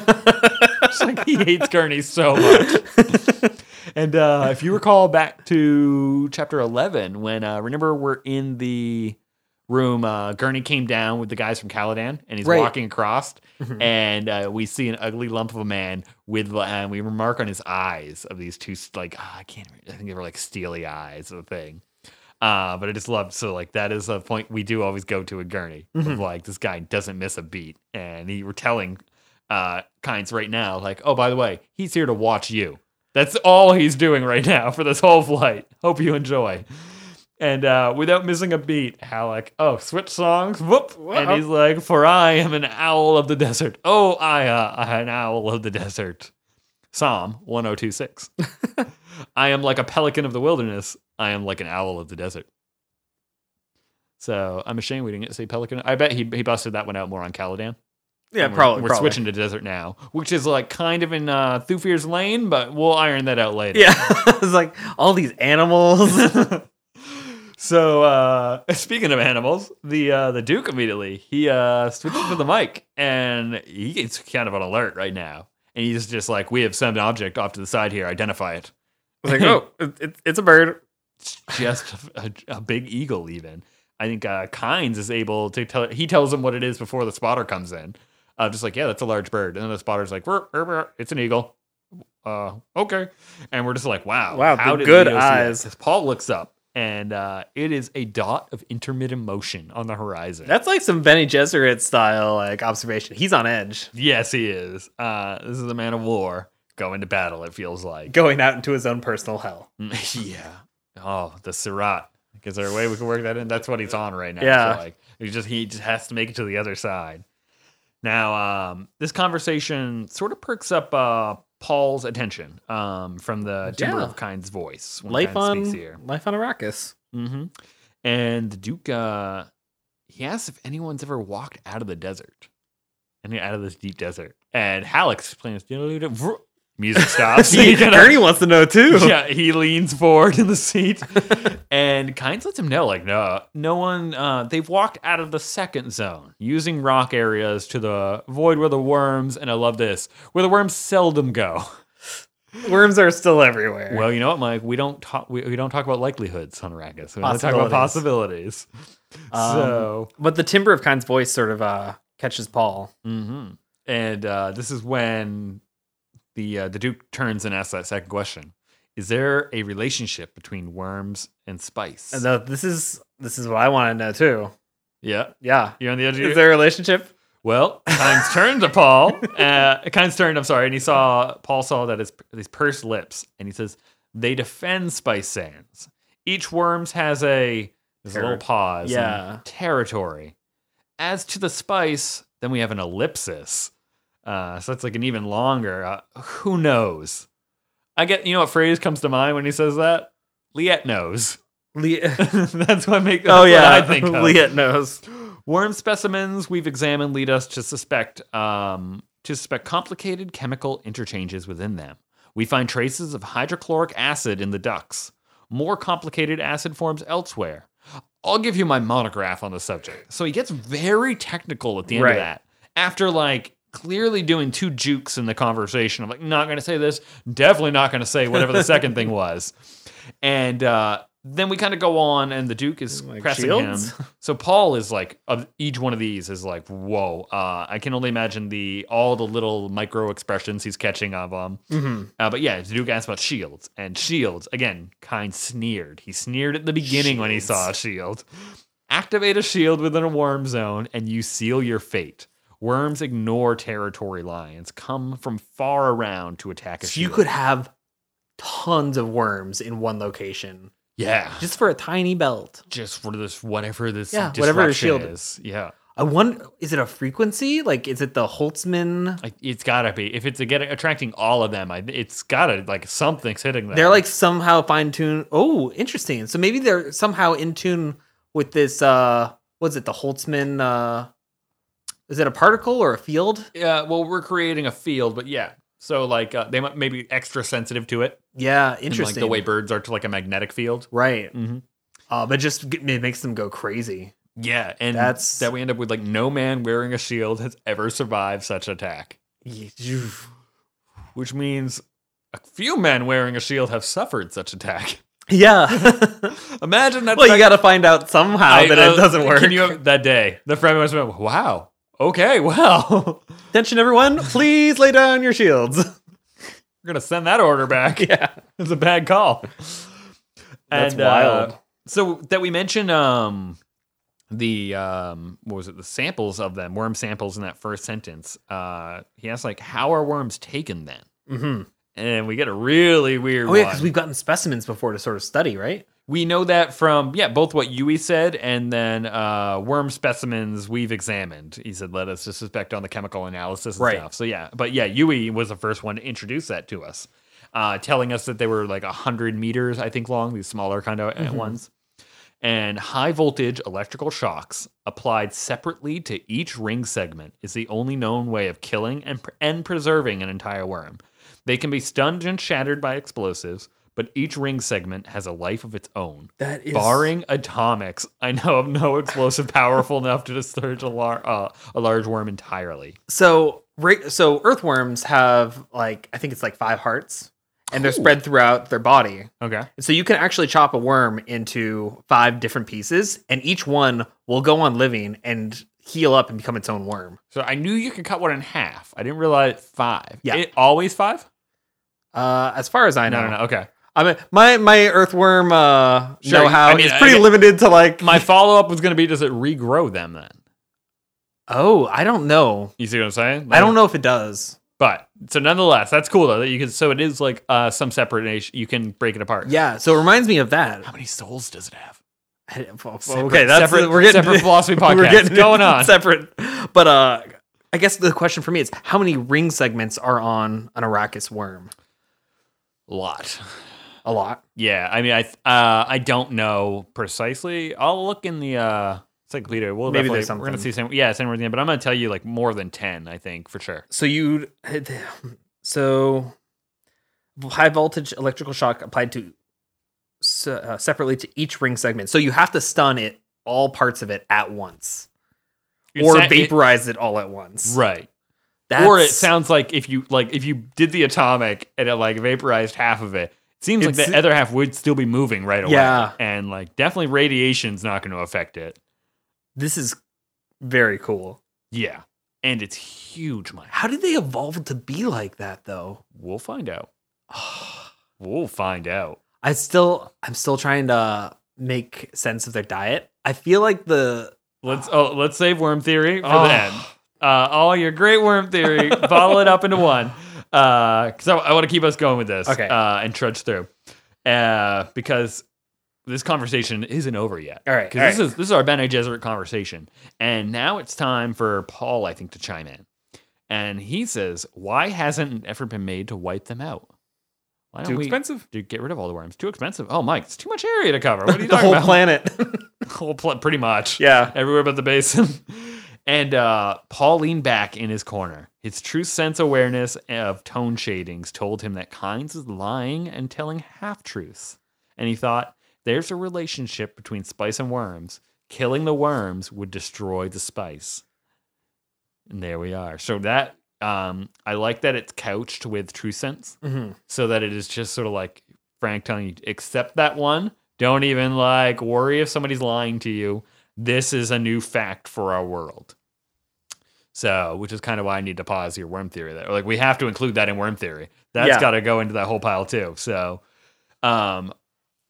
Speaker 1: It's like he hates Gurney so much. And uh, if you recall back to chapter 11, when uh, remember we're in the room, uh, Gurney came down with the guys from Caladan and he's
Speaker 2: Right.
Speaker 1: walking across, and uh, we see an ugly lump of a man with, uh, and we remark on his eyes of these two, like, ah, I can't, remember. I think they were like steely eyes of the thing. Uh, but I just love so like that is a point we do always go to a gurney of like this guy doesn't miss a beat, and he we're telling uh Kynes right now like oh by the way he's here to watch you. That's all he's doing right now for this whole flight. Hope you enjoy. And uh, without missing a beat, Halleck, oh, switch songs, whoop. And
Speaker 2: Wow.
Speaker 1: he's like, For I am an owl of the desert. Oh, I, uh, I an owl of the desert. Psalm 1026. I am like a pelican of the wilderness. I am like an owl of the desert. So I'm ashamed we didn't get to see pelican. I bet he, he busted that one out more on Caladan.
Speaker 2: Yeah,
Speaker 1: And we're-
Speaker 2: probably.
Speaker 1: We're
Speaker 2: probably.
Speaker 1: switching to desert now, which is like kind of in uh, Thufir's lane, but we'll iron that out later.
Speaker 2: Yeah, it's like all these animals.
Speaker 1: So uh, speaking of animals, the uh, the Duke immediately he uh, switches to the mic and he gets kind of on alert right now, and he's just like, "We have some object off to the side here. Identify it."
Speaker 2: was like, oh, it, it, it's a bird.
Speaker 1: just a, a big eagle even i think uh kynes is able to tell he tells him what it is before the spotter comes in uh just like yeah that's a large bird and then the spotter's like "Rrr, rrr, rrr, it's an eagle uh okay and we're just like wow
Speaker 2: Wow, the good
Speaker 1: Leo see that?
Speaker 2: eyes.
Speaker 1: 'Cause paul looks up and uh it is a dot of intermittent motion on the horizon
Speaker 2: That's like some Benny Gesserit style like observation. He's on edge,
Speaker 1: yes he is uh this is a man of war going to battle it feels like
Speaker 2: going out into his own personal hell.
Speaker 1: yeah. Oh, the Surat. Is there a way we can work that in? That's what he's on right now.
Speaker 2: Yeah.
Speaker 1: So like he just he just has to make it to the other side. Now, um, this conversation sort of perks up uh, Paul's attention um, from the Timber
Speaker 2: Yeah.
Speaker 1: of Kind's voice. when
Speaker 2: Life
Speaker 1: Kind speaks here.
Speaker 2: on life on Arrakis.
Speaker 1: Mm-hmm. And the Duke, uh, he asks if anyone's ever walked out of the desert, and out of this deep desert. And Halleck's playing this music stops.
Speaker 2: See,
Speaker 1: He kind of-
Speaker 2: Ernie wants to know too.
Speaker 1: yeah, he leans forward in the seat, and Kynes lets him know, like, no, no one. Uh, they've walked out of the second zone, using rock areas to the void where the worms. And I love this, where the worms seldom go.
Speaker 2: Worms are still everywhere.
Speaker 1: Well, you know what, Mike? We don't talk. We, we don't talk about likelihoods on Arrakis. We only talk about possibilities.
Speaker 2: Um,
Speaker 1: so
Speaker 2: but the timbre of Khan's voice sort of uh, catches Paul.
Speaker 1: hmm And uh, this is when the uh, the Duke turns and asks that second question: Is there a relationship between worms and spice?
Speaker 2: And th- this is this is what I want to know too.
Speaker 1: yeah,
Speaker 2: Yeah,
Speaker 1: you're on the edge of your.
Speaker 2: is there a relationship?
Speaker 1: well, Kynes turned to Paul. Uh, Kynes turned. I'm sorry, and he saw Paul saw that his his pursed lips, and he says they defend spice sands. Each worms has a there's a
Speaker 2: Terri-
Speaker 1: little pause. and
Speaker 2: Yeah.
Speaker 1: territory. As to the spice, then we have an ellipsis. Uh, so that's like an even longer. Uh, who knows? I get you know what phrase comes to mind when he says that. Liette knows.
Speaker 2: Le-
Speaker 1: that's what make.
Speaker 2: oh
Speaker 1: that's
Speaker 2: yeah,
Speaker 1: what I think. Of.
Speaker 2: Liet knows.
Speaker 1: Worm specimens we've examined lead us to suspect um, to suspect complicated chemical interchanges within them. We find traces of hydrochloric acid in the ducts. More complicated acid forms elsewhere. I'll give you my monograph on the subject. So he gets very technical at the end
Speaker 2: Right.
Speaker 1: of that. After like clearly doing two jukes in the conversation. I'm like, not gonna say this, definitely not gonna say whatever the second thing was. And uh, then we kind of go on, and the Duke is
Speaker 2: Like
Speaker 1: pressing
Speaker 2: shields?
Speaker 1: him. So Paul is like, of each one of these is like, whoa. Uh, I can only imagine the all the little micro expressions he's catching of them.
Speaker 2: hmm
Speaker 1: Uh, but yeah, the Duke asked about shields, and shields again, kind sneered. He sneered at the beginning when he saw a shield. Activate a shield within a worm zone, and you seal your fate. Worms ignore territory lines, come from far around to attack a
Speaker 2: So you
Speaker 1: shield.
Speaker 2: could have tons of worms in one location
Speaker 1: yeah.
Speaker 2: just for a tiny belt.
Speaker 1: just for this whatever this
Speaker 2: Yeah,
Speaker 1: yeah,
Speaker 2: whatever the shield
Speaker 1: is. Yeah,
Speaker 2: I wonder, is it a frequency? Like, is it the Holtzman?
Speaker 1: like, it's gotta be if it's a get, attracting all of them. I, it's gotta like something's hitting them.
Speaker 2: They're like somehow fine tuned. Oh, interesting. So maybe they're somehow in tune with this. uh Was it the Holtzman? uh Is it a particle or a field?
Speaker 1: yeah. Well, we're creating a field, but yeah. So like uh, they might maybe extra sensitive to it,
Speaker 2: Yeah,
Speaker 1: in,
Speaker 2: interesting.
Speaker 1: like the way birds are to like a magnetic field.
Speaker 2: right.
Speaker 1: Mm-hmm.
Speaker 2: Uh, but just g- it makes them go crazy.
Speaker 1: Yeah, and
Speaker 2: That's-
Speaker 1: that's that we end up with like no man wearing a shield has ever survived such attack, which means a few men wearing a shield have suffered such attack.
Speaker 2: Yeah.
Speaker 1: Imagine that.
Speaker 2: well, you got to find out somehow
Speaker 1: I-
Speaker 2: that
Speaker 1: uh,
Speaker 2: it doesn't work.
Speaker 1: Can you that day? The friend was like, "Wow, okay, well,
Speaker 2: Attention, everyone! Please lay down your shields. Oh,
Speaker 1: we're gonna send that order back.
Speaker 2: yeah,
Speaker 1: It's a bad call."
Speaker 2: that's
Speaker 1: And, uh,
Speaker 2: wild.
Speaker 1: so that we mentioned, um, the um, what was it? The samples of them, worm samples in that first sentence. Uh, he asked like, "How are worms taken then?"
Speaker 2: Mhm.
Speaker 1: And we get a really weird.
Speaker 2: Oh yeah,
Speaker 1: one.
Speaker 2: because we've gotten specimens before to sort of study, right?
Speaker 1: We know that from yeah, both what Yui said and then uh, worm specimens we've examined. He said led us to suspect on the chemical analysis and
Speaker 2: Right.
Speaker 1: stuff. So yeah, but yeah, Yui was the first one to introduce that to us, uh, telling us that they were like hundred meters, I think, long. These smaller kind of uh, ones, and high voltage electrical shocks applied separately to each ring segment is the only known way of killing and and preserving an entire worm. They can be stunned and shattered by explosives, but each ring segment has a life of its own.
Speaker 2: That is
Speaker 1: Barring atomics, I know of no explosive powerful enough to discourage a, lar- uh, a large worm entirely.
Speaker 2: So, ra- so earthworms have like I think it's like five hearts, and they're spread throughout their body.
Speaker 1: Okay.
Speaker 2: So you can actually chop a worm into five different pieces, and each one will go on living and heal up and become its own worm.
Speaker 1: So I knew you could cut one in half. I didn't realize five.
Speaker 2: Yeah.
Speaker 1: It always five?
Speaker 2: Uh, as far as I know,
Speaker 1: No, no, no. Okay.
Speaker 2: I mean, my my earthworm uh,
Speaker 1: Sure,
Speaker 2: know-how
Speaker 1: I mean,
Speaker 2: is pretty
Speaker 1: I-
Speaker 2: limited to like.
Speaker 1: My follow up was going to be does it regrow them then?
Speaker 2: oh, I don't know.
Speaker 1: You see what I'm saying?
Speaker 2: I don't know if it does.
Speaker 1: But so nonetheless, that's cool though that you can. So it is like uh, some separation. You can break it apart.
Speaker 2: Yeah, so it reminds me of that.
Speaker 1: How many souls does it have?
Speaker 2: okay, that's
Speaker 1: separate,
Speaker 2: we're getting
Speaker 1: separate philosophy podcast.
Speaker 2: we're getting
Speaker 1: going on.
Speaker 2: separate. But uh, I guess the question for me is how many ring segments are on an Arrakis worm?
Speaker 1: A lot.
Speaker 2: A lot.
Speaker 1: Yeah, I mean, I th- uh, I don't know precisely. I'll look in the uh, encyclopedia. We'll
Speaker 2: Maybe
Speaker 1: definitely-
Speaker 2: there's
Speaker 1: We're gonna see
Speaker 2: something.
Speaker 1: some. Yeah, somewhere at the end, but I'm gonna tell you like more than ten. I think for sure.
Speaker 2: So you so high voltage electrical shock applied to se- uh, separately to each ring segment. So you have to stun it all parts of it at once
Speaker 1: It
Speaker 2: or
Speaker 1: sa- it-
Speaker 2: vaporize it, all at once.
Speaker 1: right.
Speaker 2: That's,
Speaker 1: Or it sounds like if you like if you did the atomic and it like vaporized half of it. it Seems like
Speaker 2: It's-
Speaker 1: the other half would still be moving right away.
Speaker 2: Yeah.
Speaker 1: And like definitely radiation's not going to affect it.
Speaker 2: this is very cool.
Speaker 1: Yeah. And it's huge, Mike.
Speaker 2: How did they evolve to be like that though?
Speaker 1: We'll find out. We'll find out.
Speaker 2: I still I'm still trying to make sense of their diet. I feel like the
Speaker 1: Let's oh let's save worm theory for
Speaker 2: Oh.
Speaker 1: then. Uh, all your great worm theory, bottle it up into one. Because I, want to keep us going with this.
Speaker 2: Okay.
Speaker 1: Uh, and trudge through. Uh, because this conversation isn't over yet.
Speaker 2: All right,
Speaker 1: Because
Speaker 2: all
Speaker 1: this
Speaker 2: right.
Speaker 1: is this is our Bene Gesserit conversation, and now it's time for Paul, I think, to chime in. And he says, "Why hasn't an effort been made to wipe them out? Why don't
Speaker 2: Too
Speaker 1: we-
Speaker 2: expensive?
Speaker 1: Dude, get rid of all the worms. Too expensive. Oh, Mike, it's too much area to cover. What are you
Speaker 2: the
Speaker 1: talking
Speaker 2: whole
Speaker 1: about?
Speaker 2: planet.
Speaker 1: whole pl- pretty much.
Speaker 2: yeah.
Speaker 1: Everywhere but the basin. and uh, Paul leaned back in his corner. His true sense awareness of tone shadings told him that Kynes was lying and telling half truths. And he thought, there's a relationship between spice and worms. Killing the worms would destroy the spice. And there we are. So that um, I like that it's couched with true sense
Speaker 2: hmm
Speaker 1: so that it is just sort of like Frank telling you, accept that one. Don't even like worry if somebody's lying to you. This is a new fact for our world. So, which is kind of why I need to pause your worm theory. That like we have to include that in worm theory. That's
Speaker 2: Yeah.
Speaker 1: got to go into that whole pile too. So, um,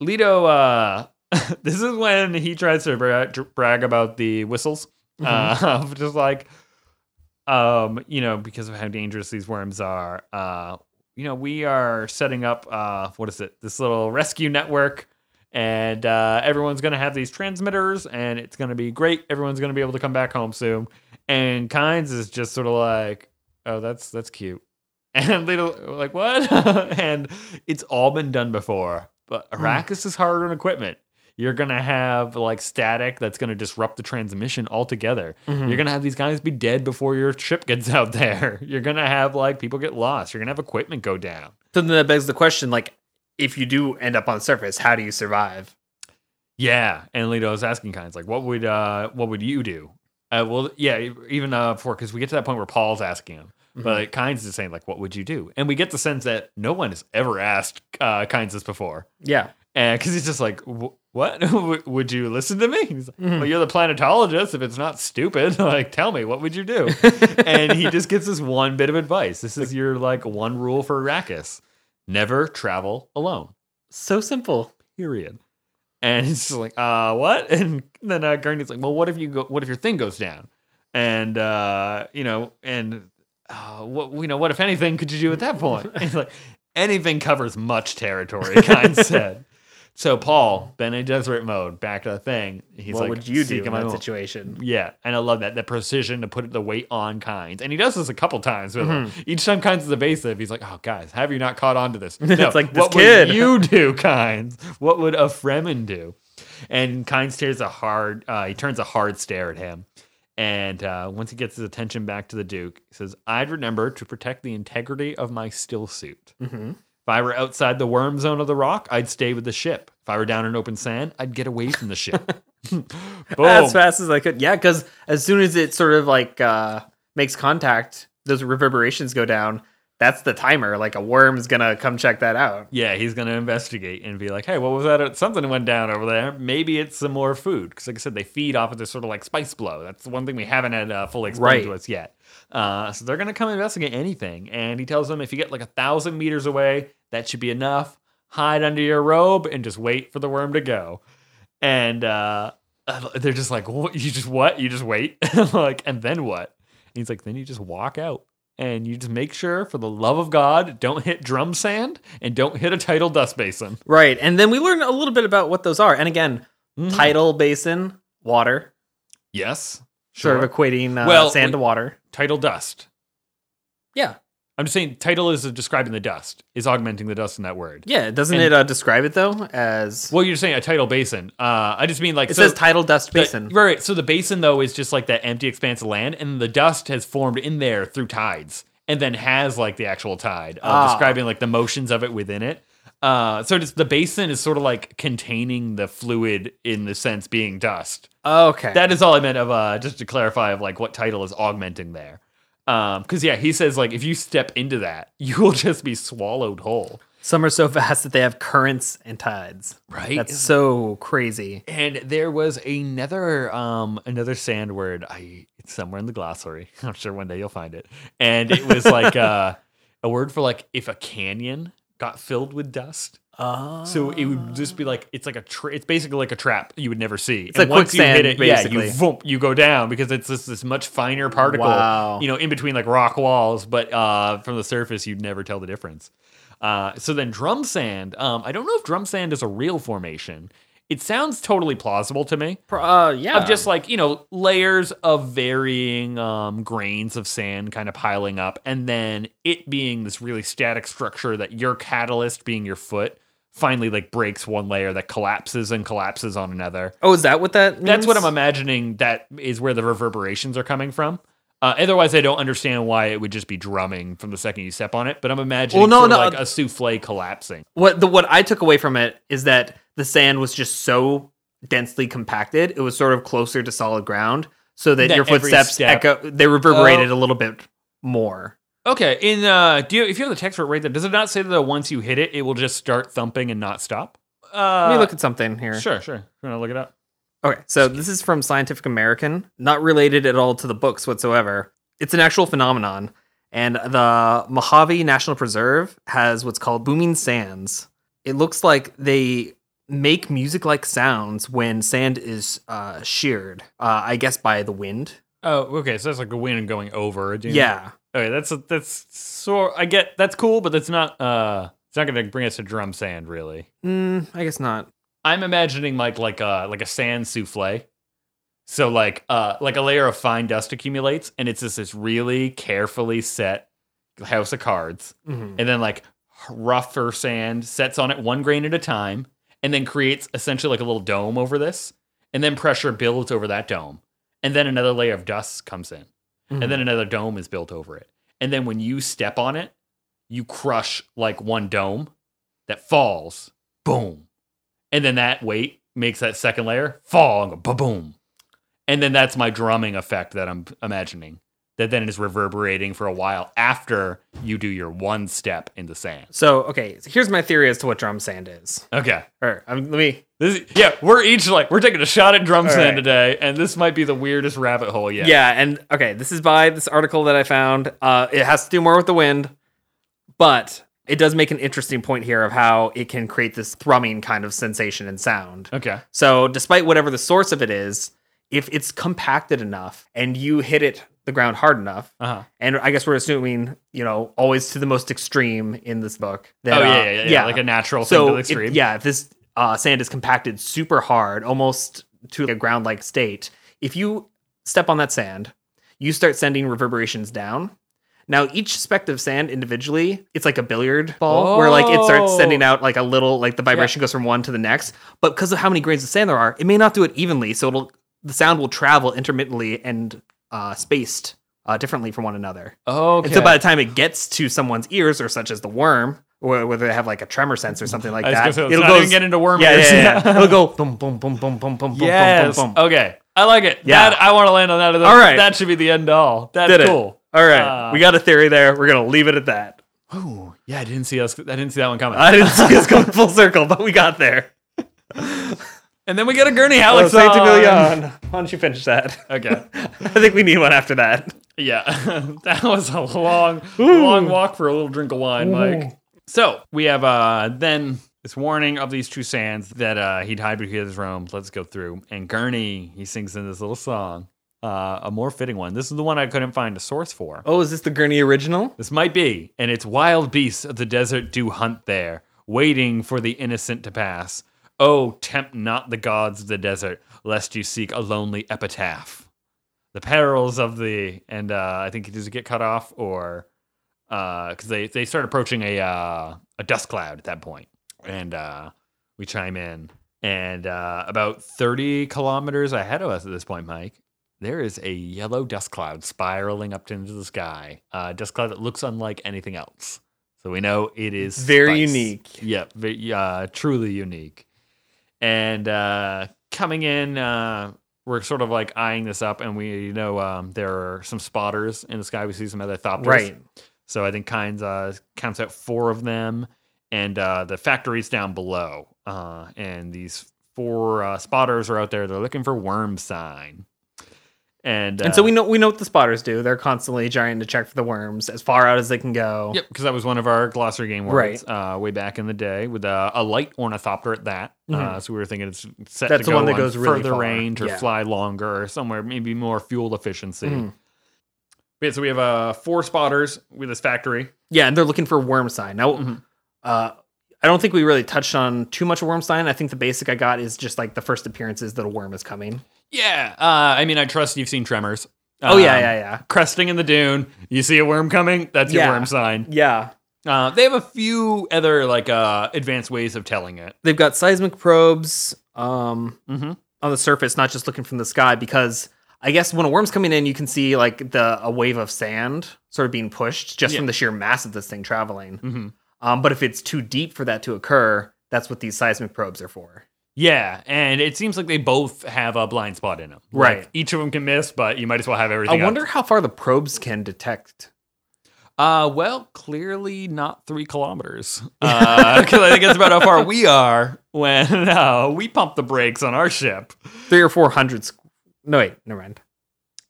Speaker 1: Leto, uh, this is when he tries to bra- brag about the whistles. Uh, just like, um, you know, because of how dangerous these worms are. Uh, you know, we are setting up uh, what is it? This little rescue network, and uh, everyone's gonna have these transmitters, and it's gonna be great. Everyone's gonna be able to come back home soon. And Kynes is just sort of like, oh, that's that's cute. And they don't like what? and it's all been done before. But Arrakis is hard on equipment. You're gonna have like static that's gonna disrupt the transmission altogether.
Speaker 2: mm-hmm.
Speaker 1: You're gonna have these guys be dead before your ship gets out there. You're gonna have like people get lost. You're gonna have equipment go down.
Speaker 2: So then that begs the question, like, if you do end up on the surface, how do you survive?
Speaker 1: Yeah, and Leto was asking kinds like, "What would uh, what would you do?" Uh, well, yeah, even uh, before because we get to that point where Paul's asking him, but Kynes is saying like, "What would you do?" And we get the sense that no one has ever asked uh, Kynes this before,
Speaker 2: Yeah.
Speaker 1: and because he's just like, "Wh- "What W- would you listen to me?" He's like, "Well, you're the planetologist. If it's not stupid, like, tell me what would you do?" and he just gives this one bit of advice. This is your like one rule for Arrakis: never travel alone
Speaker 2: So simple.
Speaker 1: period. And he's just like, uh, what? And then uh, Gurney's like, well, what if you go? What if your thing goes down? And uh, you know, and uh, what you know, what if anything could you do at that point? And he's like, anything covers much territory. Kind said. So Paul, Bene Gesserit mode, back to the thing. He's
Speaker 2: what
Speaker 1: like,
Speaker 2: would you do
Speaker 1: seeking
Speaker 2: in
Speaker 1: my
Speaker 2: that
Speaker 1: own-
Speaker 2: situation?
Speaker 1: yeah, and I love that the precision to put the weight on Kynes, and he does this a couple times. With
Speaker 2: Mm-hmm.
Speaker 1: her. Each time Kynes is evasive, he's like, "Oh, guys, have you not caught on to this?" No,
Speaker 2: It's like, this
Speaker 1: what
Speaker 2: kid."
Speaker 1: would you do, Kynes? What would a Fremen do? And Kynes stares a hard. Uh, he turns a hard stare at him, and uh, once he gets his attention back to the Duke, he says, "I'd remember to protect the integrity of my still suit."
Speaker 2: Mm-hmm.
Speaker 1: If I were outside the worm zone of the rock, I'd stay with the ship. If I were down in open sand, I'd get away from the ship. Boom.
Speaker 2: As fast as I could. Yeah, because as soon as it sort of like uh, makes contact, those reverberations go down. that's the timer. Like a worm's gonna come check that out.
Speaker 1: Yeah, he's gonna investigate and be like, "Hey, what was that? Something went down over there. Maybe it's some more food." Because, like I said, they feed off of this sort of like spice blow. That's the one thing we haven't had uh, fully explained to
Speaker 2: Right.
Speaker 1: us yet. Uh, so they're gonna come investigate anything, and he tells them if you get like a thousand meters away, that should be enough. Hide under your robe and just wait for the worm to go. And uh, they're just like, "What? You just what? You just wait?" like, and then what? And he's like, then you just walk out and you just make sure, for the love of God, don't hit drum sand and don't hit a tidal dust basin.
Speaker 2: Right. And then we learn a little bit about what those are. And again, tidal basin, water,
Speaker 1: Yes.
Speaker 2: sort of equating uh,
Speaker 1: Well,
Speaker 2: sand
Speaker 1: we-
Speaker 2: to water.
Speaker 1: Tidal dust.
Speaker 2: Yeah.
Speaker 1: I'm just saying, tidal is describing the dust, is augmenting the dust in that word.
Speaker 2: Yeah. Doesn't
Speaker 1: And-
Speaker 2: it uh, describe it though as
Speaker 1: Well, you're saying a tidal basin. Uh, I just mean like
Speaker 2: it
Speaker 1: so
Speaker 2: says tidal dust
Speaker 1: the-
Speaker 2: basin?
Speaker 1: right, right. So the basin though is just like that empty expanse of land, and the dust has formed in there through tides, and then has like the actual tide, uh,
Speaker 2: Ah.
Speaker 1: describing like the motions of it within it. Uh, so just, the basin is sort of like containing the fluid in the sense being dust.
Speaker 2: Oh, Okay.
Speaker 1: That is all I meant of uh, just to clarify of like what title is augmenting there. Um, because yeah, he says like if you step into that, you will just be swallowed whole.
Speaker 2: Some are so vast that they have currents and tides.
Speaker 1: Right.
Speaker 2: That's so crazy.
Speaker 1: And there was another um another sand word. I it's somewhere in the glossary. I'm sure one day you'll find it. And it was like uh a word for like if a canyon got filled with dust.
Speaker 2: Oh.
Speaker 1: So it would just be like it's like a tra- it's basically like a trap you would never see. It's
Speaker 2: like quicksand,
Speaker 1: you hit it, yeah,
Speaker 2: basically.
Speaker 1: you voom, you go down because it's this this much finer particle,
Speaker 2: Wow.
Speaker 1: you know, in between like rock walls, but uh, from the surface you'd never tell the difference. Uh, so then drum sand, um, I don't know if drum sand is a real formation. It sounds totally plausible to me.
Speaker 2: Uh, yeah.
Speaker 1: Of just like, you know, layers of varying um, grains of sand kind of piling up, and then it being this really static structure that your catalyst, being your foot, finally like breaks one layer that collapses and collapses on another.
Speaker 2: oh, is that what that? Means?
Speaker 1: That's what I'm imagining that is where the reverberations are coming from. Uh, otherwise, I don't understand why it would just be drumming from the second you step on it, but I'm imagining
Speaker 2: Well, no,
Speaker 1: sort of
Speaker 2: no, uh,
Speaker 1: like a souffle collapsing.
Speaker 2: What the what I took away from it is that the sand was just so densely compacted, it was sort of closer to solid ground, so that,
Speaker 1: That
Speaker 2: your Oh.
Speaker 1: every
Speaker 2: footsteps
Speaker 1: step-
Speaker 2: echo, they reverberated a little bit more.
Speaker 1: Okay, in uh, do you, if you have the text for it right there, does it not say that once you hit it, it will just start thumping and not stop? Uh,
Speaker 2: Let me look at something here.
Speaker 1: Sure, sure. You want to look it up?
Speaker 2: Okay, so this is from Scientific American, not related at all to the books whatsoever. It's an actual phenomenon, and the Mojave National Preserve has what's called booming sands. It looks like they make music-like sounds when sand is uh, sheared, uh, I guess by the wind.
Speaker 1: Oh, okay. So that's like a wind going over. Dude.
Speaker 2: Yeah,
Speaker 1: Okay, that's that's so I get that's cool, but that's not uh, it's not gonna bring us to drum sand really.
Speaker 2: mm, I guess not.
Speaker 1: I'm imagining like like a like a sand souffle. So like uh like a layer of fine dust accumulates, and it's just this really carefully set house of cards,
Speaker 2: Mhm.
Speaker 1: and then like rougher sand sets on it one grain at a time, and then creates essentially like a little dome over this, and then pressure builds over that dome, and then another layer of dust comes in
Speaker 2: Mhm.
Speaker 1: and then another dome is built over it. And then when you step on it, you crush like one dome that falls, boom. And then that weight makes that second layer fall and go ba boom. And then that's my drumming effect that I'm imagining. That then is reverberating for a while after you do your one step in the sand.
Speaker 2: so okay, so here's my theory as to what drum sand is.
Speaker 1: Okay.
Speaker 2: Or um, let me.
Speaker 1: This is, yeah, we're each like we're taking a shot at drum
Speaker 2: All
Speaker 1: sand
Speaker 2: right.
Speaker 1: today, and this might be the weirdest rabbit hole yet.
Speaker 2: Yeah. and okay, this is by this article that I found. Uh, it has to do more with the wind, but it does make an interesting point here of how it can create this thrumming kind of sensation and sound.
Speaker 1: Okay.
Speaker 2: So, despite whatever the source of it is, if it's compacted enough and you hit it the ground hard enough,
Speaker 1: Uh huh.
Speaker 2: and I guess we're assuming, you know, always to the most extreme in this book.
Speaker 1: Oh
Speaker 2: That,
Speaker 1: yeah, yeah,
Speaker 2: uh,
Speaker 1: yeah, Like a natural thing to
Speaker 2: so
Speaker 1: the
Speaker 2: it-
Speaker 1: extreme.
Speaker 2: yeah, if this uh, sand is compacted super hard, almost to a ground-like state, if you step on that sand, you start sending reverberations down. Now, each speck of sand individually, it's like a billiard ball where like it starts
Speaker 1: Oh.
Speaker 2: sending out like a little, like the vibration goes from one to the next. But because of how many grains of sand there are, it may not do it evenly, so it'll the sound will travel intermittently and uh, spaced uh, differently from one another.
Speaker 1: Okay.
Speaker 2: And so by the time it gets to someone's ears, or such as the worm, or whether they have like a tremor sense or something like
Speaker 1: I was
Speaker 2: that,
Speaker 1: gonna say, let's not even get into worm
Speaker 2: yeah,
Speaker 1: ears.
Speaker 2: yeah, yeah, yeah. It'll go boom, boom, boom, boom, boom, boom,
Speaker 1: Yes.
Speaker 2: boom, boom, boom.
Speaker 1: Okay. I like it.
Speaker 2: Yeah.
Speaker 1: That, I want to land on that.
Speaker 2: All right.
Speaker 1: That should be the end all. That's
Speaker 2: Did it.
Speaker 1: Oh, cool.
Speaker 2: All right,
Speaker 1: Uh,
Speaker 2: we got a theory there. We're gonna leave it at that.
Speaker 1: Oh, yeah, I didn't see us. I didn't see that one coming.
Speaker 2: I didn't see us going full circle, but we got there.
Speaker 1: and then we get a gurney, Alex.
Speaker 2: Saint
Speaker 1: on.
Speaker 2: Emilion. Why don't you finish that?
Speaker 1: Okay.
Speaker 2: I think we need one after that.
Speaker 1: Yeah, that was a long, long walk for a little drink of wine, Mike. So we have uh then this warning of these two sands that uh he'd hide behind his realms. Let's go through. And Gurney, he sings in this little song, uh, a more fitting one. This is the one I couldn't find a source for.
Speaker 2: Oh, is this the Gurney original?
Speaker 1: This might be, and it's wild beasts of the desert do hunt there, waiting for the innocent to pass. Oh, tempt not the gods of the desert, lest you seek a lonely epitaph. The perils of the and uh, I think does it get cut off or because they they start approaching a uh, a dust cloud at that point, and uh, we chime in and uh, about thirty kilometers ahead of us at this point, Mike there is a yellow dust cloud spiraling up into the sky. Uh, dust cloud that looks unlike anything else. So we know it is
Speaker 2: Very
Speaker 1: spice.
Speaker 2: unique.
Speaker 1: Yep, ve- uh, truly unique. And uh, coming in, uh, we're sort of like eyeing this up, and we know um, there are some spotters in the sky. We see some other thopters,
Speaker 2: Right.
Speaker 1: So I think Kynes uh, counts out four of them, and uh, the factory's down below. Uh, and these four uh, spotters are out there. They're looking for worm sign. And, uh,
Speaker 2: And so we know we know what the spotters do. They're constantly trying to check for the worms as far out as they can go.
Speaker 1: Yep, because that was one of our glossary game words uh, way back in the day with uh, a light ornithopter at that. Uh, so we were thinking it's set
Speaker 2: Mm-hmm. That's
Speaker 1: to
Speaker 2: the
Speaker 1: go
Speaker 2: one that
Speaker 1: on
Speaker 2: goes really
Speaker 1: further
Speaker 2: far.
Speaker 1: range or
Speaker 2: Yeah. Mm-hmm.
Speaker 1: fly longer or somewhere maybe more fuel efficiency. Yeah, so we have uh, four spotters with this factory.
Speaker 2: Yeah, and they're looking for worm sign. Now, uh, I don't think we really touched on too much of worm sign. I think the basic I got is just like the first appearances that a worm is coming.
Speaker 1: Yeah, uh, I mean, I trust you've seen Tremors.
Speaker 2: Oh yeah,
Speaker 1: Um,
Speaker 2: yeah, yeah,
Speaker 1: Cresting in the dune, you see a worm coming. That's
Speaker 2: Yeah.
Speaker 1: your worm sign.
Speaker 2: yeah.
Speaker 1: Uh, they have a few other like uh, advanced ways of telling it.
Speaker 2: They've got seismic probes um,
Speaker 1: Mhm.
Speaker 2: on the surface, not just looking from the sky. Because I guess when a worm's coming in, you can see like the a wave of sand sort of being pushed just
Speaker 1: Yeah.
Speaker 2: from the sheer mass of this thing traveling.
Speaker 1: Mm-hmm.
Speaker 2: Um, but if it's too deep for that to occur, that's what these seismic probes are for.
Speaker 1: Yeah, and it seems like they both have a blind spot in them.
Speaker 2: Right.
Speaker 1: each of them can miss, but you might as well have
Speaker 2: I
Speaker 1: everything. up.
Speaker 2: wonder how far the probes can detect.
Speaker 1: Uh, well, clearly not three kilometers. Because I think that's about how far we are when uh, we pump the brakes on our ship.
Speaker 2: Three or four hundred. Squ- no, wait, never mind.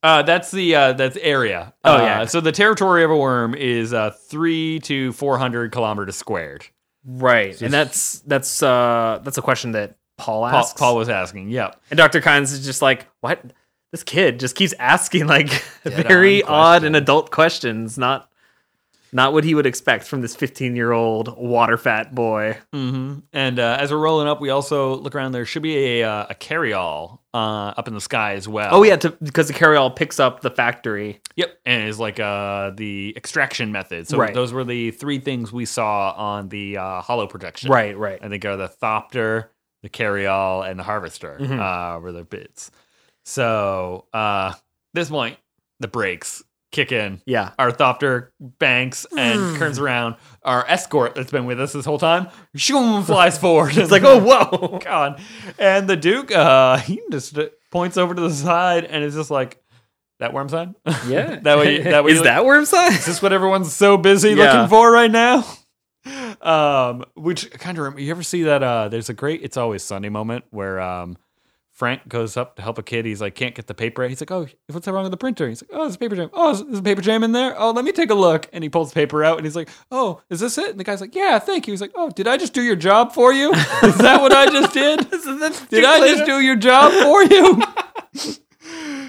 Speaker 1: Uh, that's the uh, that's area.
Speaker 2: Oh,
Speaker 1: Uh,
Speaker 2: yeah.
Speaker 1: So the territory of a worm is uh, three to four hundred kilometers squared.
Speaker 2: Right, and that's that's uh that's a question that Paul
Speaker 1: Paul,
Speaker 2: asks.
Speaker 1: Paul was asking. Yep.
Speaker 2: and Dr. Kynes is just like, what? This kid just keeps asking like
Speaker 1: Dead-on
Speaker 2: very odd
Speaker 1: questions.
Speaker 2: and adult questions, not not what he would expect from this 15 year old water fat boy.
Speaker 1: hmm And uh, as we're rolling up, we also look around. There should be a uh, a carryall uh, up in the sky as well.
Speaker 2: Oh yeah, to, because the carryall picks up the factory.
Speaker 1: Yep, and it's like uh the extraction method. So
Speaker 2: Right.
Speaker 1: those were the three things we saw on the uh, hollow projection.
Speaker 2: Right, right.
Speaker 1: I think are the thopter, the carryall, and the harvester
Speaker 2: Mm-hmm.
Speaker 1: uh, were the bits. So uh, this point, the brakes kick in.
Speaker 2: Yeah.
Speaker 1: Our thopter banks
Speaker 2: Hmm.
Speaker 1: and turns around. Our escort that's been with us this whole time, shoom, flies forward.
Speaker 2: It's like, oh whoa.
Speaker 1: God. And the Duke, uh, he just points over to the side and is just like, that worm sign? that way, that way.
Speaker 2: is that worm
Speaker 1: Is
Speaker 2: size?
Speaker 1: this what everyone's so busy
Speaker 2: Yeah.
Speaker 1: looking for right now? Um, which kind of you ever see that? Uh, there's a great "It's Always Sunny" moment where um, Frank goes up to help a kid. He's like, can't get the paper. out." He's like, oh, what's wrong with the printer? He's like, oh, there's a paper jam. Oh, there's a paper jam in there. Oh, let me take a look. And he pulls the paper out and he's like, oh, is this it? And the guy's like, yeah, thank you. He's like, oh, did I just do your job for you? Is that what I just did? Did I just do your job for you?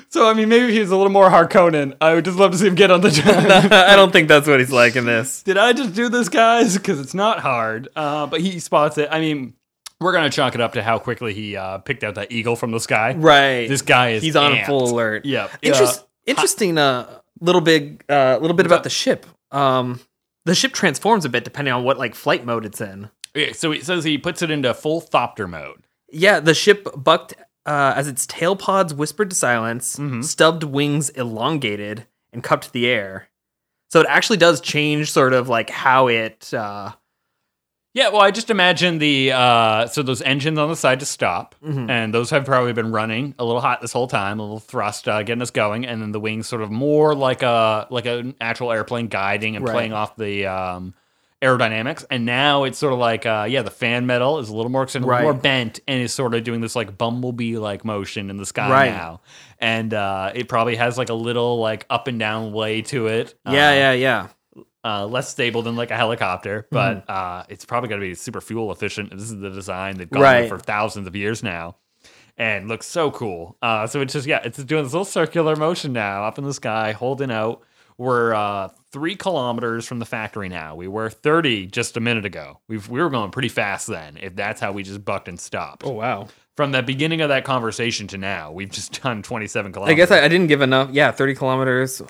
Speaker 1: so I mean, maybe if he was a little more Harkonnen, I would just love to see him get on the job.
Speaker 2: I don't think that's what he's like in this.
Speaker 1: Did I just do this, guys? Because it's not hard. Uh, but he spots it. I mean, we're gonna chalk it up to how quickly he uh, picked out that eagle from the sky.
Speaker 2: Right.
Speaker 1: This guy is
Speaker 2: he's on
Speaker 1: amped.
Speaker 2: full alert.
Speaker 1: Yep.
Speaker 2: Interest, interesting. Uh, little big. Uh, little bit about the ship. Um, the ship transforms a bit depending on what like flight mode it's in.
Speaker 1: Uh, Yeah, so it says he puts it into full thopter mode.
Speaker 2: Yeah, the ship bucked uh, as its tail pods whispered to silence, stubbed wings elongated, and cupped the air. So it actually does change sort of like how it. Uh,
Speaker 1: Yeah, well, I just imagine the uh, so those engines on the side to stop,
Speaker 2: Mm-hmm.
Speaker 1: and those have probably been running a little hot this whole time, a little thrust uh, getting us going, and then the wings sort of more like a like an actual airplane guiding and
Speaker 2: Right.
Speaker 1: playing off the um, aerodynamics, and now it's sort of like uh, yeah, the fan metal is a little more extended, a little
Speaker 2: Right.
Speaker 1: more bent, and is sort of doing this like bumblebee like motion in the sky
Speaker 2: Right.
Speaker 1: now, and uh, it probably has like a little like up and down way to it.
Speaker 2: Yeah,
Speaker 1: uh,
Speaker 2: yeah, yeah.
Speaker 1: uh, less stable than like a helicopter,
Speaker 2: Mm-hmm.
Speaker 1: but uh, it's probably going to be super fuel efficient. This is the design they've gone with
Speaker 2: Right.
Speaker 1: for thousands of years now, and looks so cool. Uh, so it's just yeah, it's doing this little circular motion now up in the sky, holding out. We're uh, three kilometers from the factory now. We were thirty just a minute ago. We've, we were going pretty fast then. If that's how we just bucked and stopped
Speaker 2: wow.
Speaker 1: from the beginning of that conversation to now, we've just done twenty-seven kilometers.
Speaker 2: I guess I, I didn't give enough. Yeah, 30 kilometers.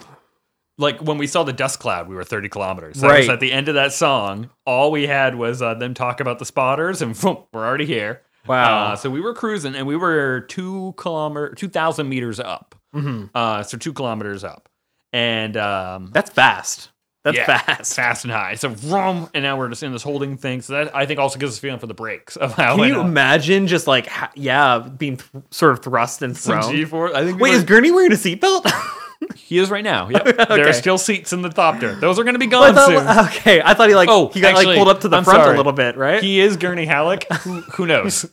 Speaker 1: like when we saw the dust cloud, we were 30 kilometers. That was
Speaker 2: Right.
Speaker 1: at the end of that song. All we had was uh, them talk about the spotters, and boom, we're already here.
Speaker 2: Wow.
Speaker 1: Uh, so we were cruising, and we were two kilometer, two thousand meters up.
Speaker 2: Mhm.
Speaker 1: Uh, so two kilometers up, and um,
Speaker 2: That's fast. That's
Speaker 1: yeah,
Speaker 2: fast.
Speaker 1: fast and high. So vroom, and now we're just in this holding thing. So that I think also gives us a feeling for the brakes of how
Speaker 2: Can
Speaker 1: Oh, I
Speaker 2: you
Speaker 1: know.
Speaker 2: imagine just like, ha- yeah, being th- sort of thrust and
Speaker 1: some
Speaker 2: thrown?
Speaker 1: G4. I think we
Speaker 2: Wait,
Speaker 1: were-
Speaker 2: is Gurney wearing a seatbelt?
Speaker 1: he is right now. Yep. There
Speaker 2: Okay.
Speaker 1: are still seats in the thopter. Those are going to be
Speaker 2: Oh, I
Speaker 1: gone soon.
Speaker 2: thought, okay, I thought he like
Speaker 1: Oh,
Speaker 2: he got
Speaker 1: actually,
Speaker 2: like pulled up to the
Speaker 1: I'm
Speaker 2: front
Speaker 1: sorry.
Speaker 2: a little bit, right?
Speaker 1: he is Gurney Halleck. Who, who knows?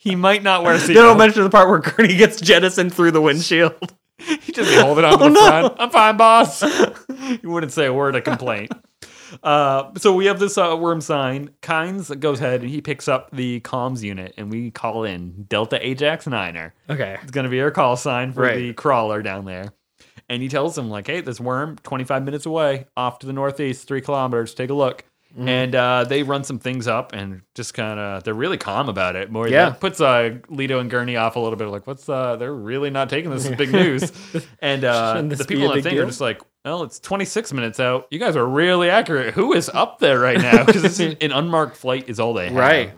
Speaker 1: He might not wear a
Speaker 2: they don't
Speaker 1: seatbelt.
Speaker 2: mention the part where Gurney gets jettisoned through the windshield.
Speaker 1: He just be holding on to the
Speaker 2: Oh, no.
Speaker 1: front. I'm fine, boss. you wouldn't say a word of complaint. Uh, so we have this uh, worm sign. Kynes goes ahead and he picks up the comms unit, and we call in Delta Ajax Niner.
Speaker 2: Okay.
Speaker 1: It's gonna be our call sign for
Speaker 2: Right.
Speaker 1: the crawler down there. And he tells him like, "Hey, this worm, 25 minutes away, off to the northeast, three kilometers. Take a look."
Speaker 2: Mm-hmm.
Speaker 1: And uh, they run some things up and just kind of they're really calm about it. More
Speaker 2: Yeah.
Speaker 1: that puts uh, Leto and Gurney off a little bit. Like, what's uh, they're really not taking this as big news. and uh,
Speaker 2: Shouldn't
Speaker 1: the
Speaker 2: this be
Speaker 1: people in
Speaker 2: a
Speaker 1: the
Speaker 2: big
Speaker 1: thing are
Speaker 2: deal?
Speaker 1: just like, well, it's 26 minutes out. You guys are really accurate. Who is up there right now? Because an unmarked flight is all they have.
Speaker 2: Right.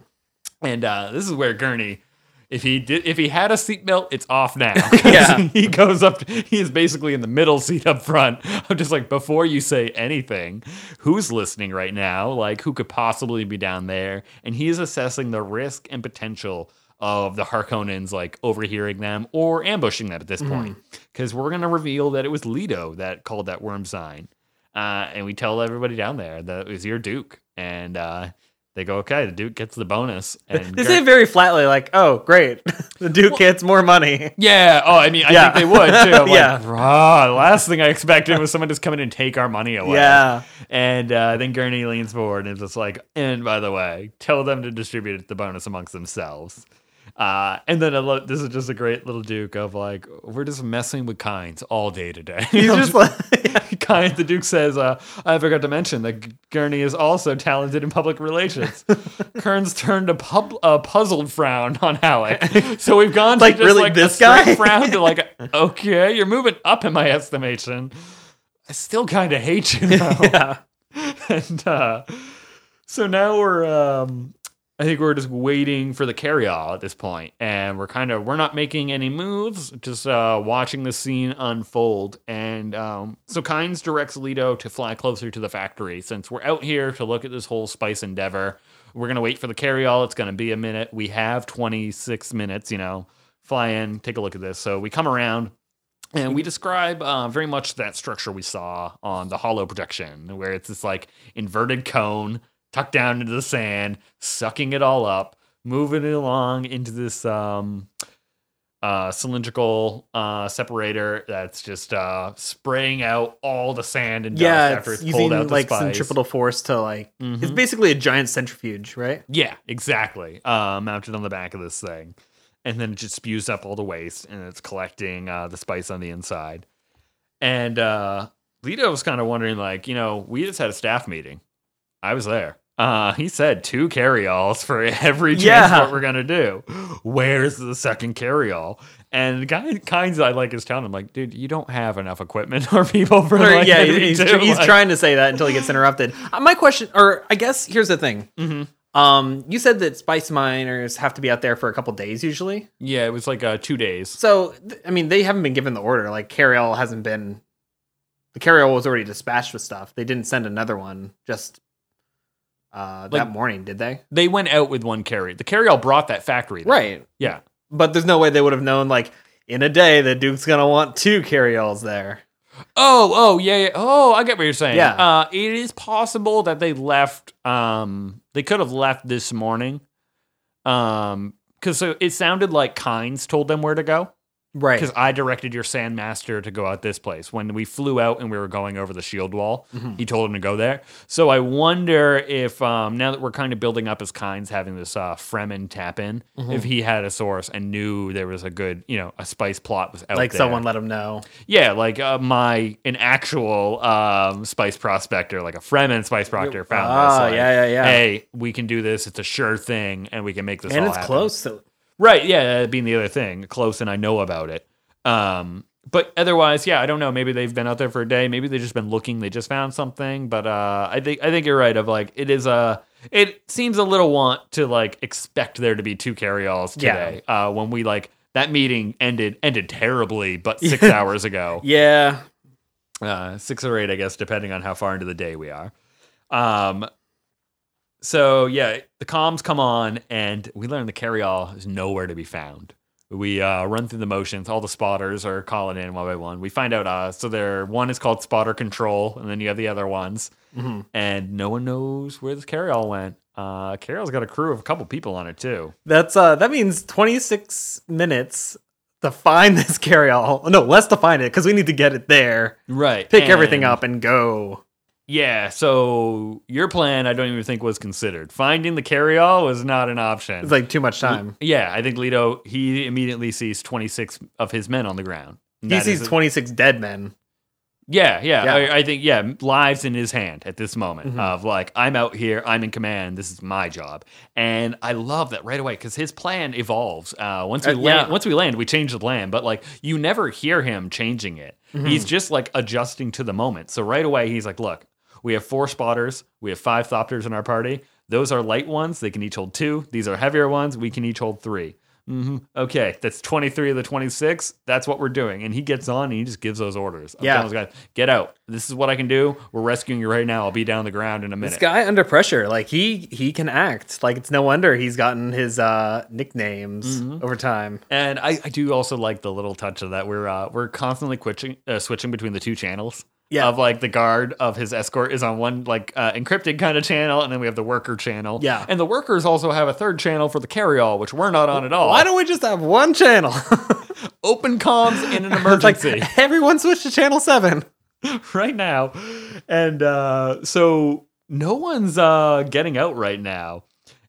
Speaker 1: And uh, this is where Gurney, if he did, if he had a seatbelt, it's off now.
Speaker 2: Yeah.
Speaker 1: he goes up. He is basically in the middle seat up front. I'm just like, before you say anything, who's listening right now? Like, who could possibly be down there? And he is assessing the risk and potential of the Harkonnens like overhearing them or ambushing them at this point, because we're gonna reveal that it was Leto that called that worm sign. Uh, and we tell everybody down there that it was your Duke. And uh, they go, okay, the Duke gets the bonus. And
Speaker 2: They
Speaker 1: Ger-
Speaker 2: say it very flatly, like, "Oh, great, the Duke gets more money."
Speaker 1: yeah. Oh, I mean, I
Speaker 2: Yeah.
Speaker 1: think they would too. I'm
Speaker 2: Yeah.
Speaker 1: Like, "Rah, the last thing I expected was someone just coming and take our money away.
Speaker 2: Yeah,
Speaker 1: And uh, then Gurney leans forward and is just like, and by the way, tell them to distribute the bonus amongst themselves. Uh, and then I love, this is just a great little Duke of like, we're just messing with kinds all day today.
Speaker 2: he's just like,
Speaker 1: kind the duke says uh, i forgot to mention that G- gurney is also talented in public relations kearns turned a, pub- a puzzled frown on halleck so we've gone
Speaker 2: Like,
Speaker 1: to just
Speaker 2: really,
Speaker 1: like
Speaker 2: this
Speaker 1: a straight
Speaker 2: guy?
Speaker 1: frown to like okay you're moving up in my estimation i still kind of hate you though
Speaker 2: yeah,
Speaker 1: and uh, so now we're um, i think we're just waiting for the carry all at this point and we're kind of we're not making any moves just uh, watching the scene unfold and um, so kynes directs leto to fly closer to the factory since we're out here to look at this whole spice endeavor we're going to wait for the carry all it's going to be a minute we have 26 minutes you know fly in take a look at this so we come around and we describe uh, very much that structure we saw on the hollow projection, where it's this like inverted cone tucked down into the sand, sucking it all up, moving it along into this um, uh, cylindrical uh, separator that's just uh, spraying out all the sand and dust
Speaker 2: yeah.
Speaker 1: after
Speaker 2: It's
Speaker 1: it's,
Speaker 2: using
Speaker 1: pulled out the
Speaker 2: like
Speaker 1: spice.
Speaker 2: centripetal force to like.
Speaker 1: Mhm.
Speaker 2: It's basically a giant centrifuge, right?
Speaker 1: Yeah, exactly. Uh, mounted on the back of this thing. And then it just spews up all the waste and it's collecting uh, the spice on the inside. And uh, Lito was kind of wondering, like, you know, we just had a staff meeting. I was there. Uh, he said two carryalls for every
Speaker 2: Yeah.
Speaker 1: transport we're gonna do. Where's the second carryall? And the guy kinds I like is telling him like, dude, you don't have enough equipment or people for
Speaker 2: Or,
Speaker 1: like
Speaker 2: yeah,
Speaker 1: every
Speaker 2: he's,
Speaker 1: two,
Speaker 2: tr- he's
Speaker 1: like-
Speaker 2: trying to say that until he gets interrupted. Uh, my question, or I guess, here's the thing.
Speaker 1: Mhm.
Speaker 2: Um, you said that spice miners have to be out there for a couple days usually.
Speaker 1: Yeah, it was like uh, two days.
Speaker 2: So, th- I mean, they haven't been given the order. Like, Carriol hasn't been. The Carriol was already dispatched with stuff. They didn't send another one just uh,
Speaker 1: Like-
Speaker 2: that morning, did they?
Speaker 1: They went out with one carry. The carryall brought that factory. there.
Speaker 2: Right.
Speaker 1: Yeah.
Speaker 2: But there's no way they would have known, like, in a day that Duke's going to want two Carriols there.
Speaker 1: Oh, oh, yeah, yeah. Oh, I get what you're saying.
Speaker 2: Yeah.
Speaker 1: Uh, it is possible that they left. Um, they could have left this morning. Um, because so it sounded like Kynes told them where to go.
Speaker 2: Right.
Speaker 1: Because I directed your Sandmaster to go out this place when we flew out and we were going over the shield wall.
Speaker 2: Mm-hmm.
Speaker 1: He told him to go there. So I wonder if um, now that we're kind of building up as Kynes having this uh, Fremen tap in,
Speaker 2: Mm-hmm.
Speaker 1: if he had a source and knew there was a good, you know, a spice plot was out
Speaker 2: Like
Speaker 1: there.
Speaker 2: someone let him know.
Speaker 1: Yeah, like uh, my an actual um, spice prospector, like a Fremen spice proctor, found this.
Speaker 2: Ah,
Speaker 1: like,
Speaker 2: yeah, yeah, yeah.
Speaker 1: Hey, we can do this. It's a sure thing, and we can make this.
Speaker 2: And
Speaker 1: all
Speaker 2: it's
Speaker 1: happen."
Speaker 2: close. So
Speaker 1: right? Yeah, that being the other thing, close, and I know about it. Um, but otherwise, yeah, I don't know. Maybe they've been out there for a day. Maybe they've just been looking. They just found something. But uh, I think I think you're right. Of like, it is a. It seems a little want to like expect there to be two carryalls
Speaker 2: Yeah.
Speaker 1: today. Uh, when we like that meeting ended ended terribly, but six hours ago
Speaker 2: yeah,
Speaker 1: uh, six or eight, I guess, depending on how far into the day we are. Um, so yeah, the comms come on, and we learn the carryall is nowhere to be found. We uh, run through the motions. All the spotters are calling in one by one. We find out. Uh, so there, one is called spotter control, and then you have the other ones,
Speaker 2: Mhm.
Speaker 1: and no one knows where this carryall went. Uh, carryall's got a crew of a couple people on it too.
Speaker 2: that's uh that means 26 minutes to find this carryall. No, less to find it because we need to get it there,
Speaker 1: Right.
Speaker 2: pick everything up, and go.
Speaker 1: Yeah, so your plan I don't even think was considered. Finding the carryall was not an option.
Speaker 2: It's like too much time.
Speaker 1: Yeah, I think Leto he immediately sees 26 of his men on the ground. And
Speaker 2: He
Speaker 1: that
Speaker 2: sees
Speaker 1: is-
Speaker 2: 26 dead men.
Speaker 1: Yeah, yeah.
Speaker 2: Yeah.
Speaker 1: I, I think yeah, lives in his hand at this moment
Speaker 2: Mhm.
Speaker 1: of like I'm out here, I'm in command. This is my job, and I love that right away because his plan evolves. Uh, once we
Speaker 2: Uh,
Speaker 1: land,
Speaker 2: yeah.
Speaker 1: once we land, we change the plan, but like you never hear him changing it.
Speaker 2: Mm-hmm.
Speaker 1: He's just like adjusting to the moment. So right away, he's like, "Look, we have four spotters, we have five thopters in our party. Those are light ones; they can each hold two. These are heavier ones; we can each hold three. Mm-hmm. Okay, that's 23 of the 26. That's what we're doing. And he gets on and he just gives those orders. I'm
Speaker 2: Yeah.
Speaker 1: telling those guys, get out. This is what I can do. We're rescuing you right now. I'll be down on the ground in a
Speaker 2: This
Speaker 1: minute.
Speaker 2: guy under pressure, like he he can act. Like it's no wonder he's gotten his uh nicknames
Speaker 1: Mm-hmm.
Speaker 2: over time.
Speaker 1: and I, I do also like the little touch of that. We're uh, we're constantly switching uh, switching between the two channels.
Speaker 2: Yeah.
Speaker 1: Of like the guard of his escort is on one like uh, encrypted kind of channel, and then we have the worker channel.
Speaker 2: Yeah.
Speaker 1: And the workers also have a third channel for the carryall, which we're not on at all.
Speaker 2: Why don't we just have one channel?
Speaker 1: open comms in an
Speaker 2: It's like
Speaker 1: emergency?
Speaker 2: everyone switch to channel seven.
Speaker 1: right now. And uh, so no one's uh, getting out right now.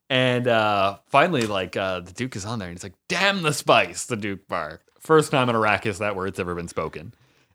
Speaker 1: And uh, finally, like uh, the Duke is on there, and he's like, "Damn the spice!" The Duke barked. First time in Arrakis that word's ever been spoken.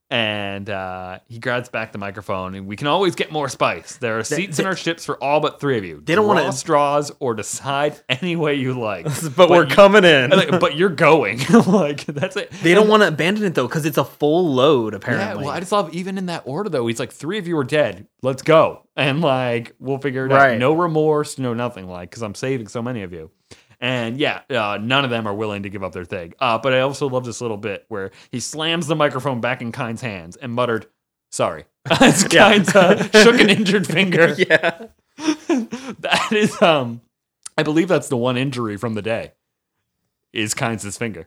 Speaker 1: And uh, he grabs back the microphone, and we can always get more spice. There are seats in
Speaker 2: they-
Speaker 1: our ships for all but three of you.
Speaker 2: They don't wanna-
Speaker 1: Draw straws or decide any way you like.
Speaker 2: But, we're
Speaker 1: you-
Speaker 2: coming in.
Speaker 1: like, but you're going. like that's it.
Speaker 2: they don't want to abandon it though, because it's a full load apparently.
Speaker 1: Yeah, well, I just love even in that order though. He's like, three of you are dead. Let's go, and like we'll figure it
Speaker 2: Right.
Speaker 1: out. No remorse, no nothing. Like, because I'm saving so many of you, and yeah, uh, none of them are willing to give up their thing. Uh, but I also love this little bit where he slams the microphone back in Kind's hands and muttered, "Sorry." As
Speaker 2: Yeah.
Speaker 1: Kynes uh, shook an injured finger.
Speaker 2: yeah.
Speaker 1: that is, um, I believe that's the one injury from the day. Is Kynes' finger.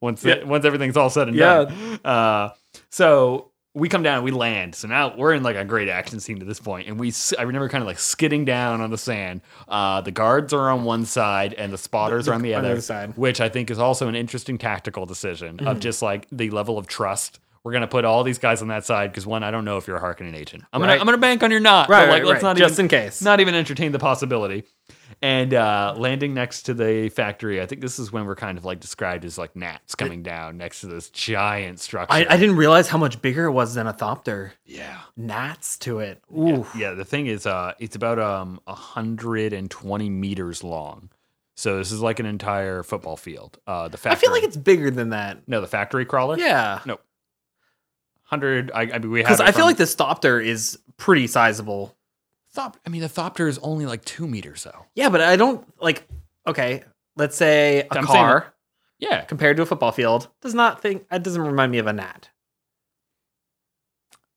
Speaker 1: Once
Speaker 2: Yeah.
Speaker 1: it, once everything's all said and
Speaker 2: Yeah.
Speaker 1: done. Uh, so we come down, we land. So now we're in like a great action scene to this point, and we s- I remember kind of like skidding down on the sand. Uh, the guards are on one side, and the spotters are on the
Speaker 2: on the
Speaker 1: other
Speaker 2: other side. Mm-hmm.
Speaker 1: which I think is also an interesting tactical decision of just like the level of trust. We're gonna put all these guys on that side because one, I don't know if you're a Harkonnen agent. I'm gonna
Speaker 2: Right.
Speaker 1: I'm gonna bank on your not.
Speaker 2: Right,
Speaker 1: but, like,
Speaker 2: right,
Speaker 1: let's
Speaker 2: right.
Speaker 1: not
Speaker 2: Just
Speaker 1: even-
Speaker 2: in case.
Speaker 1: not even entertain the possibility. And uh, landing next to the factory, I think this is when we're kind of like described as like gnats coming down next to this giant structure.
Speaker 2: I, I didn't realize how much bigger it was than a thopter.
Speaker 1: yeah.
Speaker 2: Gnats to it. Ooh.
Speaker 1: Yeah, the thing is, uh, it's about um 120 meters long. So this is like an entire football field. Uh, the
Speaker 2: I
Speaker 1: factory.
Speaker 2: feel like it's bigger than that.
Speaker 1: no, the factory crawler.
Speaker 2: Yeah.
Speaker 1: No. hundred. I, I mean, we have
Speaker 2: Because
Speaker 1: it
Speaker 2: I feel
Speaker 1: from-
Speaker 2: like this thopter is pretty sizable.
Speaker 1: Thop- I mean, the Thopter is only like two meters though.
Speaker 2: Yeah, but I don't like. Okay, let's say a
Speaker 1: I'm saying
Speaker 2: car
Speaker 1: Yeah,
Speaker 2: compared to a football field does not think. It doesn't remind me of a gnat.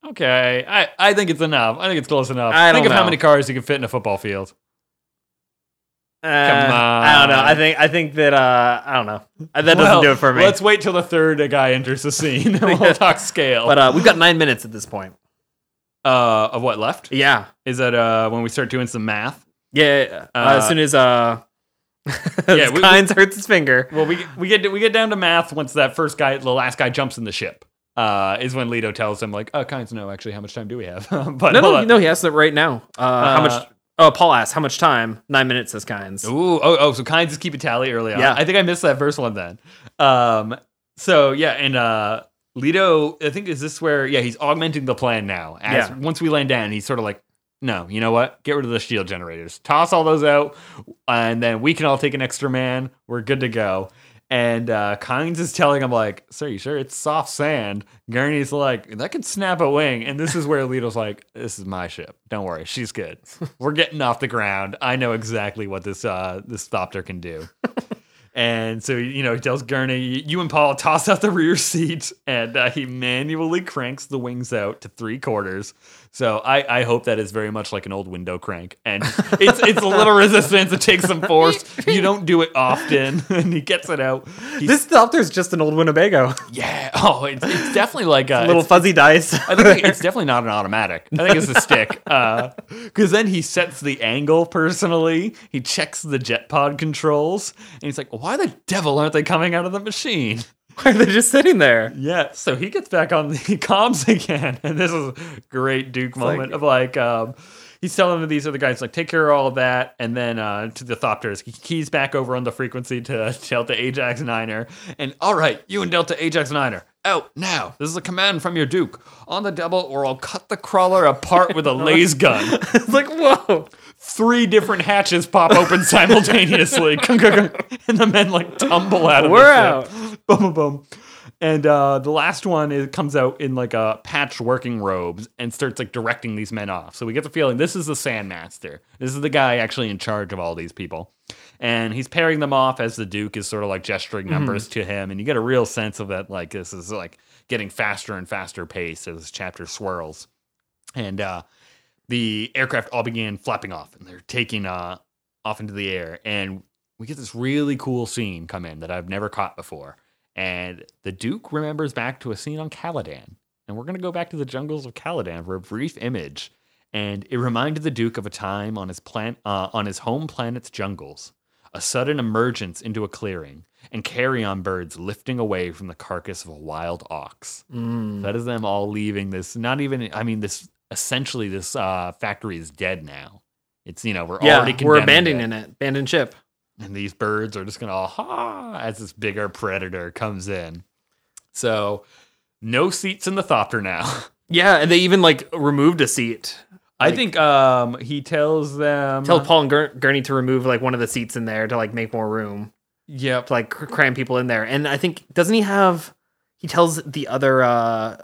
Speaker 1: okay. I, I think it's enough. I think it's close enough.
Speaker 2: I don't
Speaker 1: think of
Speaker 2: know.
Speaker 1: how many cars you can fit in a football field.
Speaker 2: Uh,
Speaker 1: Come on,
Speaker 2: I don't know. I think I think that uh, I don't know. That doesn't
Speaker 1: Well,
Speaker 2: do it for me.
Speaker 1: Let's wait till the third guy enters the scene and we'll talk scale.
Speaker 2: But uh, we've got nine minutes at this point.
Speaker 1: uh, of what left?
Speaker 2: Yeah,
Speaker 1: Is that uh, when we start doing some math?
Speaker 2: yeah. Uh,
Speaker 1: Uh,
Speaker 2: as soon as uh, yeah,
Speaker 1: we-
Speaker 2: Kynes hurts his finger.
Speaker 1: Well, we we get we get down to math once that first guy, the last guy, jumps in the ship. Uh, is when Leto tells him like, "Uh, kinds no, actually, how much time do we have?" but
Speaker 2: No,
Speaker 1: hold
Speaker 2: no,
Speaker 1: on.
Speaker 2: no. He asked it right now. Uh, how
Speaker 1: Uh,
Speaker 2: much? Oh, Paul asked how much time. Nine minutes, says Kynes.
Speaker 1: Ooh, oh, oh, so Kynes is keeping tally early on.
Speaker 2: Yeah.
Speaker 1: I think I missed that first one then. Um, so yeah, and uh Leto, I think is this where yeah, he's augmenting the plan now. As
Speaker 2: Yeah.
Speaker 1: once we land down, he's sort of like, No, you know what? Get rid of the shield generators, toss all those out, and then we can all take an extra man. We're good to go. And uh Kynes is telling him, like, sir, you sure it's soft sand? Gurney's like, that could snap a wing. And this is where Leto's like, this is my ship. Don't worry, she's good. We're getting off the ground. I know exactly what this uh this thopter can do. And so, you know, he tells Gurney, you and Paul toss out the rear seat, and uh, he manually cranks the wings out to three quarters. So I, I hope that is very much like an old window crank. And it's it's a little resistance, it takes some force. You don't do it often, and he gets it out. He's,
Speaker 2: This Thopter's just an old Winnebago.
Speaker 1: yeah. Oh, it's, it's definitely like a
Speaker 2: Little fuzzy dice.
Speaker 1: I think it's definitely not an automatic. I think it's a stick. Because then he sets the angle personally. He checks the jet pod controls. And he's like, why the devil aren't they coming out of the machine?
Speaker 2: Why are they just sitting there?
Speaker 1: Yeah. So he gets back on the comms again. And this is a great Duke moment
Speaker 2: like-
Speaker 1: of like, um, he's telling these other guys, like, take care of all of that. And then uh, to the Thopters, he keys back over on the frequency to Delta Ajax Niner. And all right, you and Delta Ajax Niner. Out now. This is a command from your Duke. On the double, or I'll cut the crawler apart with a laser gun.
Speaker 2: It's like whoa.
Speaker 1: Three different hatches pop open simultaneously. Gung, gung, gung. and the men like tumble out of the
Speaker 2: We're
Speaker 1: ship
Speaker 2: out.
Speaker 1: boom, boom, boom. And uh, the last one is, comes out in like a patched working robes and starts like directing these men off. So we get the feeling this is the Sandmaster. This is the guy actually in charge of all these people. And he's pairing them off as the Duke is sort of like gesturing numbers to him. And you get a real sense of that, like, this is like getting faster and faster pace as this chapter swirls. And uh, the aircraft all began flapping off and they're taking uh, off into the air. And we get this really cool scene come in that I've never caught before. And the Duke remembers back to a scene on Caladan. And we're going to go back to the jungles of Caladan for a brief image. And it reminded the Duke of a time on his, plan- uh, on his home planet's jungles, a sudden emergence into a clearing, and carrion birds lifting away from the carcass of a wild ox.
Speaker 2: Mm.
Speaker 1: That is them all leaving this. Not even. I mean, this essentially this uh, factory is dead now. It's you know we're
Speaker 2: Yeah,
Speaker 1: already
Speaker 2: we're
Speaker 1: condemning
Speaker 2: abandoning it. Abandoned ship.
Speaker 1: and these birds are just gonna aha as this bigger predator comes in. So no seats in the thopter now.
Speaker 2: Yeah, and they even like removed a seat.
Speaker 1: I think um he tells them
Speaker 2: Tell Paul and Gur- Gurney to remove like one of the seats in there to like make more room
Speaker 1: yep
Speaker 2: to like cr- cram people in there. And I think doesn't he have? He tells the other uh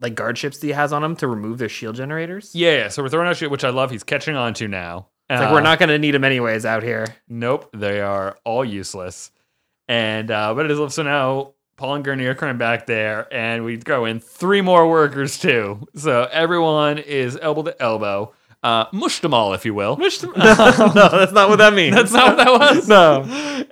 Speaker 2: like guard ships that he has on him to remove their shield generators.
Speaker 1: yeah so we're throwing out shit which I love he's catching on to now. Uh,
Speaker 2: It's like we're not gonna need them anyways out here.
Speaker 1: Nope, they are all useless. And uh, but it is so now Paul and Gurney are coming back there, and we go in three more workers too. So everyone is elbow to elbow, uh, mush them all, if you will. Mush them.
Speaker 2: no, that's not what that means.
Speaker 1: That's not what that was.
Speaker 2: No.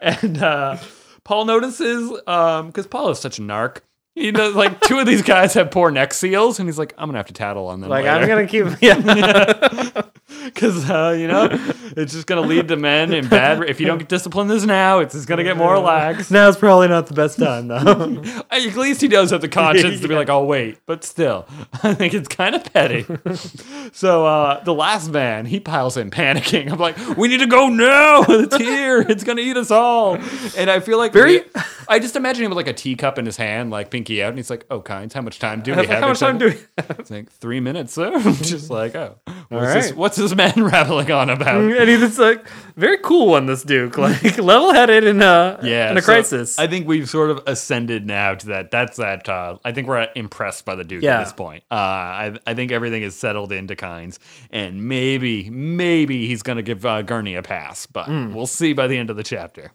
Speaker 1: And uh, Paul notices because Paul is such a narc. He knows like two of these guys have poor neck seals, and he's like, I'm gonna have to tattle on them.
Speaker 2: like
Speaker 1: later.
Speaker 2: I'm gonna keep. Yeah,
Speaker 1: Because, uh, you know, it's just going to lead to men in bad. If you don't discipline this now, it's just going to get more lax.
Speaker 2: now's probably not the best time though.
Speaker 1: At least he does have the conscience to be like, oh, wait. But still, I think it's kind of petty. so uh, the last man, he piles in panicking. I'm like, we need to go now. It's here. It's going to eat us all. And I feel like.
Speaker 2: Very-
Speaker 1: I just imagine him with like a teacup in his hand, like pinky out. And he's like, oh, kinds, how much time do we
Speaker 2: Like,
Speaker 1: have?
Speaker 2: how much
Speaker 1: It's like-
Speaker 2: time do we?
Speaker 1: It's like three minutes, sir. I'm just like, oh. What's, this,
Speaker 2: right. Mm-hmm.
Speaker 1: what's this man rattling on about?
Speaker 2: and he's just like very cool one. This Duke, like level-headed in a
Speaker 1: yeah,
Speaker 2: in a
Speaker 1: so
Speaker 2: crisis.
Speaker 1: I think we've sort of ascended now to that. That's that. Uh, I think we're impressed by the Duke
Speaker 2: Yeah.
Speaker 1: at this point. Uh, I, I think everything is settled into Kynes, and
Speaker 2: Hmm.
Speaker 1: maybe, maybe he's going to give uh, Gurney a pass, but we'll see by the end of the chapter.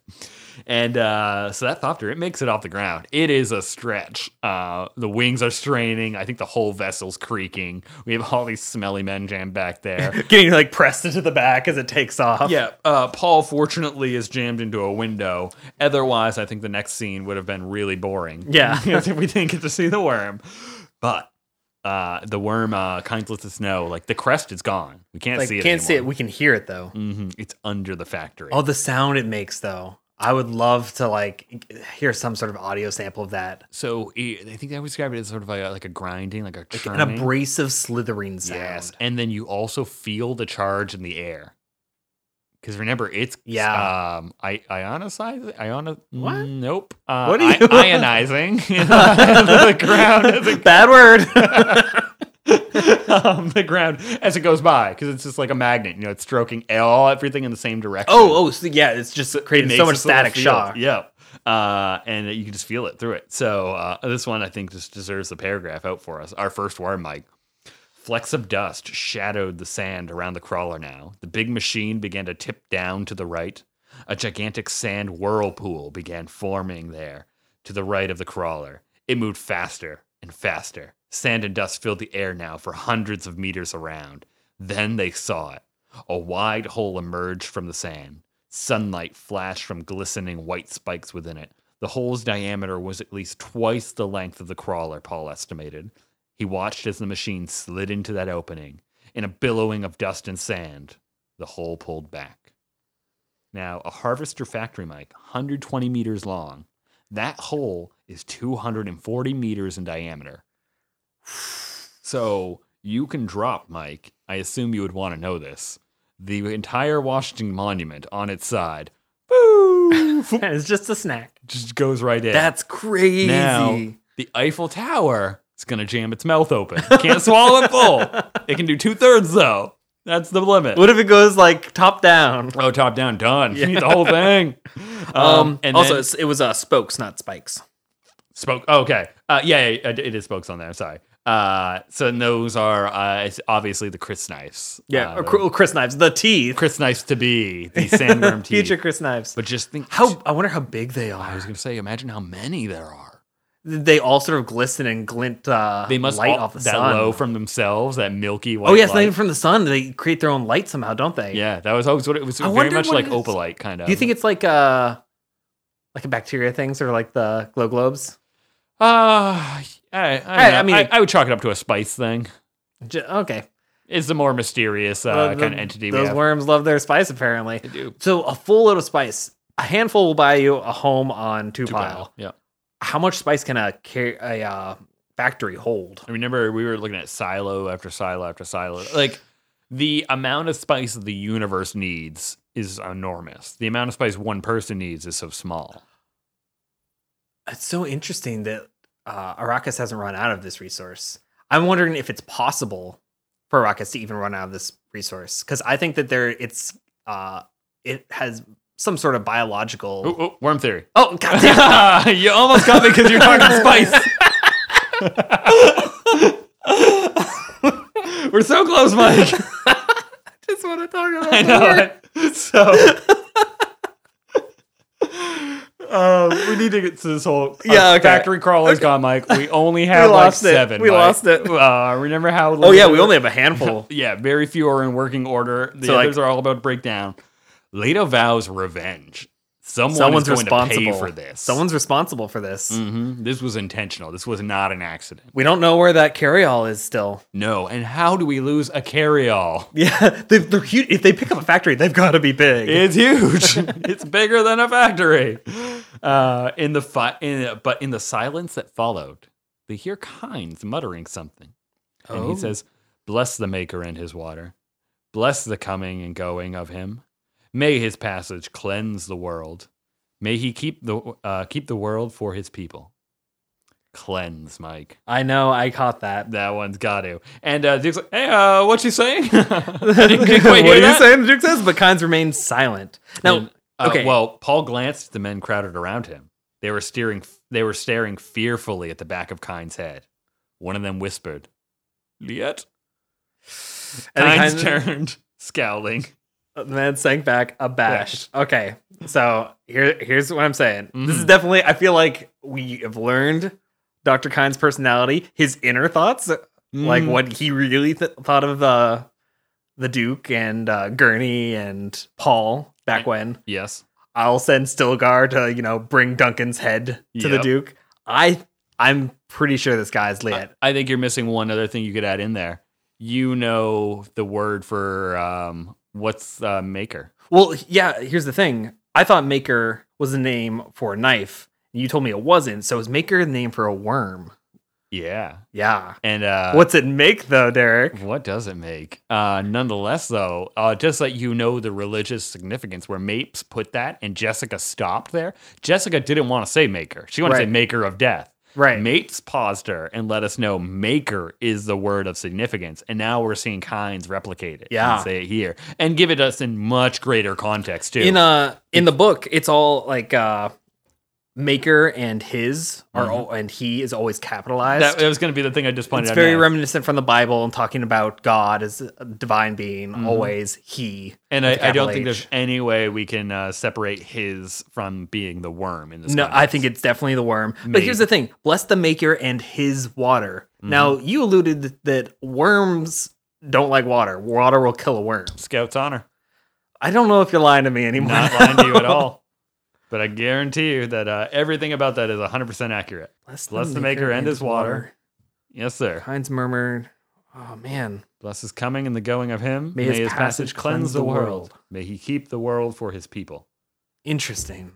Speaker 1: And uh, so that thopter, it makes it off the ground. It is a stretch. Uh, the wings are straining. I think the whole vessel's creaking. We have all these smelly men jammed back there.
Speaker 2: Getting like pressed into the back as it takes off.
Speaker 1: Yeah, uh, Paul fortunately is jammed into a window. Otherwise, I think the next scene would have been really boring.
Speaker 2: Yeah.
Speaker 1: Because we didn't get to see the worm. But uh, the worm uh, kind of lets us know, like the crest is gone. We can't
Speaker 2: Like,
Speaker 1: see it.
Speaker 2: can't see it. We can hear it though.
Speaker 1: hmm It's under the factory.
Speaker 2: All the sound it makes though. I would love to like hear some sort of audio sample of that.
Speaker 1: So i I think I would describe it as sort of like a, uh, like a grinding, like a
Speaker 2: An
Speaker 1: churning.
Speaker 2: abrasive slithering sound.
Speaker 1: yes, and then you also feel the charge in the air. Because remember, it's
Speaker 2: Yeah.
Speaker 1: Um, I ionicizing. Ion.
Speaker 2: What?
Speaker 1: Nope. Uh,
Speaker 2: What are you-
Speaker 1: I- ionizing the ground as it
Speaker 2: Bad word.
Speaker 1: um, the ground as it goes by because it's just like a magnet. You know, it's stroking all everything in the same direction.
Speaker 2: oh, oh, so yeah. It's just creating
Speaker 1: It
Speaker 2: so
Speaker 1: makes
Speaker 2: much
Speaker 1: this little
Speaker 2: static
Speaker 1: field.
Speaker 2: shock.
Speaker 1: Yeah. Uh, and you can just feel it through it. So uh, this one, I think, just deserves the paragraph out for us. Our first worm, Mike. Flecks of dust shadowed the sand around the crawler now. The big machine began to tip down to the right. A gigantic sand whirlpool began forming there to the right of the crawler. It moved faster and faster. Sand and dust filled the air now for hundreds of meters around. Then they saw it. A wide hole emerged from the sand. Sunlight flashed from glistening white spikes within it. The hole's diameter was at least twice the length of the crawler, Paul estimated. He watched as the machine slid into that opening. In a billowing of dust and sand, the hole pulled back. Now, a harvester factory mic, 120 meters long, that hole is 240 meters in diameter. So you can drop, Mike. I assume you would want to know this. The entire Washington Monument on its side boo,
Speaker 2: it's just a snack.
Speaker 1: just goes right in.
Speaker 2: That's crazy.
Speaker 1: Now, the Eiffel Tower is going to jam its mouth open. Can't swallow it full. It can do two thirds, though. That's the limit.
Speaker 2: What if it goes like top down?
Speaker 1: Oh, top down, done. You need the whole thing. Um, and
Speaker 2: also,
Speaker 1: then-
Speaker 2: it's, it was uh, spokes, not spikes.
Speaker 1: Spoke. oh, okay. Uh, yeah, yeah, it it is spokes on there. Sorry. Uh, so and those are uh, it's obviously the Chris knives.
Speaker 2: Yeah,
Speaker 1: uh, the
Speaker 2: or Cr- Chris knives, the teeth.
Speaker 1: Chris knives to be the sandworm teeth.
Speaker 2: Future Chris knives.
Speaker 1: But just think
Speaker 2: How I wonder how big they
Speaker 1: I
Speaker 2: are.
Speaker 1: was gonna say, imagine how many there are.
Speaker 2: They all sort of glisten and glint. Uh,
Speaker 1: They must
Speaker 2: light
Speaker 1: all-
Speaker 2: off the
Speaker 1: that
Speaker 2: sun.
Speaker 1: low from themselves, that milky white.
Speaker 2: oh yes, not
Speaker 1: light.
Speaker 2: even from the sun. They create their own light somehow, don't they?
Speaker 1: yeah, that was always what it was.
Speaker 2: I
Speaker 1: Very
Speaker 2: wondered
Speaker 1: much
Speaker 2: what
Speaker 1: like
Speaker 2: it is.
Speaker 1: opalite kind of.
Speaker 2: Do you think it's like uh like a bacteria things or like the glow globes?
Speaker 1: Uh, I, I, don't
Speaker 2: I- I
Speaker 1: know.
Speaker 2: mean-
Speaker 1: I, I would chalk it up to a spice thing.
Speaker 2: J- okay.
Speaker 1: It's the more mysterious uh,
Speaker 2: Well,
Speaker 1: kind
Speaker 2: the-
Speaker 1: of entity. we
Speaker 2: Those
Speaker 1: have.
Speaker 2: worms love their spice, apparently.
Speaker 1: They do.
Speaker 2: So a full load of spice, a handful will buy you a home on two,
Speaker 1: Two
Speaker 2: pile.
Speaker 1: pile. Yeah.
Speaker 2: How much spice can a car- a uh, factory hold?
Speaker 1: I remember we were looking at silo after silo after silo. Like the amount of spice the universe needs is enormous. The amount of spice one person needs is so small.
Speaker 2: It's so interesting that uh, Arrakis hasn't run out of this resource. I'm wondering if it's possible for Arrakis to even run out of this resource because I think that there it's uh, it has some sort of biological.
Speaker 1: Oh, oh, worm theory.
Speaker 2: Oh god damn!
Speaker 1: you almost got me because you're talking spice. We're so close, Mike.
Speaker 2: just want to talk about
Speaker 1: I know. it. So. Uh, we need to get to this whole
Speaker 2: Yeah,
Speaker 1: our
Speaker 2: okay.
Speaker 1: factory crawler's gone, Mike. We only have like
Speaker 2: lost it.
Speaker 1: seven.
Speaker 2: We
Speaker 1: Mike.
Speaker 2: lost it.
Speaker 1: Uh, remember how?
Speaker 2: Oh yeah, we only have a handful.
Speaker 1: Yeah, very few are in working order. The
Speaker 2: So, like-
Speaker 1: others are all about breakdown. Leto vows revenge. Someone is
Speaker 2: Someone's
Speaker 1: going
Speaker 2: responsible
Speaker 1: to pay for this.
Speaker 2: Someone's responsible for this.
Speaker 1: Mhm. This was intentional. This was not an accident.
Speaker 2: We don't know where that carryall is still.
Speaker 1: No. And how do we lose a carryall?
Speaker 2: Yeah, they, they're huge. If they pick up a factory, they've got to be big.
Speaker 1: It's huge. it's bigger than a factory. Uh, in the fi- in, but in the silence that followed, they hear Kynes muttering something, and
Speaker 2: Oh.
Speaker 1: he says, "Bless the Maker and His water. Bless the coming and going of Him. May His passage cleanse the world. May He keep the uh, keep the world for His people. Cleanse, Mike.
Speaker 2: I know, I caught that.
Speaker 1: That one's got to." And uh, Duke's like, "Hey, uh, what you saying? I didn't- didn't
Speaker 2: what
Speaker 1: quite hear
Speaker 2: are you
Speaker 1: that.
Speaker 2: saying? The Duke says, but Kynes remains silent. Now,
Speaker 1: And, uh,
Speaker 2: okay.
Speaker 1: Well, Paul glanced at the men crowded around him. They were steering. They were staring fearfully at the back of Kine's head. One of them whispered, "Liet."
Speaker 2: And
Speaker 1: Kine
Speaker 2: Kynes-
Speaker 1: turned, scowling.
Speaker 2: The uh, man sank back abashed. Okay, so here, here's what I'm saying. This
Speaker 1: Mm-hmm.
Speaker 2: is definitely. I feel like we have learned Dr. Kind's personality, his inner thoughts, like
Speaker 1: Mm.
Speaker 2: what he really th- thought of uh, the Duke and uh, Gurney and Paul back when.
Speaker 1: Yes.
Speaker 2: I'll send Stilgar to you know bring Duncan's head to the
Speaker 1: Yep. Uh,
Speaker 2: Duke. I I'm pretty sure this guy's lit.
Speaker 1: I, I think you're missing one other thing you could add in there. You know the word for um, what's uh, maker?
Speaker 2: Well, yeah, here's the thing. I thought Maker was the name for a knife. You told me it wasn't. So is Maker the name for a worm?
Speaker 1: Yeah.
Speaker 2: Yeah.
Speaker 1: And uh,
Speaker 2: What's it make though, Derek?
Speaker 1: What does it make? Uh, nonetheless, though, uh, just let you know the religious significance where Mapes put that and Jessica stopped there. Jessica didn't want to say maker. She wanted to
Speaker 2: Right.
Speaker 1: say maker of death.
Speaker 2: Right.
Speaker 1: Mapes paused her and let us know maker is the word of significance. And now we're seeing kinds replicate it.
Speaker 2: Yeah.
Speaker 1: And say it here and give it us in much greater context, too.
Speaker 2: in uh in the book, it's all like uh Maker and his are
Speaker 1: Mhm.
Speaker 2: all and he is always capitalized.
Speaker 1: that, that was going to be the thing I just pointed
Speaker 2: it's
Speaker 1: out.
Speaker 2: very
Speaker 1: now.
Speaker 2: reminiscent from the Bible and talking about God as a divine being,
Speaker 1: Mhm.
Speaker 2: always he.
Speaker 1: and I, I don't
Speaker 2: capital
Speaker 1: think there's
Speaker 2: H.
Speaker 1: any way we can uh, separate his from being the worm in this.
Speaker 2: No,
Speaker 1: context.
Speaker 2: I think it's definitely the worm. But here's the thing: bless the maker and his water.
Speaker 1: Mm-hmm.
Speaker 2: Now you alluded that worms don't like water. Water will kill a worm.
Speaker 1: Scout's honor.
Speaker 2: I don't know if you're lying to me anymore.
Speaker 1: not lying to you at all. But I guarantee you that uh, everything about that is 100% accurate.
Speaker 2: Bless,
Speaker 1: Bless the maker and his water. Yes, sir.
Speaker 2: Heinz murmured, "Oh man,
Speaker 1: Bless his coming and the going of him.
Speaker 2: May his passage cleanse the world.
Speaker 1: May he keep the world for his people.
Speaker 2: interesting."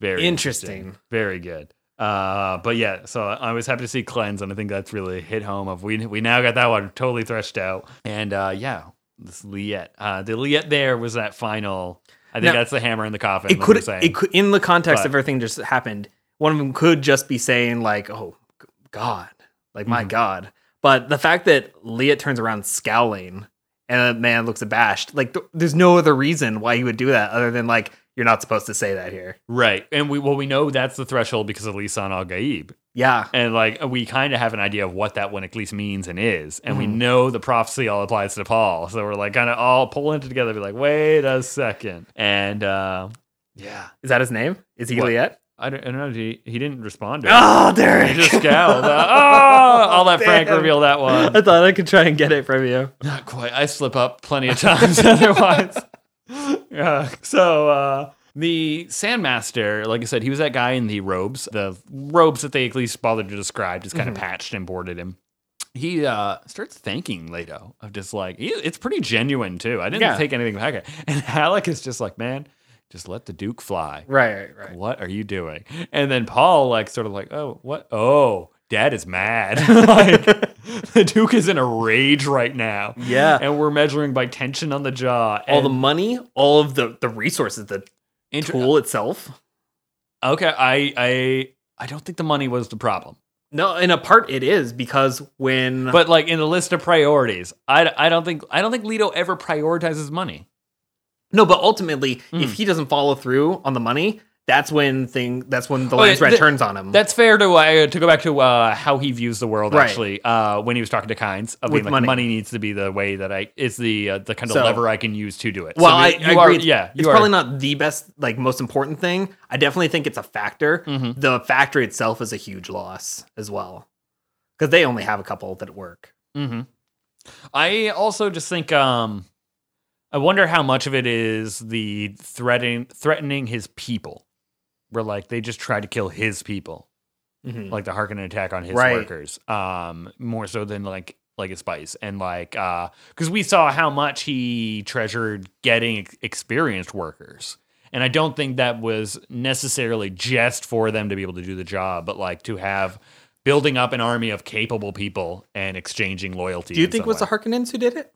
Speaker 1: Very
Speaker 2: Interesting.
Speaker 1: Very good. Uh, but yeah, so I was happy to see cleanse, and I think that's really hit home. Of we we now got that one totally threshed out, and uh, yeah, this Liette. Uh, the Liette there was that final. I think
Speaker 2: Now-
Speaker 1: that's the hammer in the coffin.
Speaker 2: It
Speaker 1: like
Speaker 2: could,
Speaker 1: you're saying.
Speaker 2: it could, in the context
Speaker 1: But-
Speaker 2: of everything just happened, one of them could just be saying like, "Oh g- God, like my
Speaker 1: Mhm.
Speaker 2: God." But the fact that Leah turns around scowling and the man looks abashed, like th- there's no other reason why he would do that other than like you're not supposed to say that here.
Speaker 1: right, and we well we know that's the threshold because of Lisan Al Gaib.
Speaker 2: Yeah,
Speaker 1: And like we kind of have an idea of what that one at least means and is, and we
Speaker 2: Mhm.
Speaker 1: know the prophecy all applies to Paul. So we're like kind of all pulling it together, be like, wait a second, and uh, yeah,
Speaker 2: is that his name? Is he
Speaker 1: What?
Speaker 2: Liette?
Speaker 1: I don't, I don't know. He, he didn't respond to it.
Speaker 2: Oh, Derek!
Speaker 1: He just scowled. Uh, oh, I'll let Frank
Speaker 2: Damn.
Speaker 1: reveal that one.
Speaker 2: I thought I could try and get it from you.
Speaker 1: Not quite. I slip up plenty of times otherwise. Yeah. so uh, the Sandmaster, like I said, he was that guy in the robes, the robes that they at least bothered to describe, just kind of patched and boarded him. He uh, starts thanking Leto of just like he, it's pretty genuine too. I didn't
Speaker 2: Yeah.
Speaker 1: take anything back. And Alec is just like, man, just let the Duke fly.
Speaker 2: Right, right, right.
Speaker 1: What are you doing? And then Paul, like, sort of like, oh, what? Oh, dad is mad. like, the Duke is in a rage right now.
Speaker 2: Yeah.
Speaker 1: And we're measuring by tension on the jaw.
Speaker 2: all the
Speaker 1: and
Speaker 2: money, all of the the resources, the
Speaker 1: inter-
Speaker 2: tool itself.
Speaker 1: Okay, I, I, I don't think the money was the problem.
Speaker 2: No, in a part it is because when
Speaker 1: But like in the list of priorities, I, I don't think, I don't think Leto ever prioritizes money.
Speaker 2: no, but ultimately,
Speaker 1: Mm.
Speaker 2: if he doesn't follow through on the money, that's when thing that's when the
Speaker 1: Oh, yeah,
Speaker 2: Lance Red
Speaker 1: th-
Speaker 2: turns on him.
Speaker 1: That's fair to uh, to go back to uh, how he views the world.
Speaker 2: Right.
Speaker 1: Actually, uh, when he was talking to Kynes, of being
Speaker 2: With
Speaker 1: like, money.
Speaker 2: money.
Speaker 1: needs to be the way that I is the uh, the kind of
Speaker 2: So-
Speaker 1: lever I can use to do it. So
Speaker 2: well, I,
Speaker 1: you-
Speaker 2: I
Speaker 1: you are-
Speaker 2: agree.
Speaker 1: yeah, you
Speaker 2: it's
Speaker 1: are-
Speaker 2: probably not the best, like most important thing. I definitely think it's a factor.
Speaker 1: Mhm.
Speaker 2: The factory itself is a huge loss as well, because they only have a couple that work.
Speaker 1: Mhm. I also just think um, I wonder how much of it is the threatening threatening his people, where like they just tried to kill his people,
Speaker 2: Mhm.
Speaker 1: like the Harkonnen attack on his
Speaker 2: Right.
Speaker 1: workers, um, more so than like like a spice and like uh, because we saw how much he treasured getting ex- experienced workers. And I don't think that was necessarily just for them to be able to do the job, but like to have building up an army of capable people and exchanging loyalty.
Speaker 2: Do you
Speaker 1: in
Speaker 2: think it
Speaker 1: some
Speaker 2: was the
Speaker 1: way.
Speaker 2: Harkonnens who did it?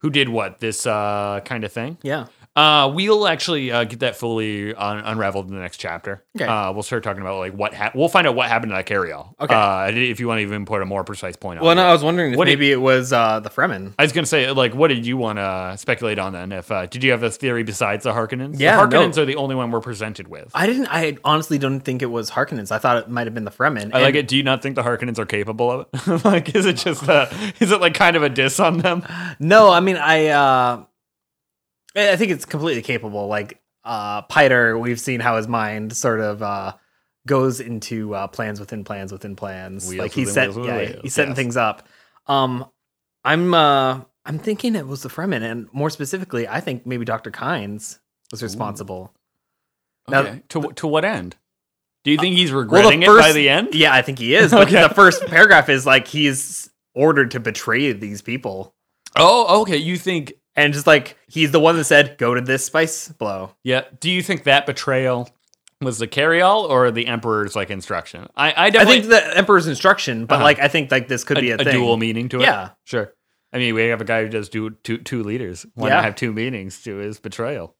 Speaker 1: who did what this uh, kind of thing?
Speaker 2: Yeah.
Speaker 1: Uh, we'll actually uh, get that fully un- unraveled in the next chapter.
Speaker 2: Okay.
Speaker 1: Uh, we'll start talking about like what hap we'll find out what happened to that carryall.
Speaker 2: Okay.
Speaker 1: Uh, if you want to even put a more precise point on.
Speaker 2: Well, no,
Speaker 1: it.
Speaker 2: I was wondering if
Speaker 1: What did-
Speaker 2: maybe it was uh, the Fremen.
Speaker 1: I was gonna say, like, what did you want to speculate on then? If uh, did you have a theory besides the Harkonnens?
Speaker 2: Yeah,
Speaker 1: the Harkonnens
Speaker 2: no.
Speaker 1: are the only one we're presented with. I,
Speaker 2: I didn't. I honestly don't think it was Harkonnens. I thought it might have been the Fremen. And-
Speaker 1: like it. Do you not think the Harkonnens are capable of it? like, is it just that? Is it like kind of a diss on them?
Speaker 2: No, I mean I uh I I think it's completely capable. Like uh, Piter, we've seen how his mind sort of uh, goes into uh, plans within plans within plans.
Speaker 1: Wheels
Speaker 2: like he's
Speaker 1: within
Speaker 2: set,
Speaker 1: wheels within
Speaker 2: yeah,
Speaker 1: wheels,
Speaker 2: he's setting
Speaker 1: yes.
Speaker 2: things up. Um, I'm uh, I'm thinking it was the Fremen, and more specifically, I think maybe Doctor Kynes was responsible. Now- Uh,
Speaker 1: Okay. to wh- to what end? Do you think he's
Speaker 2: Well,
Speaker 1: regretting it by the end?
Speaker 2: Yeah, I think he is. But
Speaker 1: Okay.
Speaker 2: the first paragraph is like he's ordered to betray these people.
Speaker 1: Oh, okay. You think
Speaker 2: And just like he's the one that said, go to this spice blow.
Speaker 1: yeah. Do you think that betrayal was the carryall or the emperor's like instruction? I I definitely
Speaker 2: I think the Emperor's instruction, but
Speaker 1: Uh-huh.
Speaker 2: like I think like this could
Speaker 1: a,
Speaker 2: be a,
Speaker 1: a
Speaker 2: thing.
Speaker 1: dual meaning to it.
Speaker 2: Yeah.
Speaker 1: sure. I mean, we have a guy who does do two two leaders. Why
Speaker 2: Yeah.
Speaker 1: not have two meanings to his betrayal?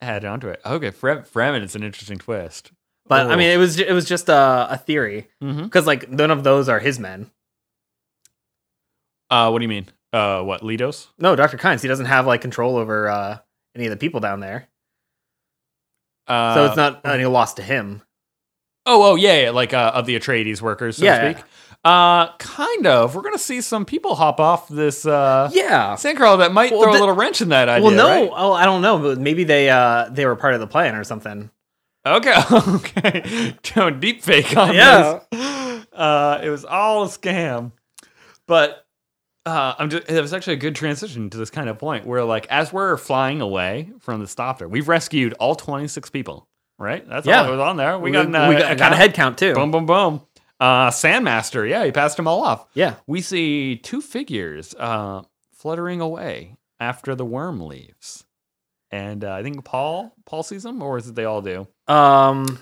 Speaker 1: Add onto it. Okay, Fre- Fremen. It's an interesting twist.
Speaker 2: But I
Speaker 1: Oh.
Speaker 2: mean, it was it was just a, a theory
Speaker 1: Mm-hmm.
Speaker 2: because like none of those are his men.
Speaker 1: Uh, what do you mean? Uh, what Lidos?
Speaker 2: No, Doctor Kynes, he doesn't have like control over uh, any of the people down there,
Speaker 1: Uh,
Speaker 2: so it's not any loss to him.
Speaker 1: Oh, oh, yeah, yeah, like uh, of the Atreides workers, so
Speaker 2: Yeah.
Speaker 1: to speak. Uh, kind of. We're gonna see some people hop off this uh,
Speaker 2: Yeah.
Speaker 1: sandcrawler that might
Speaker 2: Well,
Speaker 1: throw
Speaker 2: the-
Speaker 1: a little wrench in that idea.
Speaker 2: well, no,
Speaker 1: right?
Speaker 2: oh, I don't know, but maybe they uh, they were part of the plan or something.
Speaker 1: Okay, okay. Don't deep fake on
Speaker 2: Yeah.
Speaker 1: this. Uh, it was all a scam. But uh, I'm just, it was actually a good transition to this kind of point where, like, as we're flying away from the stopter, we've rescued all 26 people, right? That's
Speaker 2: Yeah.
Speaker 1: all that was on there. We, got, an, uh,
Speaker 2: we got,
Speaker 1: a
Speaker 2: got a
Speaker 1: count.
Speaker 2: head count too.
Speaker 1: Boom, boom, boom. Uh, Sandmaster. Yeah, he passed them all off.
Speaker 2: Yeah,
Speaker 1: We see two figures uh, fluttering away after the worm leaves. And uh, I think Paul, Paul sees them, or is it they all do?
Speaker 2: um,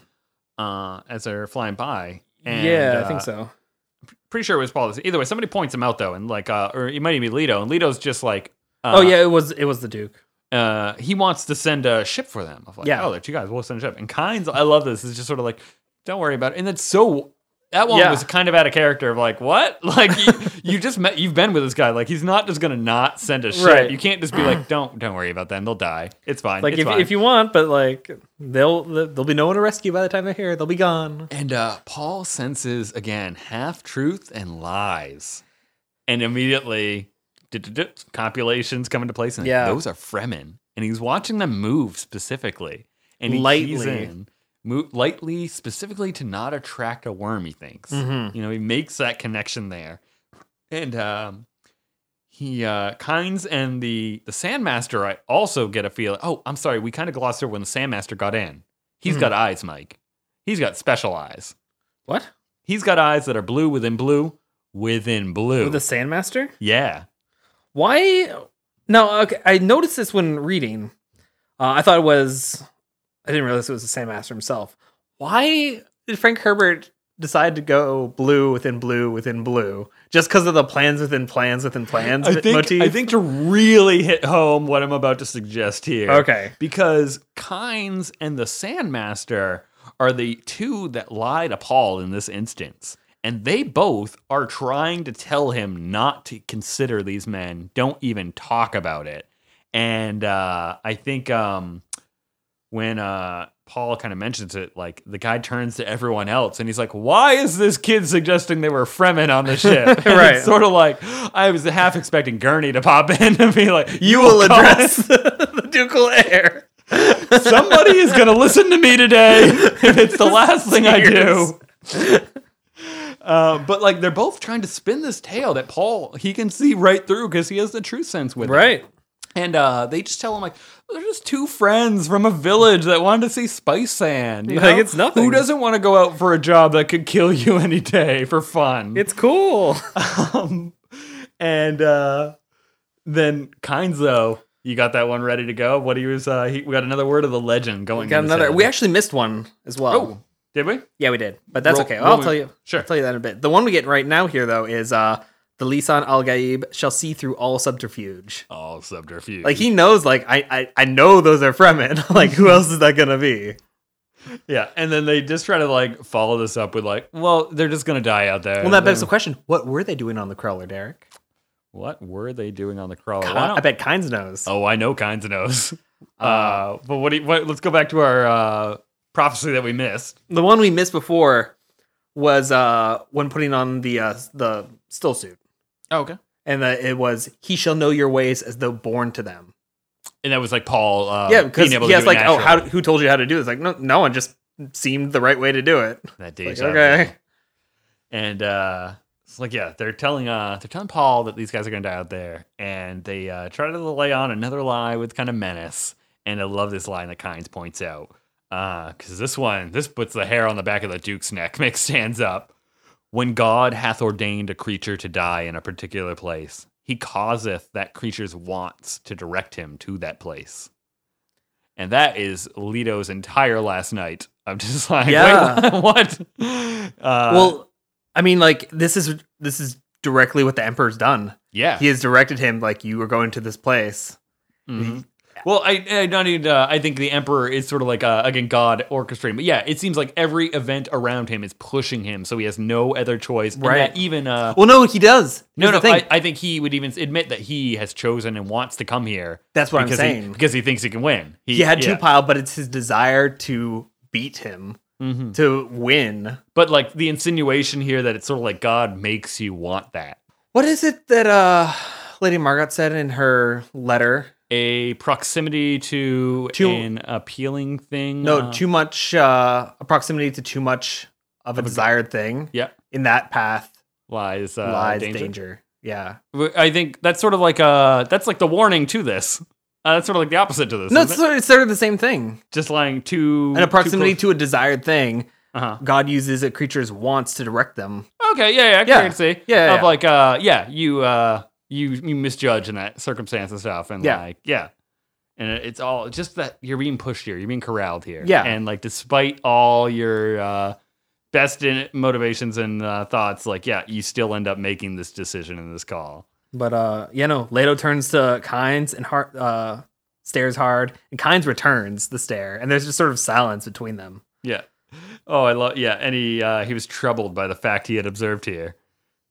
Speaker 1: uh, as they're flying by. And,
Speaker 2: yeah, I
Speaker 1: uh,
Speaker 2: think so.
Speaker 1: Pretty sure it was Paul. Either way, somebody points him out though, and like, uh, or it might even be Leto. And Leto's just like, uh,
Speaker 2: oh yeah, it was it was the Duke.
Speaker 1: uh, he wants to send a ship for them. Of like,
Speaker 2: Yeah.
Speaker 1: oh, they're two guys. We'll send a ship. And Kynes, I love this. Is just sort of like, don't worry about it. And that's so. That one
Speaker 2: Yeah.
Speaker 1: was kind of out of character of like, what? Like you, you just met, you've been with this guy. Like he's not just gonna not send a ship.
Speaker 2: Right.
Speaker 1: You can't just be like, don't, don't worry about them. They'll die. It's fine.
Speaker 2: Like
Speaker 1: It's
Speaker 2: if,
Speaker 1: fine.
Speaker 2: if you want, but like they'll there'll be no one to rescue by the time they're here. They'll be gone.
Speaker 1: And uh, Paul senses again half truth and lies, and immediately du-du-du, compilations come into place. And
Speaker 2: Yeah.
Speaker 1: those are Fremen, and he's watching them move specifically, and he keys
Speaker 2: Lightly.
Speaker 1: in, move lightly, specifically to not attract a worm. He thinks,
Speaker 2: Mhm.
Speaker 1: you know, he makes that connection there, and um, he uh Kynes and the the Sandmaster I also get a feel oh I'm sorry we kind of glossed over when the Sandmaster got in He's
Speaker 2: Mhm.
Speaker 1: got eyes Mike he's got special eyes
Speaker 2: What?
Speaker 1: he's got eyes that are blue within blue within blue
Speaker 2: With the Sandmaster?
Speaker 1: yeah
Speaker 2: Why? No, okay. I noticed this when reading. Uh, I thought it was. I didn't realize it was the Sandmaster himself. Why did Frank Herbert decide to go blue within blue within blue? Just because of the plans within plans within plans
Speaker 1: I
Speaker 2: bit-
Speaker 1: think
Speaker 2: motif?
Speaker 1: I think to really hit home what I'm about to suggest here
Speaker 2: Okay.
Speaker 1: because Kynes and the Sandmaster are the two that lie to Paul in this instance. And they both are trying to tell him not to consider these men. Don't even talk about it. And uh, I think um, when uh, Paul kind of mentions it, like the guy turns to everyone else and he's like, Why is this kid suggesting they were Fremen on the ship? And it's
Speaker 2: Right.
Speaker 1: sort of like, I was half expecting Gurney to pop in and be like,
Speaker 2: You will address the ducal heir.
Speaker 1: Somebody is going to listen to me today. If it's the last thing I do. Uh, but like they're both trying to spin this tale that Paul he can see right through because he has the true sense with him.
Speaker 2: Right.
Speaker 1: And uh, they just tell him like they're just two friends from a village that wanted to see spice sand. you
Speaker 2: Like,
Speaker 1: know?
Speaker 2: it's nothing.
Speaker 1: Who doesn't want to go out for a job that could kill you any day for fun?
Speaker 2: It's cool.
Speaker 1: um, and uh, then Kainzo, you got that one ready to go. What he was, uh, he, we got another word of the legend going.
Speaker 2: We got
Speaker 1: in his
Speaker 2: another.
Speaker 1: head.
Speaker 2: We actually missed one as well.
Speaker 1: oh, did we?
Speaker 2: Yeah, we did. But that's
Speaker 1: Roll-
Speaker 2: okay.
Speaker 1: roll
Speaker 2: I'll
Speaker 1: me-
Speaker 2: tell you.
Speaker 1: Sure.
Speaker 2: I'll tell you that in a bit. The one we get right now here though is uh the Lisan Al Gaib shall see through all subterfuge.
Speaker 1: All subterfuge.
Speaker 2: Like he knows, like I I, I know those are Fremen. like who else is that gonna be?
Speaker 1: yeah. And then they just try to like follow this up with like, well, they're just gonna die out there.
Speaker 2: Well, that begs
Speaker 1: Then-
Speaker 2: the question: What were they doing on the crawler, Derek?
Speaker 1: what were they doing on the crawler? Why
Speaker 2: I,
Speaker 1: don't-
Speaker 2: I bet Kynes knows.
Speaker 1: Oh, I know kinds of knows. Uh, but what? Do you, what let's go back to our uh, prophecy that we missed.
Speaker 2: The one we missed before was uh when putting on the uh the still suit,
Speaker 1: Oh, okay.
Speaker 2: and uh, it was he shall know your ways as though born to them.
Speaker 1: and that was like Paul. Uh,
Speaker 2: yeah, because
Speaker 1: being able
Speaker 2: he
Speaker 1: to
Speaker 2: has
Speaker 1: do it
Speaker 2: like, oh, how,
Speaker 1: naturally.
Speaker 2: who told you how to do this? Like, no, no one just seemed the right way to do it.
Speaker 1: that
Speaker 2: Like,
Speaker 1: deja vu.
Speaker 2: okay,
Speaker 1: and uh it's like yeah they're telling uh they're telling paul that these guys are gonna die out there and they uh try to lay on another lie with kind of menace and i love this line that kynes points out uh because this one this puts the hair on the back of the duke's neck mick stands up when god hath ordained a creature to die in a particular place he causeth that creature's wants to direct him to that place and that is Leto's entire last night. I'm just like,
Speaker 2: Yeah.
Speaker 1: wait, what? Uh,
Speaker 2: well, I mean, like this is this is directly what the emperor's done.
Speaker 1: yeah.
Speaker 2: He has directed him like you are going to this place.
Speaker 1: Mhm. Well, I, I don't need. Uh, I think the emperor is sort of like uh, again God orchestrating, but yeah, it seems like every event around him is pushing him, so he has no other choice. And
Speaker 2: Right.
Speaker 1: that even uh,
Speaker 2: Well, no, he does.
Speaker 1: no,
Speaker 2: Here's
Speaker 1: no,
Speaker 2: the thing.
Speaker 1: I, I think he would even admit that he has chosen and wants to come here.
Speaker 2: That's what I'm
Speaker 1: because He,
Speaker 2: saying.
Speaker 1: because he thinks he can win.
Speaker 2: he had
Speaker 1: yeah.
Speaker 2: Tupile, but it's his desire to beat him
Speaker 1: Mhm.
Speaker 2: to win.
Speaker 1: But like the insinuation here that it's sort of like God makes you want that
Speaker 2: What is it that uh Lady Margot said in her letter?
Speaker 1: a proximity to,
Speaker 2: To-
Speaker 1: an appealing thing.
Speaker 2: No,
Speaker 1: uh,
Speaker 2: too much uh a proximity to too much of a desired thing
Speaker 1: yeah,
Speaker 2: in that path
Speaker 1: lies, uh,
Speaker 2: lies danger.
Speaker 1: danger.
Speaker 2: Yeah.
Speaker 1: I think that's sort of like uh that's like the warning to this. Uh, that's sort of like the opposite to this.
Speaker 2: No,
Speaker 1: isn't
Speaker 2: it's sort, of, it's sort of the same thing.
Speaker 1: it? just lying too
Speaker 2: An proximity to a desired thing,
Speaker 1: uh
Speaker 2: God uses a creature's wants to direct them.
Speaker 1: Okay, yeah, yeah, I can
Speaker 2: Yeah.
Speaker 1: kind of see.
Speaker 2: Yeah, yeah,
Speaker 1: of
Speaker 2: yeah.
Speaker 1: like uh yeah, you uh you you misjudge in that circumstance and stuff, and
Speaker 2: Yeah.
Speaker 1: like yeah, and it- it's all just that you're being pushed here, you're being corralled here,
Speaker 2: Yeah.
Speaker 1: and like despite all your uh best in motivations and uh, thoughts, like yeah, you still end up making this decision in this call.
Speaker 2: But uh yeah, no, Leto turns to Kynes and Har uh stares hard, and Kynes returns the stare, and there's just sort of silence between them.
Speaker 1: Yeah. Oh, I love. Yeah, and he uh, he was troubled by the fact he had observed here.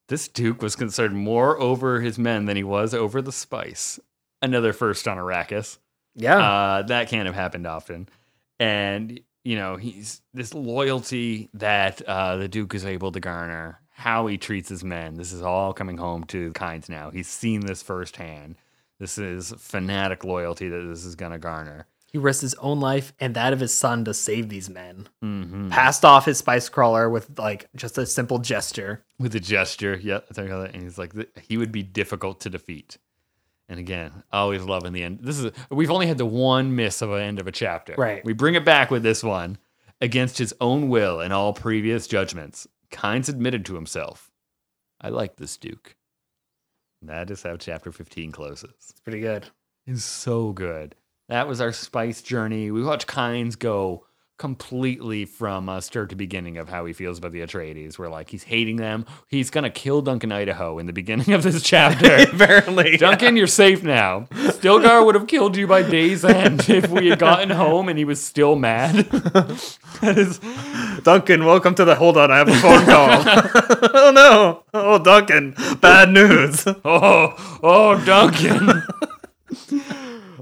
Speaker 1: This duke was concerned more over his men than he was over the spice. Another first on Arrakis.
Speaker 2: Yeah.
Speaker 1: Uh, that can't have happened often. And you know, he's this loyalty that uh, the duke is able to garner. How he treats his men. This is all coming home to kinds now. He's seen this firsthand. This is fanatic loyalty that this is going to garner.
Speaker 2: he risked his own life and that of his son to save these men.
Speaker 1: Mm-hmm.
Speaker 2: Passed off his spice crawler with like just a simple gesture.
Speaker 1: with a gesture. Yeah, I think I got that. And he's like, "Th- he would be difficult to defeat. And again, always loving the end. This is we've only had the one miss of an end of a chapter.
Speaker 2: Right.
Speaker 1: We bring it back with this one. Against his own will and all previous judgments, Kynes admitted to himself, "I like this Duke." And that is how chapter fifteen closes
Speaker 2: It's pretty good.
Speaker 1: is so good. That was our spice journey. We watched Kynes go completely from uh, start to beginning of how he feels about the Atreides. We're like, he's hating them. He's gonna kill Duncan Idaho in the beginning of this chapter.
Speaker 2: Apparently.
Speaker 1: Duncan, you're safe now. Stilgar would have killed you by day's end if we had gotten home and he was still mad. that is
Speaker 2: Duncan, welcome to the hold on, I have a phone call. oh no. Oh Duncan. Bad news.
Speaker 1: Oh, oh, Duncan.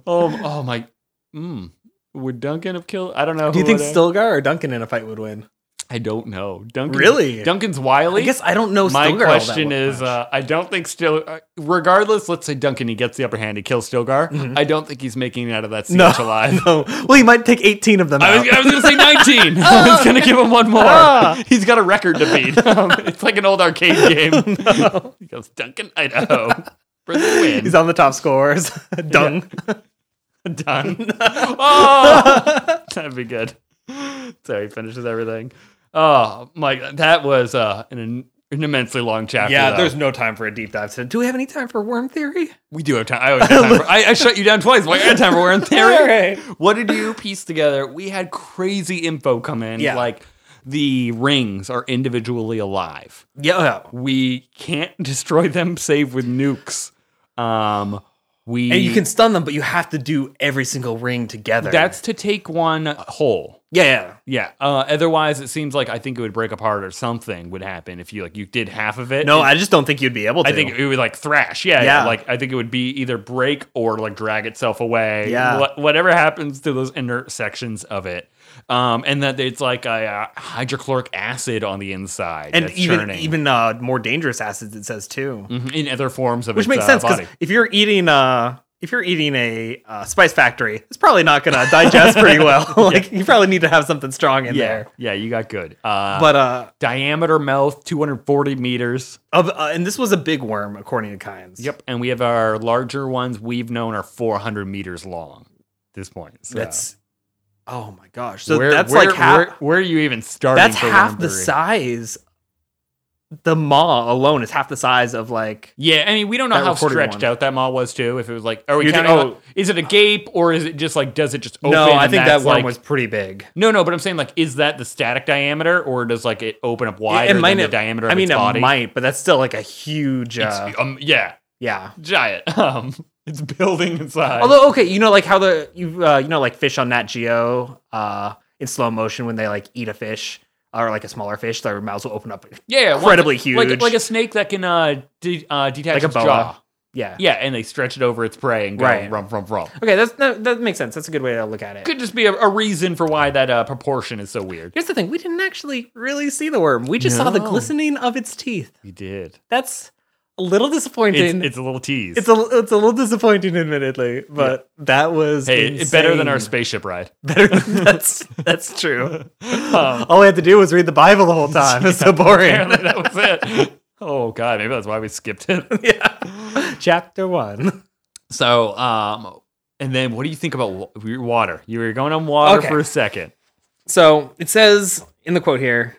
Speaker 1: oh, oh my. Mm. Would Duncan have killed? I don't know.
Speaker 2: Do you
Speaker 1: who
Speaker 2: think
Speaker 1: would have-
Speaker 2: Stilgar or Duncan in a fight would win?
Speaker 1: I don't know. Duncan
Speaker 2: Really?
Speaker 1: Duncan's wily.
Speaker 2: I guess I don't know
Speaker 1: my
Speaker 2: Stilgar. all that
Speaker 1: question
Speaker 2: well
Speaker 1: is,
Speaker 2: much.
Speaker 1: uh, I don't think still. Uh, regardless, let's say Duncan he gets the upper hand, he kills Stilgar. I don't think he's making it out of that siege
Speaker 2: Mm-hmm. no,
Speaker 1: alive.
Speaker 2: no. Well, he might take 18 of them
Speaker 1: I
Speaker 2: out.
Speaker 1: was, I was gonna say 19. I
Speaker 2: Oh.
Speaker 1: was gonna give him one more.
Speaker 2: Ah.
Speaker 1: He's got a record to beat. Um, it's like an old arcade game. He goes Duncan Idaho for the win.
Speaker 2: He's on the top scorers. Dung.
Speaker 1: done. oh, that'd be good. So he finishes everything. Oh, my! That was uh, an, an immensely long chapter. though.
Speaker 2: no time for a deep dive. So, do we have any time for worm theory?
Speaker 1: we do have time. I always have time. For, I, I shut you down twice. Why I had time for wearing theory?
Speaker 2: All right.
Speaker 1: What did you piece together? We had crazy info come in.
Speaker 2: Yeah.
Speaker 1: like the rings are individually alive.
Speaker 2: Yeah.
Speaker 1: We can't destroy them save with nukes. Um, we
Speaker 2: And you can stun them, but you have to do every single ring together.
Speaker 1: That's to take one whole.
Speaker 2: yeah, yeah.
Speaker 1: Yeah. Uh, otherwise, it seems like I think it would break apart or something would happen if you like you did half of it.
Speaker 2: No,
Speaker 1: I,
Speaker 2: I just don't think you'd be able to.
Speaker 1: I think it would like thrash. Yeah, yeah.
Speaker 2: Yeah.
Speaker 1: Like I think it would be either break or like drag itself away.
Speaker 2: Yeah.
Speaker 1: Wha- whatever happens to those inert sections of it, um, and that it's like a uh, hydrochloric acid on the inside
Speaker 2: and
Speaker 1: that's
Speaker 2: even
Speaker 1: churning.
Speaker 2: even uh, more dangerous acids. It says too,
Speaker 1: Mhm, in other forms of
Speaker 2: which
Speaker 1: its,
Speaker 2: makes
Speaker 1: uh,
Speaker 2: sense because
Speaker 1: body.
Speaker 2: if you're eating uh, if you're eating a uh, spice factory, it's probably not going to digest pretty well. like you probably need to have something strong in
Speaker 1: Yeah,
Speaker 2: there.
Speaker 1: yeah, you got good. Uh,
Speaker 2: But uh,
Speaker 1: diameter mouth, 240 meters.
Speaker 2: of- uh, and this was a big worm according to Kynes.
Speaker 1: Yep. And we have our larger ones we've known are 400 meters long at this point. So
Speaker 2: That's Oh my gosh. So
Speaker 1: where-
Speaker 2: that's
Speaker 1: where-
Speaker 2: like half
Speaker 1: Where, where are you even starting?
Speaker 2: that's
Speaker 1: for
Speaker 2: half
Speaker 1: worm
Speaker 2: the
Speaker 1: breeding?
Speaker 2: size the maw alone is half the size of like
Speaker 1: Yeah, I mean, we don't know
Speaker 2: That
Speaker 1: how
Speaker 2: recorded
Speaker 1: stretched
Speaker 2: one.
Speaker 1: out that maw was too. If it was like, are we
Speaker 2: You're
Speaker 1: counting?
Speaker 2: thi-
Speaker 1: like-
Speaker 2: oh.
Speaker 1: is it a gape or is it just like? Does it just open?
Speaker 2: No, I
Speaker 1: and
Speaker 2: think that
Speaker 1: that's,
Speaker 2: worm
Speaker 1: like-
Speaker 2: was pretty big.
Speaker 1: No, no, but I'm saying like, is that the static diameter or does like it open up
Speaker 2: It-
Speaker 1: wider
Speaker 2: it might
Speaker 1: than the
Speaker 2: have-
Speaker 1: diameter of
Speaker 2: I mean,
Speaker 1: its body?
Speaker 2: it might, but that's still like a huge. Uh,
Speaker 1: It's- um, yeah,
Speaker 2: yeah.
Speaker 1: giant. Um, it's building inside.
Speaker 2: Although, okay, you know, like how the you uh, you know, like fish on Nat Geo, uh, in slow motion when they like eat a fish or like a smaller fish, their mouths will open up.
Speaker 1: yeah, once-
Speaker 2: incredibly
Speaker 1: like
Speaker 2: huge.
Speaker 1: like a snake that can uh, de- uh detach
Speaker 2: Like a
Speaker 1: its
Speaker 2: boa.
Speaker 1: jaw.
Speaker 2: Yeah.
Speaker 1: Yeah, and they stretch it over its prey and go
Speaker 2: Right.
Speaker 1: rum rum rum.
Speaker 2: Okay, that's that, that makes sense. That's a good way to look at it.
Speaker 1: Could just be a, a reason for why that uh, proportion is so weird.
Speaker 2: Here's the thing: we didn't actually really see the worm. We just saw the
Speaker 1: No.
Speaker 2: glistening of its teeth.
Speaker 1: You did.
Speaker 2: That's a little
Speaker 1: It's,
Speaker 2: disappointing.
Speaker 1: it's a little tease.
Speaker 2: It's a it's a little disappointing, admittedly, but that was
Speaker 1: hey, it's better than our
Speaker 2: insane.
Speaker 1: spaceship ride.
Speaker 2: better. Than, that's that's true. All I had to do was read the Bible the whole time. It's so boring.
Speaker 1: Apparently that was it. Oh god, maybe that's why we skipped it.
Speaker 2: yeah. Chapter one.
Speaker 1: So, um, and then what do you think about wa- your water? You were going on water
Speaker 2: Okay.
Speaker 1: for a second.
Speaker 2: So it says in the quote here,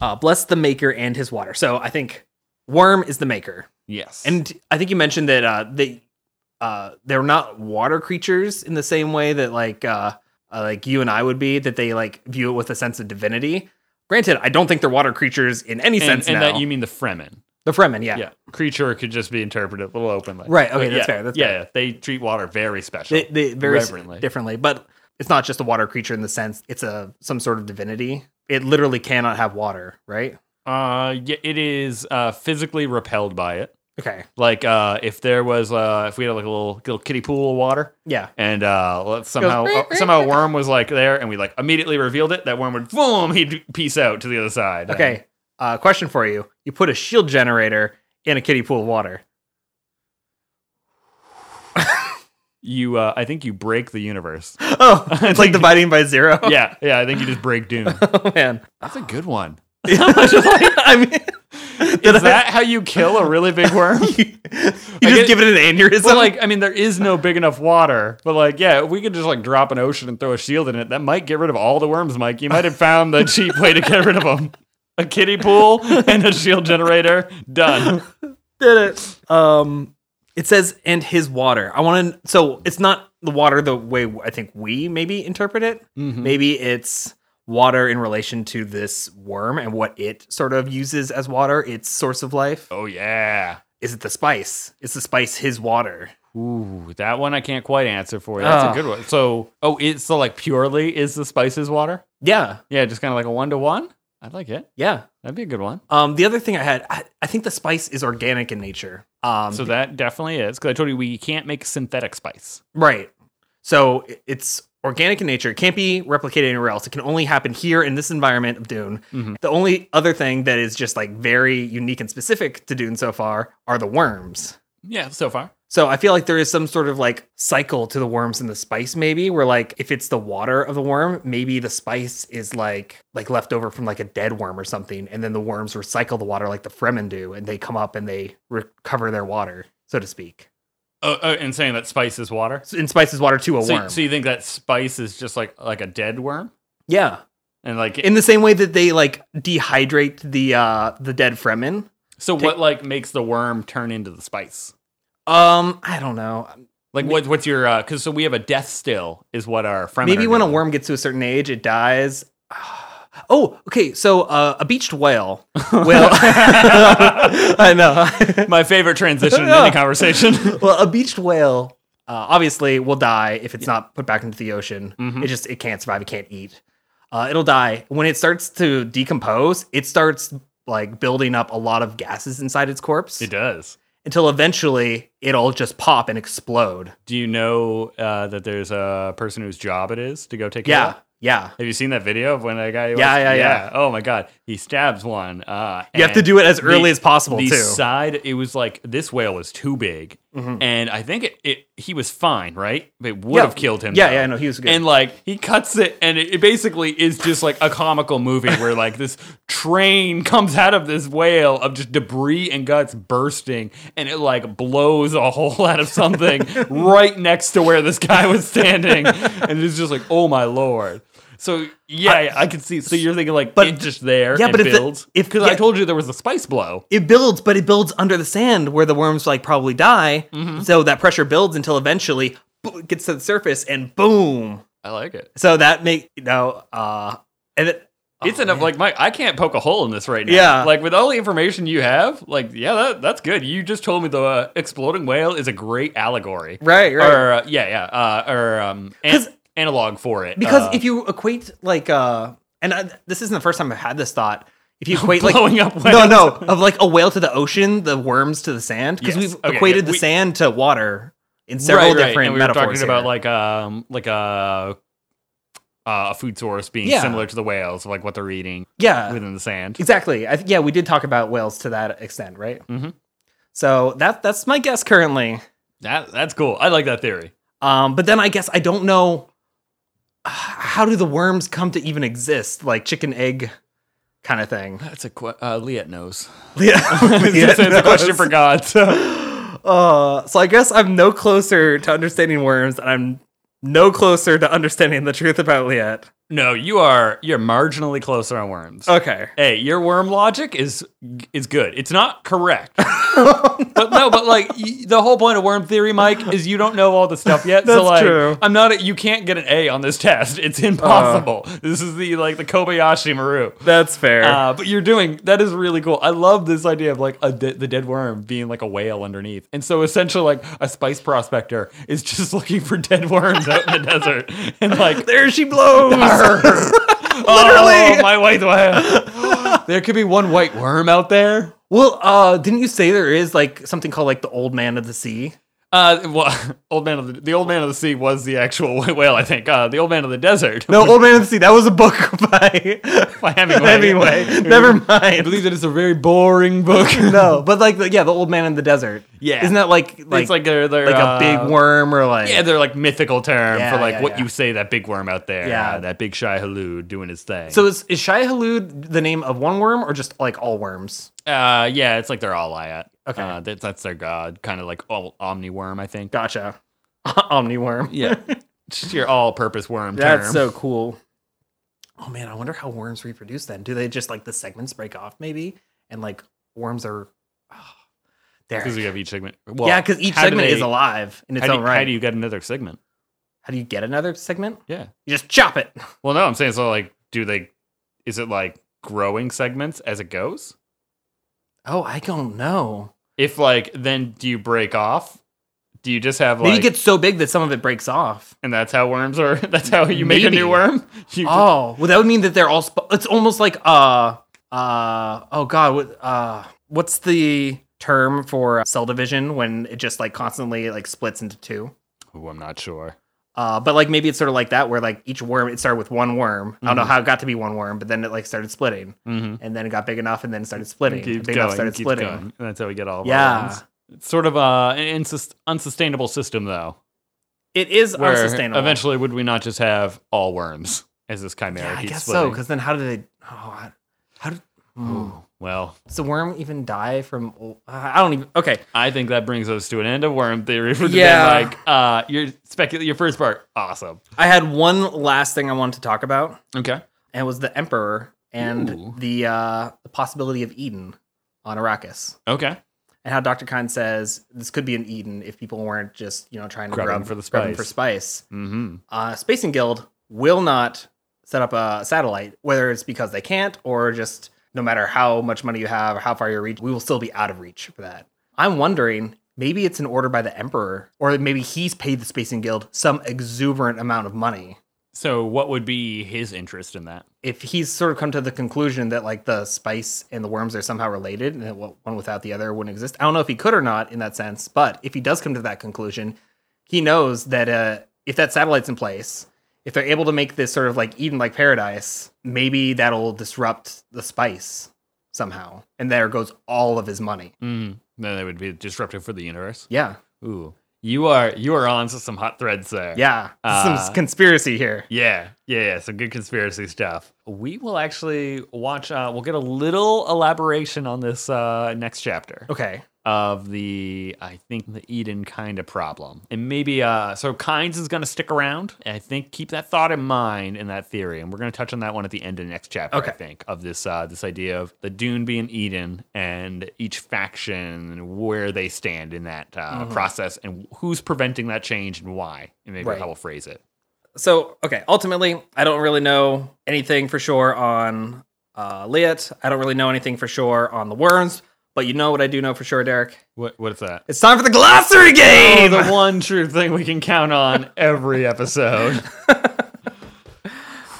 Speaker 2: uh, "Bless the Maker and His water." So I think worm is the Maker,
Speaker 1: Yes,
Speaker 2: and I think you mentioned that uh, they uh, they're not water creatures in the same way that like uh, uh, like you and I would be. That they like view it with a sense of divinity. Granted, I don't think they're water creatures in any
Speaker 1: and,
Speaker 2: sense
Speaker 1: and
Speaker 2: now.
Speaker 1: that you mean the Fremen.
Speaker 2: the Fremen, yeah.
Speaker 1: Yeah. creature could just be interpreted a little openly.
Speaker 2: Right, okay,
Speaker 1: But
Speaker 2: that's
Speaker 1: yeah,
Speaker 2: fair, that's
Speaker 1: yeah,
Speaker 2: fair.
Speaker 1: yeah, they treat water very special.
Speaker 2: they, they very s-
Speaker 1: Reverently.
Speaker 2: differently but it's not just a water creature in the sense it's a some sort of divinity it literally cannot have water right
Speaker 1: uh, yeah, it is uh, physically repelled by it.
Speaker 2: okay
Speaker 1: Like, uh, if there was, uh, if we had like a little little kiddie pool of water,
Speaker 2: yeah
Speaker 1: and uh, let's somehow
Speaker 2: "Meep,
Speaker 1: uh,
Speaker 2: meep,
Speaker 1: somehow a
Speaker 2: meep."
Speaker 1: worm was like there, and we like immediately revealed it. That worm would boom, he'd peace out to the other side.
Speaker 2: okay uh, question for you you put a shield generator in a kiddie pool of water
Speaker 1: you, uh, I think you break the universe.
Speaker 2: oh it's like dividing by zero
Speaker 1: yeah, yeah, I think you just break doom.
Speaker 2: oh man
Speaker 1: That's a good one.
Speaker 2: i mean did
Speaker 1: Is that how you kill a really big worm?
Speaker 2: I, you just
Speaker 1: get-
Speaker 2: give it an aneurysm
Speaker 1: But like, I mean, there is no big enough water. But like, yeah, if we could just like drop an ocean and throw a shield in it, that might get rid of all the worms, Mike. You might have found the cheap way to get rid of them: a kiddie pool and a shield generator. Done.
Speaker 2: did it. Um, it says and his water. I want to. So it's not the water the way I think we maybe interpret it. Maybe it's water in relation to this worm and what it sort of uses as water, its source of life.
Speaker 1: Oh yeah.
Speaker 2: Is it the spice? Is the spice his water?
Speaker 1: Ooh, that one I can't quite answer for you. That's
Speaker 2: Ah.
Speaker 1: a good one. So, oh, it's so like purely is the spices water?
Speaker 2: Yeah,
Speaker 1: Yeah, just kind of like a one to one. I'd like it.
Speaker 2: yeah.
Speaker 1: That'd be a good one.
Speaker 2: Um, the other thing I had, I, I think the spice is organic in nature. Um,
Speaker 1: So that definitely is because I told you we can't make synthetic spice.
Speaker 2: Right. So i- it's organic in nature. It can't be replicated anywhere else. It can only happen here in this environment of Dune.
Speaker 1: Mhm.
Speaker 2: The only other thing that is just like very unique and specific to Dune so far are the worms.
Speaker 1: Yeah, so far.
Speaker 2: So I feel like there is some sort of like cycle to the worms and the spice, maybe where like if it's the water of the worm, maybe the spice is like like left over from like a dead worm or something, and then the worms recycle the water like the Fremen do, and they come up and they recover their water, so to speak.
Speaker 1: Oh, oh, and saying that spice is water.
Speaker 2: So- And spices water to a
Speaker 1: So,
Speaker 2: worm.
Speaker 1: so you think that spice is just like like a dead worm
Speaker 2: yeah.
Speaker 1: and like
Speaker 2: in the same way that they like dehydrate the uh the dead fremen
Speaker 1: so what like makes the worm turn into the spice?
Speaker 2: um i don't know
Speaker 1: Like what what's your uh cuz so we have a death still is what our friend
Speaker 2: maybe when a worm gets to a certain age it dies oh okay so uh, a beached whale will i know
Speaker 1: my favorite transition in any conversation.
Speaker 2: well a beached whale uh, obviously will die if it's not put back into the ocean
Speaker 1: Mhm.
Speaker 2: it just it can't survive it can't eat uh, it'll die when it starts to decompose it starts like building up a lot of gases inside its corpse
Speaker 1: It does.
Speaker 2: until eventually it'll just pop and explode.
Speaker 1: Do you know uh, that there's a person whose job it is to go take care of
Speaker 2: Yeah.
Speaker 1: it?
Speaker 2: Yeah.
Speaker 1: Have you seen that video of when that guy? was-
Speaker 2: Yeah, yeah, yeah.
Speaker 1: Oh my god, he stabs one. Uh,
Speaker 2: You have
Speaker 1: and
Speaker 2: to do it as
Speaker 1: the-
Speaker 2: early as possible,
Speaker 1: the
Speaker 2: too.
Speaker 1: side, it was like this whale was too big, and I think it, it he was fine, right? It would
Speaker 2: Mm-hmm. Yeah.
Speaker 1: have killed him.
Speaker 2: Yeah,
Speaker 1: though.
Speaker 2: yeah, no, he was good.
Speaker 1: And like he cuts it, and it, it basically is just like a comical movie where like this train comes out of this whale of just debris and guts bursting, and it like blows a hole out of something right next to where this guy was standing, and it's just like, oh my lord. So yeah, I, I can see. So you're thinking like,
Speaker 2: But-
Speaker 1: but it's just there.
Speaker 2: Yeah,
Speaker 1: and
Speaker 2: but if the-
Speaker 1: builds.
Speaker 2: if-
Speaker 1: because
Speaker 2: yeah.
Speaker 1: I told you there was a spice blow.
Speaker 2: It builds, but it builds under the sand where the worms like probably die.
Speaker 1: Mm-hmm.
Speaker 2: So that pressure builds until eventually bo- it gets to the surface and boom.
Speaker 1: I like it.
Speaker 2: So that make you know, uh, and it,
Speaker 1: It's enough. Like, Mike, I can't poke a hole in this right now.
Speaker 2: Oh, Yeah.
Speaker 1: Like, with all the information you have, like, yeah, that, that's good. You just told me the uh, exploding whale is a great allegory.
Speaker 2: right, right.
Speaker 1: Or, uh, yeah, yeah. Uh, or um, an-
Speaker 2: 'Cause-
Speaker 1: analog for it.
Speaker 2: because
Speaker 1: uh,
Speaker 2: if you equate like uh, and I, this isn't the first time I've had this thought. If you equate like
Speaker 1: Blowing up
Speaker 2: no,
Speaker 1: whales.
Speaker 2: no, of like a whale to the ocean, the worms to the sand, because
Speaker 1: Yes.
Speaker 2: we've
Speaker 1: Okay,
Speaker 2: equated
Speaker 1: yeah,
Speaker 2: the
Speaker 1: we-
Speaker 2: sand to water in several
Speaker 1: right, right,
Speaker 2: different
Speaker 1: and we
Speaker 2: metaphors.
Speaker 1: were talking about,
Speaker 2: here.
Speaker 1: like, um, like a, uh, a food source being
Speaker 2: Yeah. Uh,
Speaker 1: similar to the whales, like what they're eating
Speaker 2: yeah,
Speaker 1: within the sand.
Speaker 2: Exactly. I th- yeah, we did talk about whales to that extent, right?
Speaker 1: Mhm.
Speaker 2: So that that's my guess currently.
Speaker 1: That, that's cool. I like that theory.
Speaker 2: Um, but then I guess I don't know uh, how do the worms come to even exist, like chicken egg kind of thing.
Speaker 1: That's a que- uh, Liet knows.
Speaker 2: Yeah,
Speaker 1: It's just- it's a question for God. So.
Speaker 2: Uh, so I guess I'm no closer to understanding worms, and I'm no closer to understanding the truth about Liet.
Speaker 1: No, you are you're marginally closer on worms.
Speaker 2: Okay.
Speaker 1: hey, your worm logic is is good. It's not correct. But no, but like y- the whole point of worm theory, Mike, is you don't know all the stuff yet. so
Speaker 2: That's
Speaker 1: like
Speaker 2: true.
Speaker 1: I'm not a, you can't get an A on this test. It's impossible.
Speaker 2: Uh.
Speaker 1: this is the like the Kobayashi Maru.
Speaker 2: That's fair.
Speaker 1: Uh, but you're doing that is really cool. I love this idea of like a de- the dead worm being like a whale underneath, and so essentially like a spice prospector is just looking for dead worms out in the desert, and like
Speaker 2: there she blows.
Speaker 1: Literally, Oh, my white whale. there could be one white worm out there.
Speaker 2: Well, uh, didn't you say there is like something called like the old man of the sea?
Speaker 1: Uh, well, old man of the, the old man of the sea was the actual white whale, I think. Uh, the old man of the desert.
Speaker 2: No, Old Man of the Sea. That was a book by
Speaker 1: by Hemingway.
Speaker 2: Hemingway. Never
Speaker 1: I
Speaker 2: mind.
Speaker 1: believe that it's a very boring book.
Speaker 2: No, but like, the, yeah, the Old Man in the Desert.
Speaker 1: Yeah.
Speaker 2: isn't that like like
Speaker 1: it's like they're, they're
Speaker 2: like
Speaker 1: uh,
Speaker 2: a big worm or like
Speaker 1: Yeah, they're like mythical term
Speaker 2: Yeah,
Speaker 1: for like
Speaker 2: yeah,
Speaker 1: what
Speaker 2: yeah.
Speaker 1: you say that big worm out there.
Speaker 2: Yeah.
Speaker 1: uh, that big shy halud doing his thing.
Speaker 2: So is is Shai Halud the name of one worm or just like all worms?
Speaker 1: uh, yeah, it's like they're all liat.
Speaker 2: Okay.
Speaker 1: uh, that, that's their god, kind of like all omni worm, I think.
Speaker 2: Gotcha. Omniworm.
Speaker 1: Yeah, just your all-purpose worm.
Speaker 2: That's
Speaker 1: term.
Speaker 2: so cool. Oh man, I wonder how worms reproduce. Then do they just like the segments break off maybe, and like worms are Ah, there?
Speaker 1: Because we have each segment. Well,
Speaker 2: yeah, because each
Speaker 1: how do
Speaker 2: segment
Speaker 1: they-
Speaker 2: is alive in its
Speaker 1: how do,
Speaker 2: own
Speaker 1: you-
Speaker 2: right.
Speaker 1: How do you get another segment?
Speaker 2: how do you get another segment?
Speaker 1: Yeah.
Speaker 2: You just chop it.
Speaker 1: Well, no, I'm saying so. Like, do they? Is it like growing segments as it goes?
Speaker 2: Oh, I don't know.
Speaker 1: If like, then do you break off? Do you just have like?
Speaker 2: Maybe it gets so big that some of it breaks off.
Speaker 1: and that's how worms are. That's how you make a
Speaker 2: Maybe.
Speaker 1: new worm. You just-
Speaker 2: Oh, well, that would mean that they're all. Sp- it's almost like uh, uh, oh god, what, uh, what's the term for cell division when it just like constantly like splits into two?
Speaker 1: Ooh, I'm not sure.
Speaker 2: Uh, but like maybe it's sort of like that where like each worm it started with one worm. I don't know
Speaker 1: Mhm.
Speaker 2: how it got to be one worm, but then it like started splitting,
Speaker 1: Mm-hmm.
Speaker 2: and then it got big enough, and then it started splitting,
Speaker 1: Keeps
Speaker 2: big
Speaker 1: going.
Speaker 2: enough started
Speaker 1: keeps
Speaker 2: splitting.
Speaker 1: going. And that's how we get all. Of
Speaker 2: Yeah.
Speaker 1: Our worms. It's sort of uh, an insus- unsustainable system, though.
Speaker 2: It is
Speaker 1: Where
Speaker 2: unsustainable.
Speaker 1: Eventually, would we not just have all worms as this chimera?
Speaker 2: yeah, I
Speaker 1: keeps
Speaker 2: guess so.
Speaker 1: splitting?
Speaker 2: Because then how do they? Oh, I- how do? Hmm.
Speaker 1: Ooh, Oh. well,
Speaker 2: Does the worm even die from? ol- Uh, I don't even. Okay.
Speaker 1: I think that brings us to an end of worm theory for today.
Speaker 2: Yeah.
Speaker 1: Mike, uh, your specu- your first part, awesome.
Speaker 2: I had one last thing I wanted to talk about,
Speaker 1: Okay.
Speaker 2: and it was the Emperor and
Speaker 1: Ooh.
Speaker 2: the uh, the possibility of Eden on Arrakis,
Speaker 1: Okay.
Speaker 2: and how Dr. Khan says this could be an Eden if people weren't just you know trying to
Speaker 1: Grabbing
Speaker 2: grub
Speaker 1: for the
Speaker 2: grabbing
Speaker 1: spice.
Speaker 2: for spice.
Speaker 1: Mm-hmm.
Speaker 2: Uh, Spacing Guild will not set up a satellite, whether it's because they can't or just no matter how much money you have or how far you reach, we will still be out of reach for that. I'm wondering. Maybe it's an order by the emperor, or maybe he's paid the Spacing Guild some exuberant amount of money
Speaker 1: So, what would be his interest in that?
Speaker 2: if he's sort of come to the conclusion that like the spice and the worms are somehow related and that one without the other wouldn't exist, I don't know if he could or not in that sense. But if he does come to that conclusion, he knows that uh, if that satellite's in place, if they're able to make this sort of like Eden like paradise, maybe that'll disrupt the spice somehow, and there goes all of his money.
Speaker 1: Mm-hmm. Mm. Then it would be disruptive for the universe.
Speaker 2: Yeah,
Speaker 1: Ooh, you are you are on to some hot threads there.
Speaker 2: Yeah,
Speaker 1: Uh,
Speaker 2: some conspiracy here.
Speaker 1: Yeah, yeah, yeah. Some good conspiracy stuff. We will actually watch. Uh, we'll get a little elaboration on this uh, next chapter
Speaker 2: Okay,
Speaker 1: of the, I think, the Eden kind of problem, and maybe uh, so. Kynes is going to stick around. I think keep that thought in mind in that theory, and we're going to touch on that one at the end of the next chapter.
Speaker 2: Okay.
Speaker 1: I think of this uh, this idea of the Dune being Eden, and each faction where they stand in that uh,
Speaker 2: Mm-hmm.
Speaker 1: process, and who's preventing that change and why, and maybe
Speaker 2: Right.
Speaker 1: how we'll phrase it.
Speaker 2: so okay, ultimately, I don't really know anything for sure on uh, Liet. I don't really know anything for sure on the worms. But you know what I do know for sure, Derek.
Speaker 1: What what's that?
Speaker 2: It's time for the glossary
Speaker 1: Oh,
Speaker 2: game.
Speaker 1: the one true thing we can count on every episode.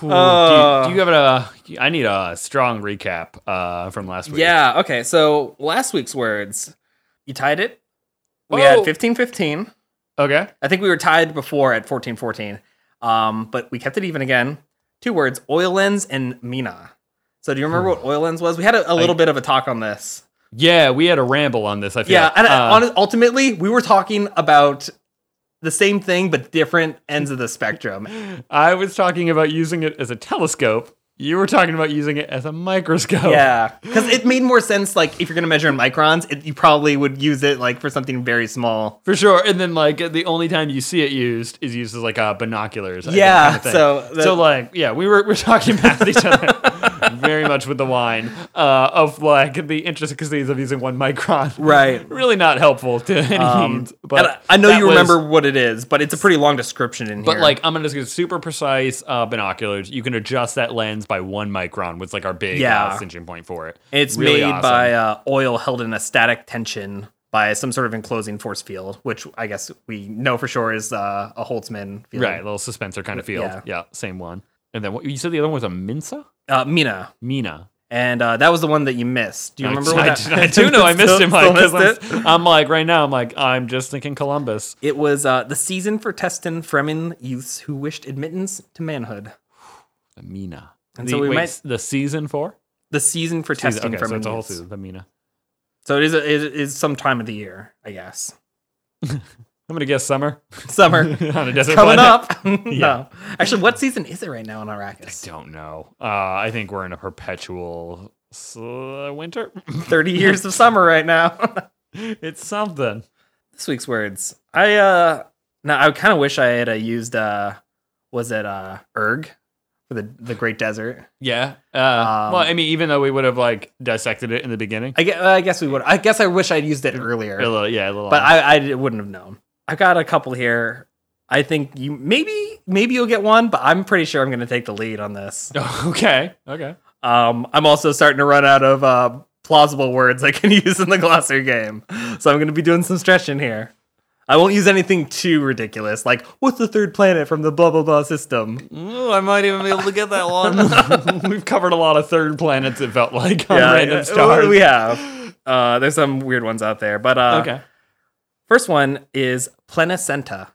Speaker 1: Ooh, do, you, do you have a? I need a strong recap uh, from last week.
Speaker 2: yeah. Okay. So last week's words, you tied it. We had
Speaker 1: Oh.
Speaker 2: fifteen fifteen.
Speaker 1: Okay.
Speaker 2: I think we were tied before at fourteen fourteen, Um, but we kept it even again. Two words, oil lens and Mina. So do you
Speaker 1: Hmm.
Speaker 2: remember what oil lens was? We had a, a little bit of a talk on this.
Speaker 1: Yeah, we had a ramble on this. I feel.
Speaker 2: Yeah, and I-
Speaker 1: Uh,
Speaker 2: hon- ultimately, we were talking about the same thing but different ends of the spectrum.
Speaker 1: I was talking about using it as a telescope. You were talking about using it as a microscope.
Speaker 2: Yeah, because it made more sense. Like if you're gonna measure in microns, it, you probably would use it like for something very small.
Speaker 1: For sure, and then like the only time you see it used is used as like uh, binoculars. I think,
Speaker 2: Yeah,
Speaker 1: kinda thing.
Speaker 2: so the-
Speaker 1: so like yeah, we were we're talking past each other very much with the wine uh, of like the intricacies of using one micron.
Speaker 2: Right. Um,
Speaker 1: really not helpful to any means.
Speaker 2: And
Speaker 1: But
Speaker 2: I, I know
Speaker 1: that
Speaker 2: you
Speaker 1: was-
Speaker 2: remember what it is, but it's a pretty long description in
Speaker 1: But
Speaker 2: here.
Speaker 1: like I'm gonna just get super precise uh, binoculars. You can adjust that lens by one micron, was like our big
Speaker 2: Yeah.
Speaker 1: uh, cinching point for it.
Speaker 2: It's
Speaker 1: Really
Speaker 2: made
Speaker 1: awesome.
Speaker 2: by uh, oil held in a static tension by some sort of enclosing force field, which I guess we know for sure is uh, a Holtzman field.
Speaker 1: right, a little suspensor kind of field.
Speaker 2: Yeah.
Speaker 1: Yeah. same one. And then what you said the other one was a Minsa
Speaker 2: Uh, Mina.
Speaker 1: Mina.
Speaker 2: And uh, that was the one that you missed. Do you
Speaker 1: I-
Speaker 2: remember
Speaker 1: I,
Speaker 2: what that-
Speaker 1: I, do know I missed
Speaker 2: Still-
Speaker 1: him.
Speaker 2: still
Speaker 1: Mike, 'cause
Speaker 2: missed it?
Speaker 1: I'm, I'm like right now. I'm like I'm just thinking Columbus.
Speaker 2: It was uh, the season for Teston Fremen youths who wished admittance to manhood.
Speaker 1: The Mina.
Speaker 2: And
Speaker 1: the,
Speaker 2: so we
Speaker 1: wait,
Speaker 2: might-
Speaker 1: s- the season four.
Speaker 2: The season for
Speaker 1: Season,
Speaker 2: Teston
Speaker 1: okay, so
Speaker 2: Fremen
Speaker 1: it's a whole
Speaker 2: youths.
Speaker 1: season. The Mina.
Speaker 2: So it is, a, it is some time of the year, I guess.
Speaker 1: I'm gonna guess summer
Speaker 2: Summer.
Speaker 1: on a desert
Speaker 2: Coming
Speaker 1: planet.
Speaker 2: up. no. Actually, what season is it right now in Arrakis?
Speaker 1: Don't know. Uh, I think we're in a perpetual s- uh, winter.
Speaker 2: 30 years of summer right now.
Speaker 1: it's something.
Speaker 2: this week's words. I uh no, I kind of wish I had uh, used uh was it uh erg for the the Great Desert.
Speaker 1: Yeah. Uh,
Speaker 2: Um,
Speaker 1: well, I mean, even though we would have like dissected it in the beginning,
Speaker 2: I guess, I guess we would. I guess I wish I'd used it earlier,
Speaker 1: a little, yeah, a little.
Speaker 2: but I I wouldn't have known. I've got a couple here. I think you maybe maybe you'll get one, but I'm pretty sure I'm going to take the lead on this.
Speaker 1: okay, okay.
Speaker 2: Um, I'm also starting to run out of uh, plausible words I can use in the glossary game, so I'm going to be doing some stretching here. I won't use anything too ridiculous, like what's the third planet from the blah blah blah system.
Speaker 1: Ooh, I might even be able to get that one. We've covered a lot of third planets. It felt like on random
Speaker 2: uh,
Speaker 1: stars.
Speaker 2: We have. Uh, there's some weird ones out there, but uh,
Speaker 1: okay.
Speaker 2: first one is Plenacenta.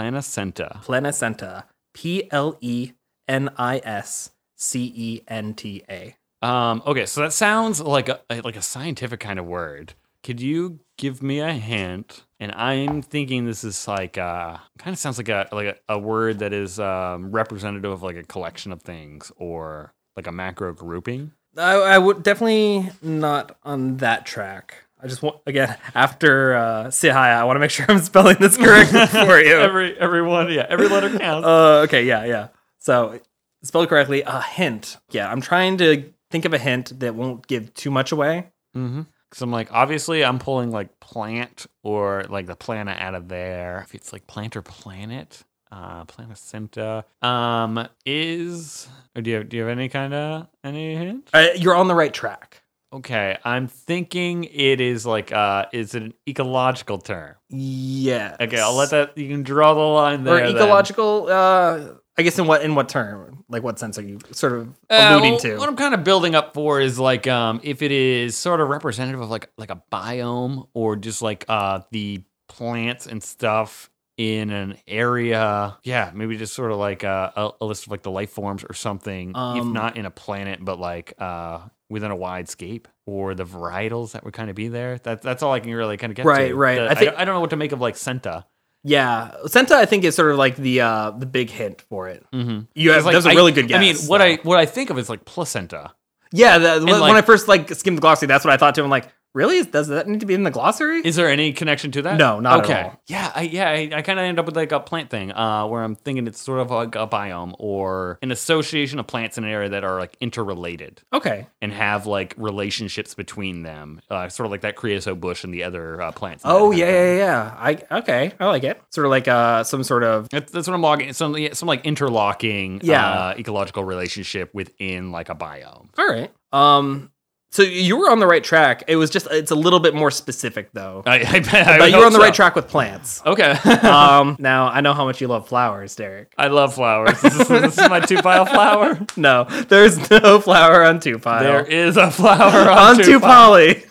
Speaker 1: Planacenta.
Speaker 2: Plenacenta. P L E N I S C E N T A.
Speaker 1: Um, okay, so that sounds like a like a scientific kind of word. Could you give me a hint? And I'm thinking this is like uh kind of sounds like a like a, a word that is um, representative of like a collection of things or like a macro grouping.
Speaker 2: I, I would definitely not on that track. I just want again after uh, Sihaya, I want to make sure I'm spelling this correctly for you.
Speaker 1: Every everyone, yeah, every letter counts.
Speaker 2: Uh, okay, yeah, yeah. So spelled correctly. A hint. Yeah, I'm trying to think of a hint that won't give too much away.
Speaker 1: mm-hmm. Because I'm like, obviously, I'm pulling like plant or like the planet out of there. If it's like plant or planet, uh, planacenta. Um, is or do you have, do you have any kind of any hint?
Speaker 2: Uh, you're on the right track.
Speaker 1: Okay, I'm thinking it is like uh, is it an ecological term?
Speaker 2: Yes.
Speaker 1: Okay, I'll let that. You can draw the line there.
Speaker 2: Or
Speaker 1: then.
Speaker 2: ecological. Uh, I guess in what in what term? Like what sense are you sort of
Speaker 1: Uh,
Speaker 2: alluding
Speaker 1: well,
Speaker 2: to?
Speaker 1: What I'm kind of building up for is like um, if it is sort of representative of like like a biome or just like uh, the plants and stuff in an area. Yeah, maybe just sort of like uh, a, a list of like the life forms or something. if
Speaker 2: Um,
Speaker 1: not in a planet, but like uh, within a wide scape or the varietals that would kind of be there. That, that's all I can really kind of get
Speaker 2: Right,
Speaker 1: to.
Speaker 2: right.
Speaker 1: The-
Speaker 2: I
Speaker 1: I,
Speaker 2: think-
Speaker 1: don't, I don't know what to make of like Senta.
Speaker 2: Yeah, Senta I think is sort of like the uh the big hint for it.
Speaker 1: Mm-hmm.
Speaker 2: You have,
Speaker 1: like,
Speaker 2: that's a
Speaker 1: I-
Speaker 2: really good guess.
Speaker 1: I mean, what
Speaker 2: though.
Speaker 1: I what I think of is like placenta.
Speaker 2: yeah the, when
Speaker 1: like-
Speaker 2: I first like skimmed the glossary, that's what I thought too. I'm like, really? Does that need to be in the glossary?
Speaker 1: Is there any connection to that?
Speaker 2: No, not at
Speaker 1: okay.
Speaker 2: all.
Speaker 1: Yeah, I, yeah, I, I kind of end up with like a plant thing, uh, where I'm thinking it's sort of like a biome or an association of plants in an area that are like interrelated
Speaker 2: okay.
Speaker 1: and have like relationships between them, uh, sort of like that creosote bush and the other uh, plants. and
Speaker 2: Oh
Speaker 1: that kind
Speaker 2: yeah,
Speaker 1: of
Speaker 2: yeah, yeah. I okay, I like it. Sort of like uh some sort of
Speaker 1: That's, that's what I'm logging. Some yeah, some like interlocking
Speaker 2: Yeah.
Speaker 1: uh, ecological relationship within like a biome.
Speaker 2: all right. Um, so you were on the right track. It was just it's a little bit more specific though.
Speaker 1: I, I, bet- I
Speaker 2: but
Speaker 1: would
Speaker 2: you were
Speaker 1: hope
Speaker 2: on the
Speaker 1: so.
Speaker 2: right track with plants.
Speaker 1: Okay.
Speaker 2: um, now I know how much you love flowers, Derek.
Speaker 1: I love flowers. This is, this is my two pile flower.
Speaker 2: No, there's no flower on two pile.
Speaker 1: There is a flower
Speaker 2: on
Speaker 1: on,
Speaker 2: two poly.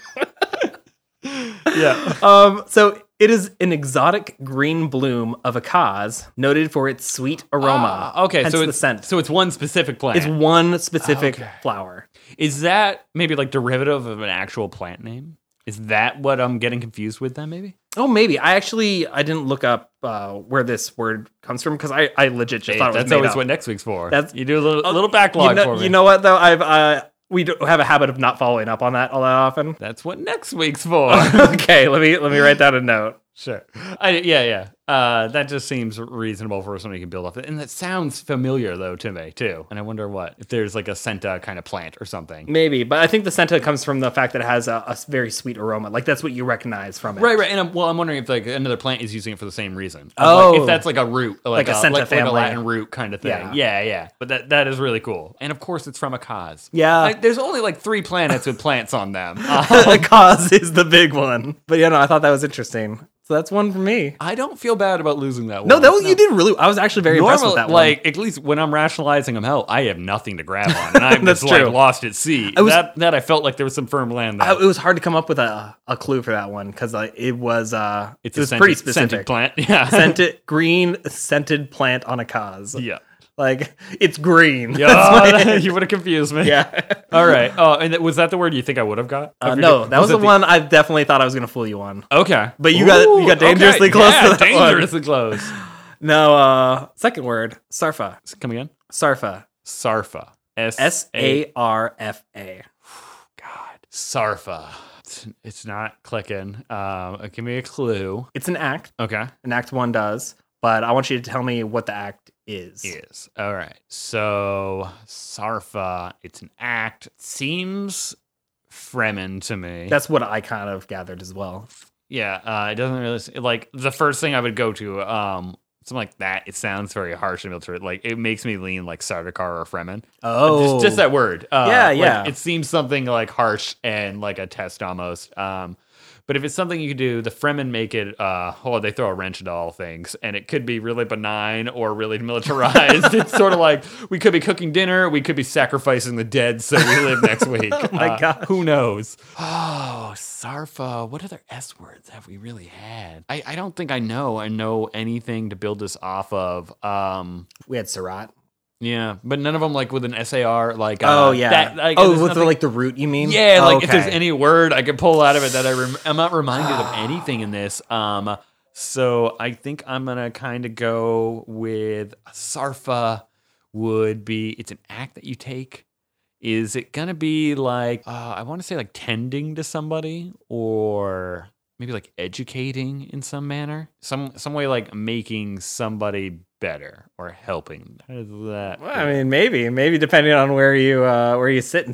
Speaker 1: Yeah.
Speaker 2: Um, so it is an exotic green bloom of a cause noted for its sweet aroma.
Speaker 1: Ah, okay,
Speaker 2: hence
Speaker 1: so
Speaker 2: the
Speaker 1: it's
Speaker 2: scent.
Speaker 1: so it's one specific plant.
Speaker 2: it's one specific
Speaker 1: Okay.
Speaker 2: flower.
Speaker 1: is that maybe like derivative of an actual plant name? Is that what I'm getting confused with? Then maybe
Speaker 2: Oh, maybe I actually I didn't look up uh, where this word comes from because I, I legit just
Speaker 1: Hey,
Speaker 2: thought it was
Speaker 1: that's
Speaker 2: made
Speaker 1: always
Speaker 2: up.
Speaker 1: what next week's for.
Speaker 2: That's-
Speaker 1: you do a little,
Speaker 2: Oh,
Speaker 1: little backlog
Speaker 2: you know,
Speaker 1: for me.
Speaker 2: you know what though? I've uh, we do have a habit of not following up on that all that often.
Speaker 1: that's what next week's for.
Speaker 2: okay, let me let me write down a note.
Speaker 1: Sure. I, yeah, yeah. Uh, that just seems reasonable for somebody who can build off it. And that sounds familiar, though, to me, too. And I wonder what, if there's like a Senta kind of plant or something.
Speaker 2: Maybe, but I think the scent comes from the fact that it has a, a very sweet aroma. Like that's what you recognize from it.
Speaker 1: Right, right. And I'm, well, I'm wondering if like another plant is using it for the same reason. I'm Like,
Speaker 2: Oh.
Speaker 1: if that's like a root, like,
Speaker 2: Like a Senta
Speaker 1: like, like a
Speaker 2: family.
Speaker 1: Latin root kind of thing.
Speaker 2: Yeah.
Speaker 1: Yeah. yeah, But that, that is really cool. And of course, it's from a cause.
Speaker 2: Yeah.
Speaker 1: Like, there's only like three planets with plants on them. Uh,
Speaker 2: the cause is the big one. But yeah, no, I thought that was interesting. So that's one for me.
Speaker 1: I don't feel bad about losing that one.
Speaker 2: No, Oh, that was, you did really. I was actually very impressed with
Speaker 1: Normally,
Speaker 2: that
Speaker 1: like
Speaker 2: one.
Speaker 1: at least when I'm rationalizing them out, I have nothing to grab on, and I'm
Speaker 2: That's
Speaker 1: just like
Speaker 2: true.
Speaker 1: lost at sea.
Speaker 2: was-
Speaker 1: that that I felt like there was some firm land there.
Speaker 2: I, Uh, it was hard to come up with a, a clue for that one because uh, it was uh,
Speaker 1: it's a
Speaker 2: it was
Speaker 1: scented,
Speaker 2: pretty
Speaker 1: scented
Speaker 2: specific.
Speaker 1: plant. Yeah,
Speaker 2: Scented green scented plant on a cause.
Speaker 1: yeah.
Speaker 2: Like it's green.
Speaker 1: Yeah,
Speaker 2: That's why-
Speaker 1: you would have confused me.
Speaker 2: yeah.
Speaker 1: All right. Oh, and that, was that the word you think I would have got? I
Speaker 2: Uh,
Speaker 1: forget-
Speaker 2: no, that was,
Speaker 1: it
Speaker 2: the one I definitely thought I was gonna fool you on.
Speaker 1: Okay,
Speaker 2: But you got- you got dangerously close
Speaker 1: Yeah,
Speaker 2: to that one.
Speaker 1: dangerously close.
Speaker 2: No, uh, second word sarfa.
Speaker 1: Come again.
Speaker 2: Sarfa.
Speaker 1: Sarfa. S
Speaker 2: S A R F A.
Speaker 1: God. Sarfa. It's, it's not clicking. Um, give me a clue.
Speaker 2: It's an act.
Speaker 1: Okay.
Speaker 2: an act one does, but I want you to tell me what the act is.
Speaker 1: is. All right. So Sarfa, it's an act. Seems Fremen to me.
Speaker 2: That's what I kind of gathered as well.
Speaker 1: yeah. Uh, it doesn't really s- like the first thing I would go to. Um, something like that. It sounds very harsh and military. Like it makes me lean like Sardaukar or Fremen.
Speaker 2: Oh,
Speaker 1: just, just that word. Uh,
Speaker 2: Yeah,
Speaker 1: like,
Speaker 2: yeah.
Speaker 1: it seems something like harsh and like a test almost. Um, but if it's something you could do, the Fremen make it. Uh, oh, they throw a wrench into all things, and it could be really benign or really militarized. it's sort of like we could be cooking dinner, we could be sacrificing the dead so we live next week. oh
Speaker 2: my gosh.
Speaker 1: who knows? Oh, Sarfa. What other S words have we really had? I, I don't think I know. I know anything to build this off of. Um,
Speaker 2: Oh, we had Surat.
Speaker 1: yeah, but none of them like with an SAR like uh,
Speaker 2: Oh yeah.
Speaker 1: that, like,
Speaker 2: oh,
Speaker 1: there's
Speaker 2: with the,
Speaker 1: nothing-
Speaker 2: like the root you mean?
Speaker 1: yeah like if there's
Speaker 2: Okay.
Speaker 1: any word I could pull out of it that I rem- I'm not reminded of anything in this um so I think I'm gonna kind of go with Sarfa would be it's an act that you take is it gonna be like uh, I want to say like tending to somebody or maybe like educating in some manner some some way like making somebody better or helping How does that
Speaker 2: Well, I mean, maybe, maybe depending on where you uh, where you sit in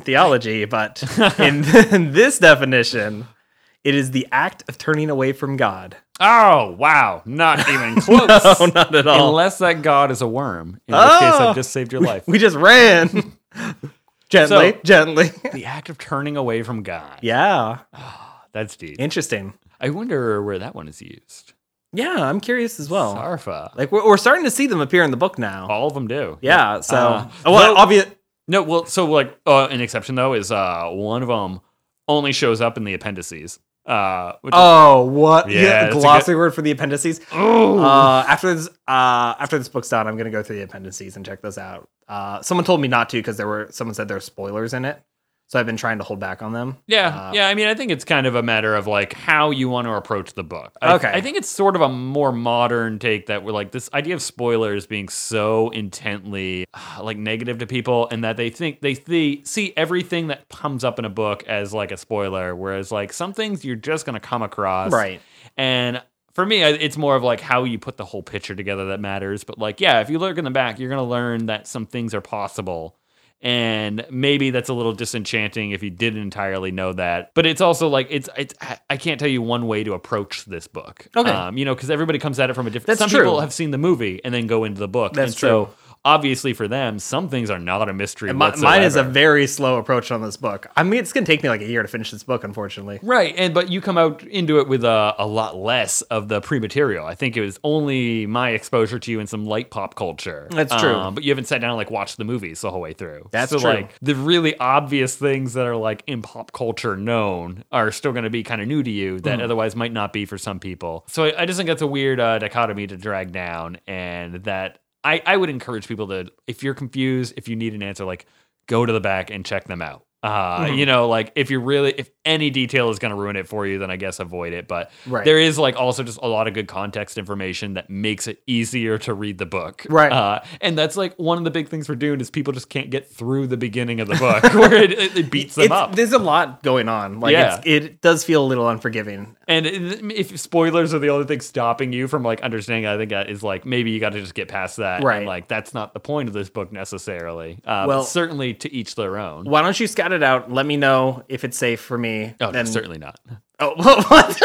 Speaker 2: theology, but in, in this definition, it is the act of turning away from God.
Speaker 1: Oh wow! Not even close.
Speaker 2: No, not at all.
Speaker 1: Unless that god is a worm. In which case,
Speaker 2: Oh.
Speaker 1: I've just saved your life.
Speaker 2: We just ran gently,
Speaker 1: So-
Speaker 2: gently.
Speaker 1: the act of turning away from God.
Speaker 2: yeah,
Speaker 1: That's deep.
Speaker 2: interesting.
Speaker 1: I wonder where that one is used.
Speaker 2: Yeah, I'm curious as well.
Speaker 1: Sarfa.
Speaker 2: Like we're, we're starting to see them appear in the book now.
Speaker 1: All of them do.
Speaker 2: Yeah. So,
Speaker 1: Uh,
Speaker 2: well, obvious.
Speaker 1: No. Well, so like uh, an exception though is uh, one of them only shows up in the appendices. Uh, which
Speaker 2: Oh, what?
Speaker 1: Yeah,
Speaker 2: Yeah.
Speaker 1: it's a
Speaker 2: glossary word for the appendices.
Speaker 1: Ooh.
Speaker 2: Uh, after this, uh, after this book's done, I'm gonna go through the appendices and check those out. Uh, someone told me not to because there were someone said there were spoilers in it. So I've been trying to hold back on them.
Speaker 1: Yeah,
Speaker 2: Uh,
Speaker 1: yeah. I mean, I think it's kind of a matter of like how you want to approach the book. I,
Speaker 2: Okay.
Speaker 1: I think it's sort of a more modern take that we're like this idea of spoilers being so intently like negative to people, and that they think they see see everything that comes up in a book as like a spoiler, whereas like some things you're just gonna come across,
Speaker 2: Right.
Speaker 1: And for me, I- it's more of like how you put the whole picture together that matters. But like, yeah, if you look in the back, you're gonna learn that some things are possible. And maybe that's a little disenchanting if you didn't entirely know that. But it's also like it's it's I- I can't tell you one way to approach this book.
Speaker 2: Okay.
Speaker 1: um, you know, because everybody comes at it from a different.
Speaker 2: That's
Speaker 1: some
Speaker 2: true.
Speaker 1: people have seen the movie and then go into the book.
Speaker 2: That's
Speaker 1: and so obviously for them, some things are not a mystery.
Speaker 2: And mi- mine is a
Speaker 1: whatsoever.
Speaker 2: very slow approach on this book. I mean, it's going to take me like a year to finish this book, unfortunately.
Speaker 1: Right, and but you come out into it with a, a lot less of the pre-material. I think it was only my exposure to you in some light pop culture. Um,
Speaker 2: That's true.
Speaker 1: but you haven't sat down and like watched the movies the whole way through.
Speaker 2: That's
Speaker 1: so,
Speaker 2: true.
Speaker 1: Like the really obvious things that are like in pop culture known are still going to be kind of new to you that otherwise might not be for some people. So I, I just think that's a weird uh, dichotomy to drag down, and that I I would encourage people to if you're confused, if you need an answer, like go to the back and check them out. Uh, you know, like if you're really if any detail is going to ruin it for you, then I guess avoid it. But
Speaker 2: Right.
Speaker 1: there is like also just a lot of good context information that makes it easier to read the book.
Speaker 2: Right.
Speaker 1: Uh, and that's like one of the big things for Dune is people just can't get through the beginning of the book where it, it, it beats them
Speaker 2: It's-
Speaker 1: up.
Speaker 2: There's a lot going on. Like
Speaker 1: Yeah.
Speaker 2: it's, it does feel a little unforgiving.
Speaker 1: and it- if spoilers are the only thing stopping you from like understanding, I think that is like maybe you got to just get past that. and,
Speaker 2: Right.
Speaker 1: like that's not the point of this book necessarily. Uh,
Speaker 2: Well-
Speaker 1: well, certainly to each their own.
Speaker 2: Why don't you scout it out? Let me know if it's safe for me.
Speaker 1: Oh, no,
Speaker 2: Then-
Speaker 1: certainly not.
Speaker 2: Oh, what?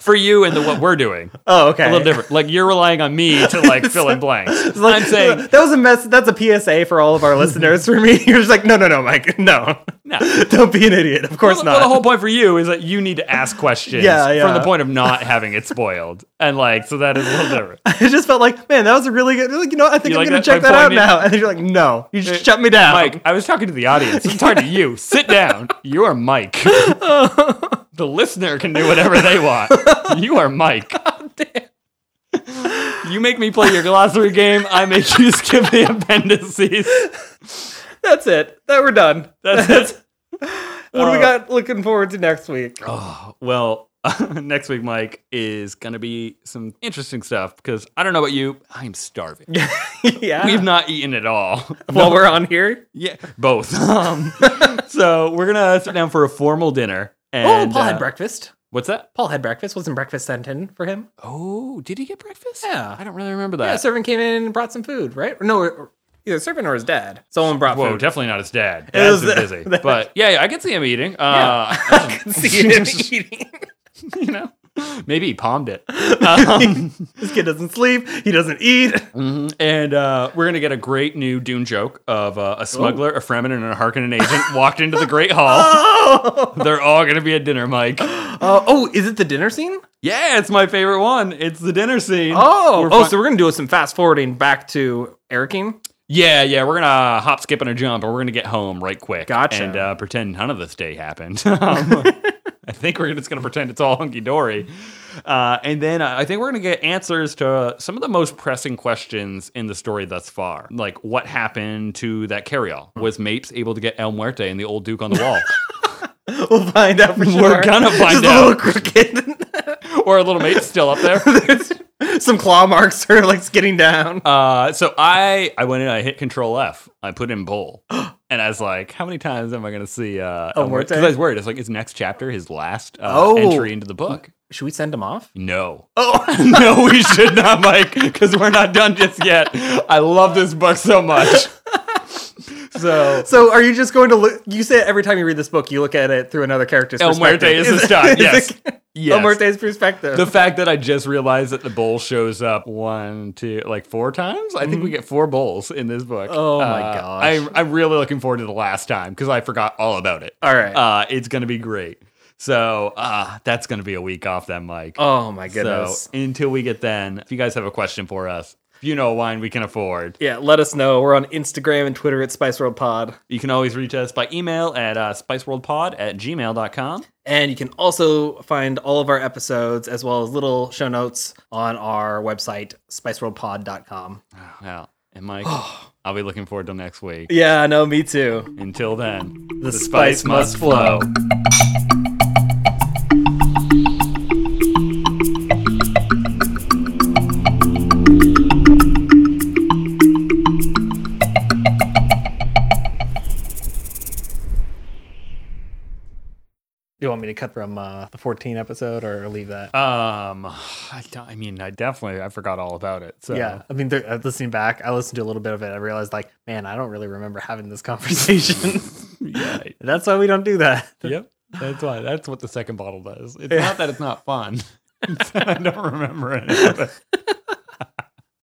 Speaker 1: For you and the, what we're doing.
Speaker 2: oh, okay.
Speaker 1: a little different. Like you're relying on me to like fill in blanks. I'm saying
Speaker 2: that was a mess. That's a PSA for all of our listeners. For me, you're just like, no, no, no, Mike, no,
Speaker 1: no.
Speaker 2: don't be an idiot. Of course
Speaker 1: Well,
Speaker 2: not.
Speaker 1: the whole point for you is that you need to ask questions
Speaker 2: Yeah, yeah.
Speaker 1: from the point of not having it spoiled, and like so that is a little different.
Speaker 2: I just felt like, man, that was a really good. Like, you know, I think
Speaker 1: You like
Speaker 2: I'm gonna
Speaker 1: that-
Speaker 2: check
Speaker 1: my
Speaker 2: that out
Speaker 1: point is-
Speaker 2: now. And then you're like, no, you just shut me down.
Speaker 1: Mike, I was talking to the audience. I'm talking to you. Sit down. You are Mike. the listener can do whatever they want. You are Mike. You make me play your glossary game. I make you skip the appendices.
Speaker 2: that's it. That we're done.
Speaker 1: That's it.
Speaker 2: What do we got looking forward to next week?
Speaker 1: Oh, well, next week, Mike, is going to be some interesting stuff because I don't know about you. I'm starving.
Speaker 2: yeah,
Speaker 1: We've not eaten at all.
Speaker 2: while we're on here.
Speaker 1: yeah, both. Um, so we're going to sit down for a formal dinner.
Speaker 2: Oh,
Speaker 1: And,
Speaker 2: Paul
Speaker 1: uh,
Speaker 2: had breakfast.
Speaker 1: What's that?
Speaker 2: Paul had breakfast. Wasn't breakfast sent in for him?
Speaker 1: Oh, did he get breakfast?
Speaker 2: Yeah.
Speaker 1: I don't really remember that.
Speaker 2: Yeah, a servant came in and brought some food, right? Or no, or- or either a servant or his dad. Someone brought
Speaker 1: Whoa,
Speaker 2: food.
Speaker 1: definitely not his dad.
Speaker 2: It was
Speaker 1: Dad's too
Speaker 2: the-
Speaker 1: busy. But yeah, yeah, I can see him eating. Uh,
Speaker 2: I could see him eating.
Speaker 1: you know, maybe he palmed it.
Speaker 2: This kid doesn't sleep. He doesn't eat.
Speaker 1: And uh, we're gonna get a great new Dune joke of uh, a smuggler, a Fremen, and a Harkonnen agent walked into the Great Hall.
Speaker 2: Oh,
Speaker 1: They're all gonna be at dinner, Mike.
Speaker 2: Uh, oh, is it the dinner scene?
Speaker 1: Yeah, it's my favorite one. It's the dinner scene.
Speaker 2: Oh,
Speaker 1: We're
Speaker 2: oh,
Speaker 1: fi-
Speaker 2: so we're gonna do some fast forwarding back to Ericking.
Speaker 1: yeah, yeah. We're gonna uh, hop, skip, and a jump, and we're gonna get home right quick.
Speaker 2: Gotcha.
Speaker 1: And uh, pretend none of this day happened. Um, I think we're just gonna pretend it's all hunky dory. Uh, and then uh, I think we're going to get answers to uh, some of the most pressing questions in the story thus far. Like, what happened to that carryall? Was Mapes able to get El Muerte and the old Duke on the wall?
Speaker 2: We'll find out for sure.
Speaker 1: gonna find out.
Speaker 2: Just a little crooked.
Speaker 1: or a little Mapes still up there?
Speaker 2: There's some claw marks are like skidding down.
Speaker 1: Uh, so I, I went in, I hit Control F, I put in bowl. And I was like, how many times am I going to see uh, El
Speaker 2: Muerte?
Speaker 1: Because I was worried. It's like, his next chapter, his last uh,
Speaker 2: Oh.
Speaker 1: entry into the book?
Speaker 2: Should we send him off?
Speaker 1: No.
Speaker 2: Oh,
Speaker 1: no, we should not, Mike, because we're not done just yet. I love this book so much. So
Speaker 2: so are you just going to look? You say every time you read this book, you look at it through another character's
Speaker 1: El Muerte
Speaker 2: perspective.
Speaker 1: is the star, yes.
Speaker 2: it-
Speaker 1: Yes.
Speaker 2: El Muerte's perspective.
Speaker 1: the fact that I just realized that the bowl shows up one, two, like four times. I think we get four bowls in this book.
Speaker 2: Mm-hmm. Oh my
Speaker 1: Uh,
Speaker 2: gosh.
Speaker 1: I'm I'm really looking forward to the last time because I forgot all about it.
Speaker 2: All right.
Speaker 1: uh, it's gonna be great. So uh, that's gonna be a week off then, Mike.
Speaker 2: oh my
Speaker 1: so
Speaker 2: goodness.
Speaker 1: until we get then, if you guys have a question for us, if you know a wine we can afford,
Speaker 2: yeah, let us know. We're on Instagram and Twitter at Spice World Pod.
Speaker 1: You can always reach us by email at uh, spiceworldpod at gmail.com.
Speaker 2: And you can also find all of our episodes as well as little show notes on our website, spiceworldpod.com.
Speaker 1: Well, and Mike, I'll be looking forward to next week.
Speaker 2: Yeah, no, me too.
Speaker 1: Until then,
Speaker 2: The
Speaker 1: spice must flow.
Speaker 2: You want me to cut from uh, the 14 episode or leave that?
Speaker 1: Um, I, don't- I mean, I definitely I forgot all about it. So
Speaker 2: Yeah, I mean, they're- uh, listening back, I listened to a little bit of it. I realized, like, man, I don't really remember having this conversation.
Speaker 1: yeah, I-
Speaker 2: That's why we don't do that.
Speaker 1: yep. That's why. That's what the second bottle does. It's
Speaker 2: Yeah.
Speaker 1: not that it's not fun. It's that I don't remember it.